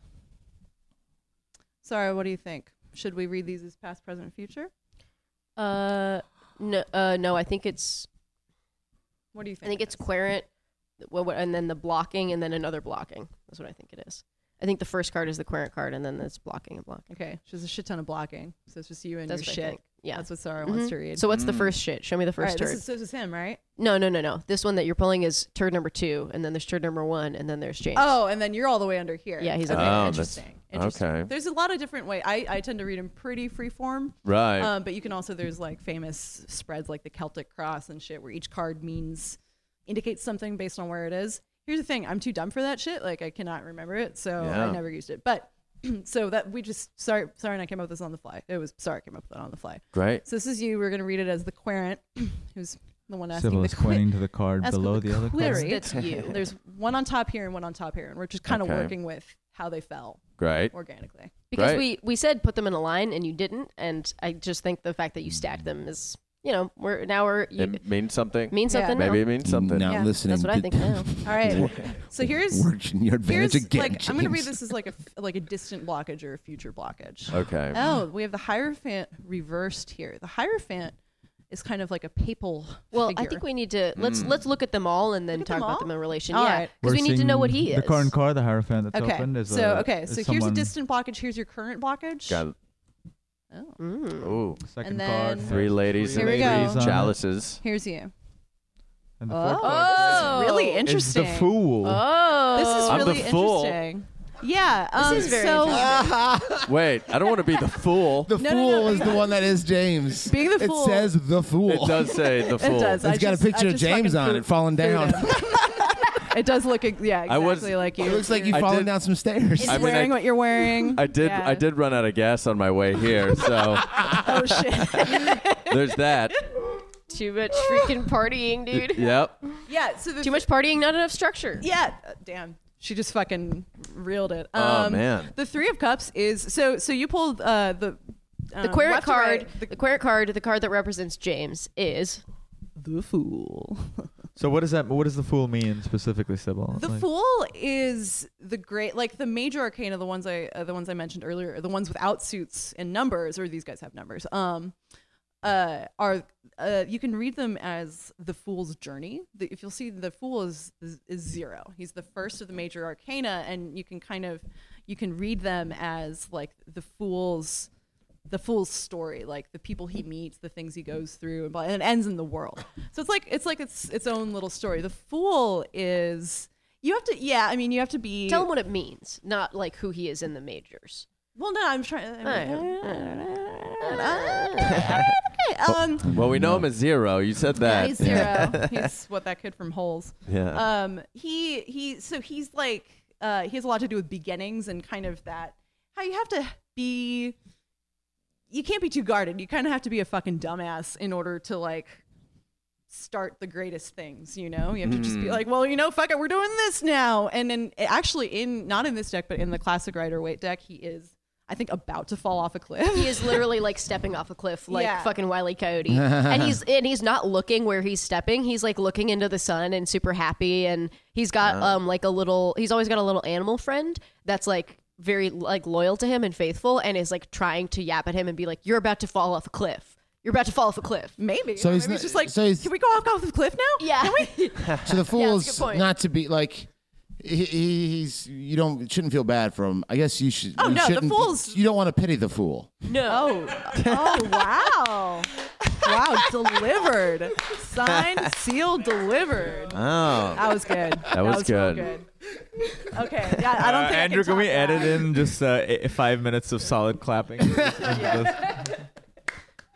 [SPEAKER 6] Sorry. What do you think? Should we read these as past, present, future?
[SPEAKER 3] Uh, no, uh, no. I think it's
[SPEAKER 6] What do you think?
[SPEAKER 3] I think
[SPEAKER 6] it
[SPEAKER 3] it's
[SPEAKER 6] is?
[SPEAKER 3] querent, well, what- and then the blocking, and then another blocking. That's what I think it is. I think the first card is the querent card, and then it's blocking and blocking.
[SPEAKER 6] Okay. She's a shit ton of blocking. So it's just you and
[SPEAKER 3] That's
[SPEAKER 6] your
[SPEAKER 3] what
[SPEAKER 6] shit.
[SPEAKER 3] I think. Yeah.
[SPEAKER 6] That's what Sarah
[SPEAKER 3] Mhm.
[SPEAKER 6] wants to read.
[SPEAKER 3] So what's the
[SPEAKER 2] Mm.
[SPEAKER 3] first shit? Show me the
[SPEAKER 6] All
[SPEAKER 3] first
[SPEAKER 6] right,
[SPEAKER 3] turd.
[SPEAKER 6] This is, this is him, right?
[SPEAKER 3] No, no, no, no. This one that you're pulling is turd number two, and then there's turd number one, and then there's James.
[SPEAKER 6] Oh, and then you're all the way under here.
[SPEAKER 3] Yeah, he's
[SPEAKER 6] okay.
[SPEAKER 3] under here.
[SPEAKER 2] Oh, that's-
[SPEAKER 6] interesting. interesting.
[SPEAKER 2] okay.
[SPEAKER 6] There's a lot of different way. I, I tend to read them pretty freeform.
[SPEAKER 2] Right.
[SPEAKER 6] Um, but you can also there's like famous spreads like the Celtic cross and shit where each card means indicates something based on where it is. Here's the thing, I'm too dumb for that shit. Like I cannot remember it, so
[SPEAKER 2] Yeah.
[SPEAKER 6] I never used it. But so that we just sorry sorry and I came up with this on the fly. It was sorry I came up with that on the fly.
[SPEAKER 2] Great.
[SPEAKER 6] So this is you. We're gonna read it as the querent, who's the one asking
[SPEAKER 4] Sybil
[SPEAKER 6] the
[SPEAKER 4] is
[SPEAKER 6] que-
[SPEAKER 4] pointing to the card
[SPEAKER 6] asking
[SPEAKER 4] below the other card.
[SPEAKER 6] query.
[SPEAKER 3] That's you.
[SPEAKER 6] There's one on top here and one on top here, and we're just kind of
[SPEAKER 2] Okay.
[SPEAKER 6] working with how they fell
[SPEAKER 2] Great.
[SPEAKER 6] organically.
[SPEAKER 3] because
[SPEAKER 2] Right.
[SPEAKER 3] we we said put them in a line, and you didn't. And I just think the fact that you stacked them is, you know, we're now we're you,
[SPEAKER 2] It means something.
[SPEAKER 3] means
[SPEAKER 6] Yeah.
[SPEAKER 3] something.
[SPEAKER 2] Maybe it means something.
[SPEAKER 5] Not
[SPEAKER 6] Yeah,
[SPEAKER 5] listening.
[SPEAKER 3] That's what I
[SPEAKER 5] to-
[SPEAKER 3] think now.
[SPEAKER 6] All right. So here's
[SPEAKER 5] Words in your advantage
[SPEAKER 6] here's
[SPEAKER 5] again.
[SPEAKER 6] like I'm gonna read
[SPEAKER 5] James.
[SPEAKER 6] this as like a f- like a distant blockage or a future blockage.
[SPEAKER 2] Okay.
[SPEAKER 6] Oh, we have the Hierophant reversed here. The Hierophant is kind of like a papal.
[SPEAKER 3] Well, I
[SPEAKER 6] figure.
[SPEAKER 3] think we need to let's
[SPEAKER 2] Mm.
[SPEAKER 3] let's look at them all and then
[SPEAKER 6] Look at
[SPEAKER 3] talk
[SPEAKER 6] them
[SPEAKER 3] about
[SPEAKER 6] all?
[SPEAKER 3] them in relation.
[SPEAKER 6] All
[SPEAKER 3] yeah,
[SPEAKER 6] right.
[SPEAKER 3] because we
[SPEAKER 4] We're
[SPEAKER 3] need to know what
[SPEAKER 4] seeing
[SPEAKER 3] he is.
[SPEAKER 4] The current card, the Hierophant that's
[SPEAKER 6] Okay.
[SPEAKER 4] opened, is
[SPEAKER 6] so
[SPEAKER 4] a-
[SPEAKER 6] okay.
[SPEAKER 4] is
[SPEAKER 6] So here's a
[SPEAKER 4] someone-
[SPEAKER 6] distant blockage. Here's your current blockage.
[SPEAKER 2] Got
[SPEAKER 6] Oh.
[SPEAKER 3] Mm.
[SPEAKER 2] ooh,
[SPEAKER 4] Second
[SPEAKER 6] And
[SPEAKER 4] card,
[SPEAKER 6] then-
[SPEAKER 4] has
[SPEAKER 2] three ladies
[SPEAKER 6] Here
[SPEAKER 2] and
[SPEAKER 6] we
[SPEAKER 2] three
[SPEAKER 6] go.
[SPEAKER 4] threes on it,
[SPEAKER 2] chalices.
[SPEAKER 6] Here's you.
[SPEAKER 4] And the
[SPEAKER 6] Oh,
[SPEAKER 4] fourth card
[SPEAKER 6] this is really
[SPEAKER 4] is- is
[SPEAKER 6] interesting.
[SPEAKER 4] the fool.
[SPEAKER 3] Oh,
[SPEAKER 6] This is
[SPEAKER 2] I'm the
[SPEAKER 6] really
[SPEAKER 2] fool.
[SPEAKER 6] interesting. Yeah. Um,
[SPEAKER 3] is very
[SPEAKER 6] so
[SPEAKER 2] Wait, I don't want to be the fool.
[SPEAKER 5] The
[SPEAKER 6] No, no,
[SPEAKER 5] fool
[SPEAKER 6] no,
[SPEAKER 5] is the
[SPEAKER 6] yeah.
[SPEAKER 5] one that is James.
[SPEAKER 6] Being the fool-
[SPEAKER 5] It says the fool.
[SPEAKER 2] It does say the fool.
[SPEAKER 6] does. I
[SPEAKER 5] It's got
[SPEAKER 6] just-
[SPEAKER 5] a
[SPEAKER 6] I
[SPEAKER 5] picture of
[SPEAKER 6] just
[SPEAKER 5] James
[SPEAKER 6] fucking
[SPEAKER 5] on
[SPEAKER 6] food-
[SPEAKER 5] it falling down.
[SPEAKER 6] food it does look ex- yeah
[SPEAKER 2] I
[SPEAKER 6] exactly
[SPEAKER 2] was-
[SPEAKER 6] like you.
[SPEAKER 5] It looks like
[SPEAKER 6] You're
[SPEAKER 5] you've
[SPEAKER 2] I
[SPEAKER 5] fallen
[SPEAKER 2] did-
[SPEAKER 5] down some stairs.
[SPEAKER 2] I mean, I-
[SPEAKER 6] wearing what you're wearing.
[SPEAKER 2] I did.
[SPEAKER 6] Yeah.
[SPEAKER 2] I did run out of gas on my way here, so
[SPEAKER 6] Oh shit.
[SPEAKER 2] there's that.
[SPEAKER 3] too much freaking partying, dude.
[SPEAKER 2] Yep.
[SPEAKER 6] yeah. So the
[SPEAKER 3] Too much partying, not enough structure.
[SPEAKER 6] Yeah, uh, damn. She just fucking reeled it. Um,
[SPEAKER 2] Oh, man.
[SPEAKER 6] The three of cups is so. So you pulled uh, the
[SPEAKER 3] The querent card, the querent card, the card that represents James is
[SPEAKER 6] the fool.
[SPEAKER 4] So what does that? What does the fool mean specifically, Sybil?
[SPEAKER 6] The
[SPEAKER 4] Like-
[SPEAKER 6] fool is the great, like the major arcana. The ones I, uh, the ones I mentioned earlier, the ones without suits and numbers, or these guys have numbers. Um, uh, are uh, you can read them as the fool's journey. The, if you'll see, the fool is, is is zero. He's the first of the major arcana, and you can kind of, you can read them as like the fool's the fool's story, like the people he meets, the things he goes through, and, blah, and it ends in the world. So it's like it's like its its own little story. The fool is you have to yeah. I mean you have to be
[SPEAKER 3] Tell him what it means, not like who he is in the majors.
[SPEAKER 6] well. No, I'm trying. I mean, um,
[SPEAKER 2] Well, we know him as zero. You said that.
[SPEAKER 6] he's zero. he's what that kid from Holes.
[SPEAKER 2] Yeah.
[SPEAKER 6] Um, he he. So he's like uh, he has a lot to do with beginnings and kind of that how you have to be. You can't be too guarded. You kind of have to be a fucking dumbass in order to like start the greatest things. You know, you have to just
[SPEAKER 5] Hmm.
[SPEAKER 6] be like, well, you know, fuck it, we're doing this now. And then eh, actually, in not in this deck, but in the classic rider weight deck, he is. I think about to fall off a cliff.
[SPEAKER 3] He is literally like stepping off a cliff, like
[SPEAKER 6] Yeah.
[SPEAKER 3] fucking Wiley Coyote, and he's and he's not looking where he's stepping. He's like looking into the sun and super happy, and he's got um like a little. He's always got a little animal friend that's like very like loyal to him and faithful, and is like trying to yap at him and be like, "You're about to fall off a cliff. You're about to fall off a cliff."
[SPEAKER 6] Maybe.
[SPEAKER 5] So he's
[SPEAKER 6] Maybe
[SPEAKER 5] not-
[SPEAKER 6] it's just like,
[SPEAKER 5] so he's-
[SPEAKER 6] can we go off, off the cliff now?
[SPEAKER 3] Yeah.
[SPEAKER 5] So the fool's
[SPEAKER 3] good point.
[SPEAKER 5] not to be like he, he- he's you don't shouldn't feel bad for him. I guess you should.
[SPEAKER 6] Oh,
[SPEAKER 5] you
[SPEAKER 6] no, the
[SPEAKER 5] shouldn't-
[SPEAKER 6] fool's-
[SPEAKER 5] You don't want to pity the fool.
[SPEAKER 3] No.
[SPEAKER 6] Oh, oh wow. wow, delivered. Signed, sealed, delivered.
[SPEAKER 2] Oh.
[SPEAKER 6] That was good. That,
[SPEAKER 2] was
[SPEAKER 6] real
[SPEAKER 2] good.
[SPEAKER 6] good. Okay. Yeah, I don't
[SPEAKER 8] Uh,
[SPEAKER 6] think I
[SPEAKER 8] Andrew,
[SPEAKER 6] can,
[SPEAKER 8] can we
[SPEAKER 6] top
[SPEAKER 8] edit in just uh, eight- five minutes of solid clapping?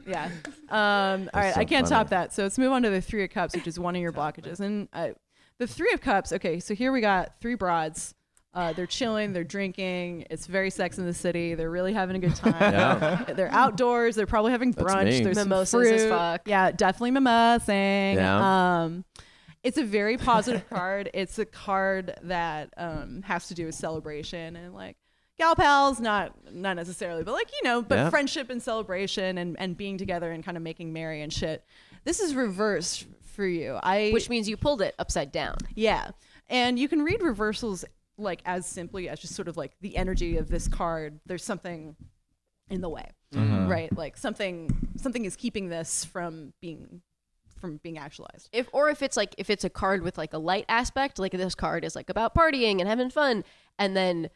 [SPEAKER 6] Yeah. Um, all right,
[SPEAKER 8] so
[SPEAKER 6] I can't
[SPEAKER 8] funny.
[SPEAKER 6] top that. So let's move on to the three of cups, which is one of your blockages. And uh, the three of cups. Okay, so here we got three broads. Uh, they're chilling. They're drinking. It's very Sex in the City. They're really having a good time.
[SPEAKER 2] Yeah.
[SPEAKER 6] They're outdoors. They're probably having
[SPEAKER 2] That's
[SPEAKER 6] brunch.
[SPEAKER 2] me.
[SPEAKER 6] There's some
[SPEAKER 3] Mimosas as
[SPEAKER 6] fruit.
[SPEAKER 3] fuck.
[SPEAKER 6] Yeah, definitely mimosing.
[SPEAKER 2] Yeah.
[SPEAKER 6] Um, it's a very positive card. It's a card that um, has to do with celebration and like gal pals, not not necessarily, but like you know, but
[SPEAKER 2] Yeah.
[SPEAKER 6] friendship and celebration and and being together and kind of making merry and shit. This is reversed for you. I
[SPEAKER 3] Which means you pulled it upside down.
[SPEAKER 6] yeah, and you can read reversals like as simply as just sort of like the energy of this card. There's something in the way,
[SPEAKER 3] Mhm.
[SPEAKER 6] right? Like something something is keeping this from being from being actualized.
[SPEAKER 3] If or if it's like if it's a card with like a light aspect, like this card is like about partying and having fun, and then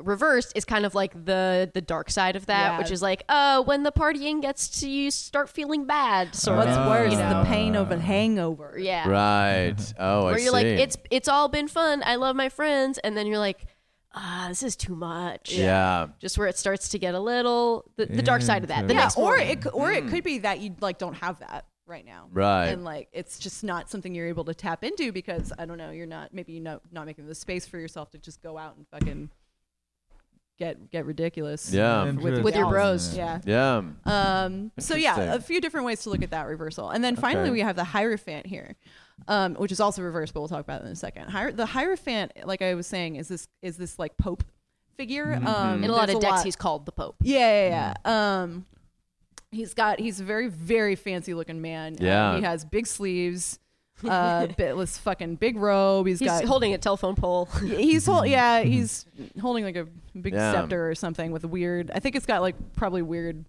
[SPEAKER 3] reversed is kind of like the the dark side of that,
[SPEAKER 6] Yeah.
[SPEAKER 3] which is like uh when the partying gets to you start feeling bad. So
[SPEAKER 6] What's worse, the pain of a hangover.
[SPEAKER 3] Yeah.
[SPEAKER 2] Oh. Right. Oh, I
[SPEAKER 3] Where
[SPEAKER 2] see.
[SPEAKER 3] you're like, it's it's all been fun. I love my friends, and then you're like, ah, this is too much.
[SPEAKER 2] Yeah.
[SPEAKER 3] Just where it starts to get a little the, the dark side of that. The
[SPEAKER 6] yeah,
[SPEAKER 3] next
[SPEAKER 6] or
[SPEAKER 3] morning.
[SPEAKER 6] it c- or it could be that you like don't have that right now,
[SPEAKER 2] Right.
[SPEAKER 6] And like it's just not something you're able to tap into because I don't know, you're not maybe you know not making the space for yourself to just go out and fucking get get ridiculous.
[SPEAKER 2] Yeah.
[SPEAKER 6] with- with,
[SPEAKER 2] With
[SPEAKER 3] your
[SPEAKER 6] gals.
[SPEAKER 3] bros.
[SPEAKER 6] yeah.
[SPEAKER 2] yeah.
[SPEAKER 6] Um, so yeah,
[SPEAKER 2] Interesting.
[SPEAKER 6] a few different ways to look at that reversal, and then finally
[SPEAKER 2] Okay.
[SPEAKER 6] we have the Hierophant here, um, which is also reversed, but we'll talk about it in a second. Hier- the Hierophant, like I was saying, is this is this like Pope figure? Um,
[SPEAKER 3] In a lot
[SPEAKER 6] there's
[SPEAKER 3] of decks, he's called the Pope.
[SPEAKER 6] yeah, yeah, yeah. Um, he's got he's a very very fancy looking man. Uh,
[SPEAKER 2] Yeah.
[SPEAKER 6] he has big sleeves, uh, bitless fucking big robe.
[SPEAKER 3] He's
[SPEAKER 6] he's got Mm-hmm.
[SPEAKER 3] holding a telephone pole.
[SPEAKER 6] he's hol- yeah he's holding like a big
[SPEAKER 2] Yeah.
[SPEAKER 6] scepter or something with weird. I think it's got like probably weird.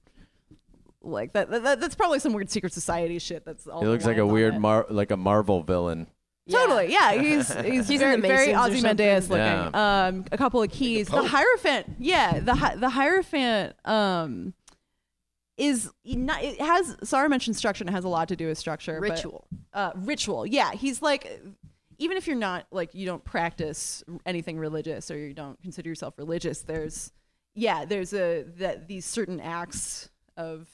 [SPEAKER 6] Like that, that that's probably some weird secret society shit. That's all.
[SPEAKER 2] He
[SPEAKER 6] the
[SPEAKER 2] looks like a
[SPEAKER 6] lines on
[SPEAKER 2] weird
[SPEAKER 6] it.
[SPEAKER 2] mar- like a Marvel villain.
[SPEAKER 6] Totally, yeah. He's he's,
[SPEAKER 3] He's
[SPEAKER 6] very,
[SPEAKER 3] in the
[SPEAKER 6] very
[SPEAKER 3] Masons or
[SPEAKER 6] Ozymandias looking.
[SPEAKER 2] something.
[SPEAKER 6] Um, a couple of keys. The, Hierophant, yeah. The Hi- the Hierophant um is not. It has. Sarah mentioned structure. and It has a lot to do with structure. but-
[SPEAKER 3] Ritual.
[SPEAKER 6] uh, ritual. Yeah, he's like, even if you're not like you don't practice anything religious or you don't consider yourself religious, there's yeah, there's a that these certain acts of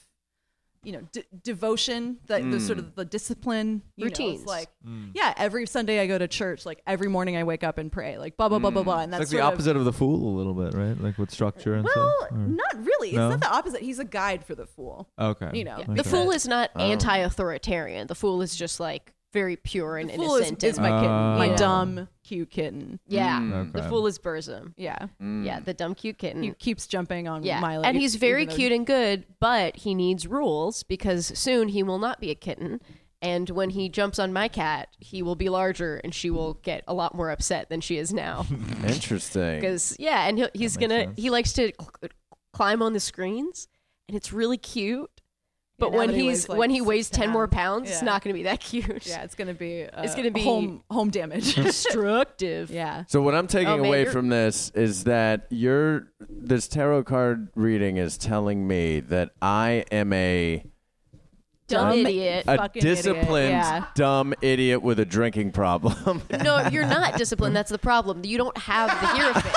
[SPEAKER 6] you know d- devotion that the sort
[SPEAKER 8] Mm.
[SPEAKER 6] of the discipline you know, it's
[SPEAKER 3] Routines.
[SPEAKER 6] like yeah, every Sunday I go to church. Like every morning I wake up and pray. Like blah blah blah blah blah. And
[SPEAKER 8] Mm.
[SPEAKER 6] that's
[SPEAKER 8] like the
[SPEAKER 6] sort of-
[SPEAKER 8] opposite of, the fool, a little bit, right? Like with structure and
[SPEAKER 6] well,
[SPEAKER 8] stuff. or-
[SPEAKER 6] not really. It's
[SPEAKER 8] No?
[SPEAKER 6] not the opposite. He's a guide for the fool.
[SPEAKER 8] Okay.
[SPEAKER 6] You know,
[SPEAKER 3] Yeah.
[SPEAKER 8] Okay.
[SPEAKER 3] The fool is not
[SPEAKER 2] Oh.
[SPEAKER 3] anti-authoritarian. The fool is just like very pure and
[SPEAKER 6] The fool is,
[SPEAKER 3] innocent.
[SPEAKER 6] is
[SPEAKER 3] and-
[SPEAKER 6] my kitten,
[SPEAKER 8] Oh.
[SPEAKER 6] my
[SPEAKER 3] Yeah.
[SPEAKER 6] dumb cute kitten.
[SPEAKER 3] yeah,
[SPEAKER 8] Okay.
[SPEAKER 3] Mm. the fool is Burzum.
[SPEAKER 6] Yeah.
[SPEAKER 3] Yeah, the dumb cute kitten.
[SPEAKER 6] he keeps jumping on
[SPEAKER 3] Mm. yeah,
[SPEAKER 6] Milo.
[SPEAKER 3] and he's very
[SPEAKER 6] even though-
[SPEAKER 3] cute and good, but he needs rules because soon he will not be a kitten. And when he jumps on my cat, he will be larger, and she will get a lot more upset than she is now.
[SPEAKER 2] Interesting.
[SPEAKER 3] Because yeah, and he'll, he's gonna he likes to cl- climb on the screens, and it's really cute. But
[SPEAKER 6] now
[SPEAKER 3] when
[SPEAKER 6] that he
[SPEAKER 3] he's
[SPEAKER 6] weighs, like,
[SPEAKER 3] when he
[SPEAKER 6] six
[SPEAKER 3] weighs ten more pounds,
[SPEAKER 6] pounds,
[SPEAKER 3] it's
[SPEAKER 6] yeah.
[SPEAKER 3] not gonna be that cute.
[SPEAKER 6] Yeah, it's gonna be. Uh,
[SPEAKER 3] It's gonna be-
[SPEAKER 6] home home damage.
[SPEAKER 3] destructive.
[SPEAKER 6] yeah.
[SPEAKER 2] So what I'm taking
[SPEAKER 3] Oh, man,
[SPEAKER 2] away
[SPEAKER 3] you're-
[SPEAKER 2] from this is that your this tarot card reading is telling me that I am a
[SPEAKER 3] dumb
[SPEAKER 6] Dumb
[SPEAKER 3] idiot.
[SPEAKER 2] a
[SPEAKER 6] Fucking idiot,
[SPEAKER 2] disciplined
[SPEAKER 6] yeah.
[SPEAKER 2] dumb idiot with a drinking problem.
[SPEAKER 3] No, you're not disciplined. That's the problem. You don't have the hierophant.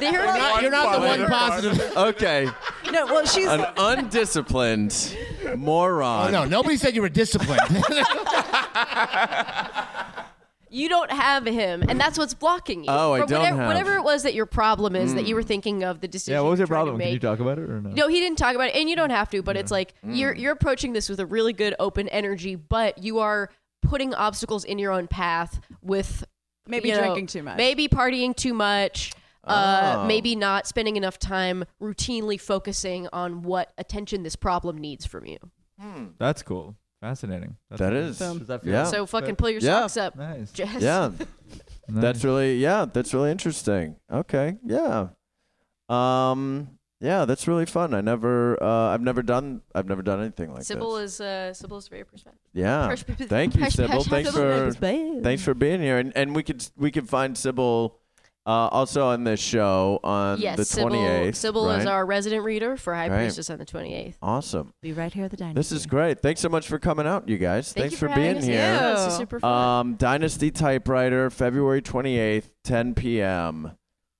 [SPEAKER 3] the hierophant.
[SPEAKER 5] You're not the one
[SPEAKER 2] One
[SPEAKER 5] positive.
[SPEAKER 2] okay,
[SPEAKER 6] No, well, she's
[SPEAKER 2] an undisciplined moron.
[SPEAKER 5] Oh, no, nobody said you were disciplined.
[SPEAKER 3] You don't have him, and that's what's blocking you.
[SPEAKER 2] Oh, I
[SPEAKER 3] From
[SPEAKER 2] don't
[SPEAKER 3] whatever,
[SPEAKER 2] have-
[SPEAKER 3] Whatever it was that your problem is that you were thinking of the decision.
[SPEAKER 8] Hmm. yeah, what was your
[SPEAKER 3] you're trying to
[SPEAKER 8] problem? Can you
[SPEAKER 3] make.
[SPEAKER 8] talk about it or no?
[SPEAKER 3] No, he didn't talk about it, and you don't have to. But it's like you're
[SPEAKER 8] Hmm.
[SPEAKER 3] you're approaching this with a really good open energy, but you are putting obstacles in your own path with
[SPEAKER 6] Maybe
[SPEAKER 3] you know,
[SPEAKER 6] drinking too much.
[SPEAKER 3] maybe partying too much. Uh,
[SPEAKER 2] Oh.
[SPEAKER 3] maybe not spending enough time routinely focusing on what attention this problem needs from you.
[SPEAKER 2] Hmm.
[SPEAKER 8] That's cool. Fascinating. That's
[SPEAKER 2] That
[SPEAKER 8] cool.
[SPEAKER 2] is.
[SPEAKER 8] Does that feel
[SPEAKER 2] Yeah.
[SPEAKER 3] So fucking pull your
[SPEAKER 2] Oh, Yeah.
[SPEAKER 3] socks up,
[SPEAKER 8] nice.
[SPEAKER 3] Jess.
[SPEAKER 2] Yeah,
[SPEAKER 8] nice.
[SPEAKER 2] that's really yeah, that's really interesting. Okay, yeah, um, yeah, that's really fun. I never, uh, I've never done, I've never done anything like
[SPEAKER 3] Sybil
[SPEAKER 2] this.
[SPEAKER 3] is uh, Sybil is very perspective.
[SPEAKER 2] yeah,
[SPEAKER 3] Perspective-
[SPEAKER 2] thank you, Sybil. um,
[SPEAKER 3] perspective-
[SPEAKER 2] Thanks for thanks for being here, and and we could we could find Sybil Uh, also on this show on
[SPEAKER 3] yes,
[SPEAKER 2] the
[SPEAKER 3] Sybil,
[SPEAKER 2] 28th.
[SPEAKER 3] Sybil is
[SPEAKER 2] right?
[SPEAKER 3] our resident reader for High
[SPEAKER 2] Right.
[SPEAKER 3] Priestess on the 28th.
[SPEAKER 2] Awesome.
[SPEAKER 3] Be right here at the diner.
[SPEAKER 2] This is great. Thanks so much for coming out, you guys.
[SPEAKER 3] Thank
[SPEAKER 2] Thanks
[SPEAKER 3] you
[SPEAKER 2] for,
[SPEAKER 3] for
[SPEAKER 2] being
[SPEAKER 3] having us.
[SPEAKER 2] here.
[SPEAKER 3] Yeah, this is super fun.
[SPEAKER 2] Um, Dynasty Typewriter, February 28th, 10 p.m.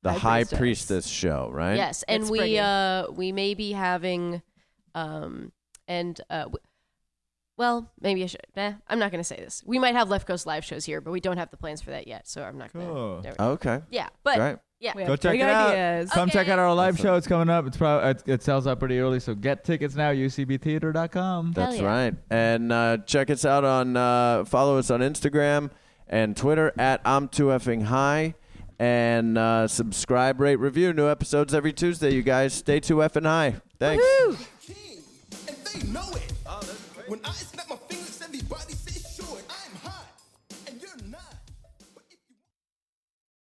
[SPEAKER 2] The High,
[SPEAKER 6] High
[SPEAKER 2] Priestess.
[SPEAKER 6] Priestess.
[SPEAKER 2] show, right?
[SPEAKER 3] Yes, and
[SPEAKER 6] It's
[SPEAKER 3] we
[SPEAKER 6] pretty.
[SPEAKER 3] uh we may be having, um, and uh, w- well, maybe I should. Nah, I'm not gonna say this. We might have Left Coast live shows here, but we don't have the plans for that yet, so I'm not
[SPEAKER 4] Cool.
[SPEAKER 3] gonna. there we go.
[SPEAKER 2] Okay.
[SPEAKER 3] Yeah, but
[SPEAKER 2] Great.
[SPEAKER 3] yeah,
[SPEAKER 6] We
[SPEAKER 4] Go
[SPEAKER 6] have
[SPEAKER 4] check
[SPEAKER 6] big
[SPEAKER 4] it out.
[SPEAKER 6] ideas.
[SPEAKER 4] Come check out our live
[SPEAKER 2] Awesome.
[SPEAKER 4] show. It's coming up. It's probably it, it sells out pretty early, so get tickets now. UCBtheater.com.
[SPEAKER 2] That's
[SPEAKER 3] yeah.
[SPEAKER 2] right. And uh, check us out on, uh, follow us on Instagram and Twitter at I'm Too Effing High. And uh, subscribe, rate, review. New episodes every Tuesday, you guys. Stay too effing high. Thanks.
[SPEAKER 7] King, and they know it. When I snap my fingers.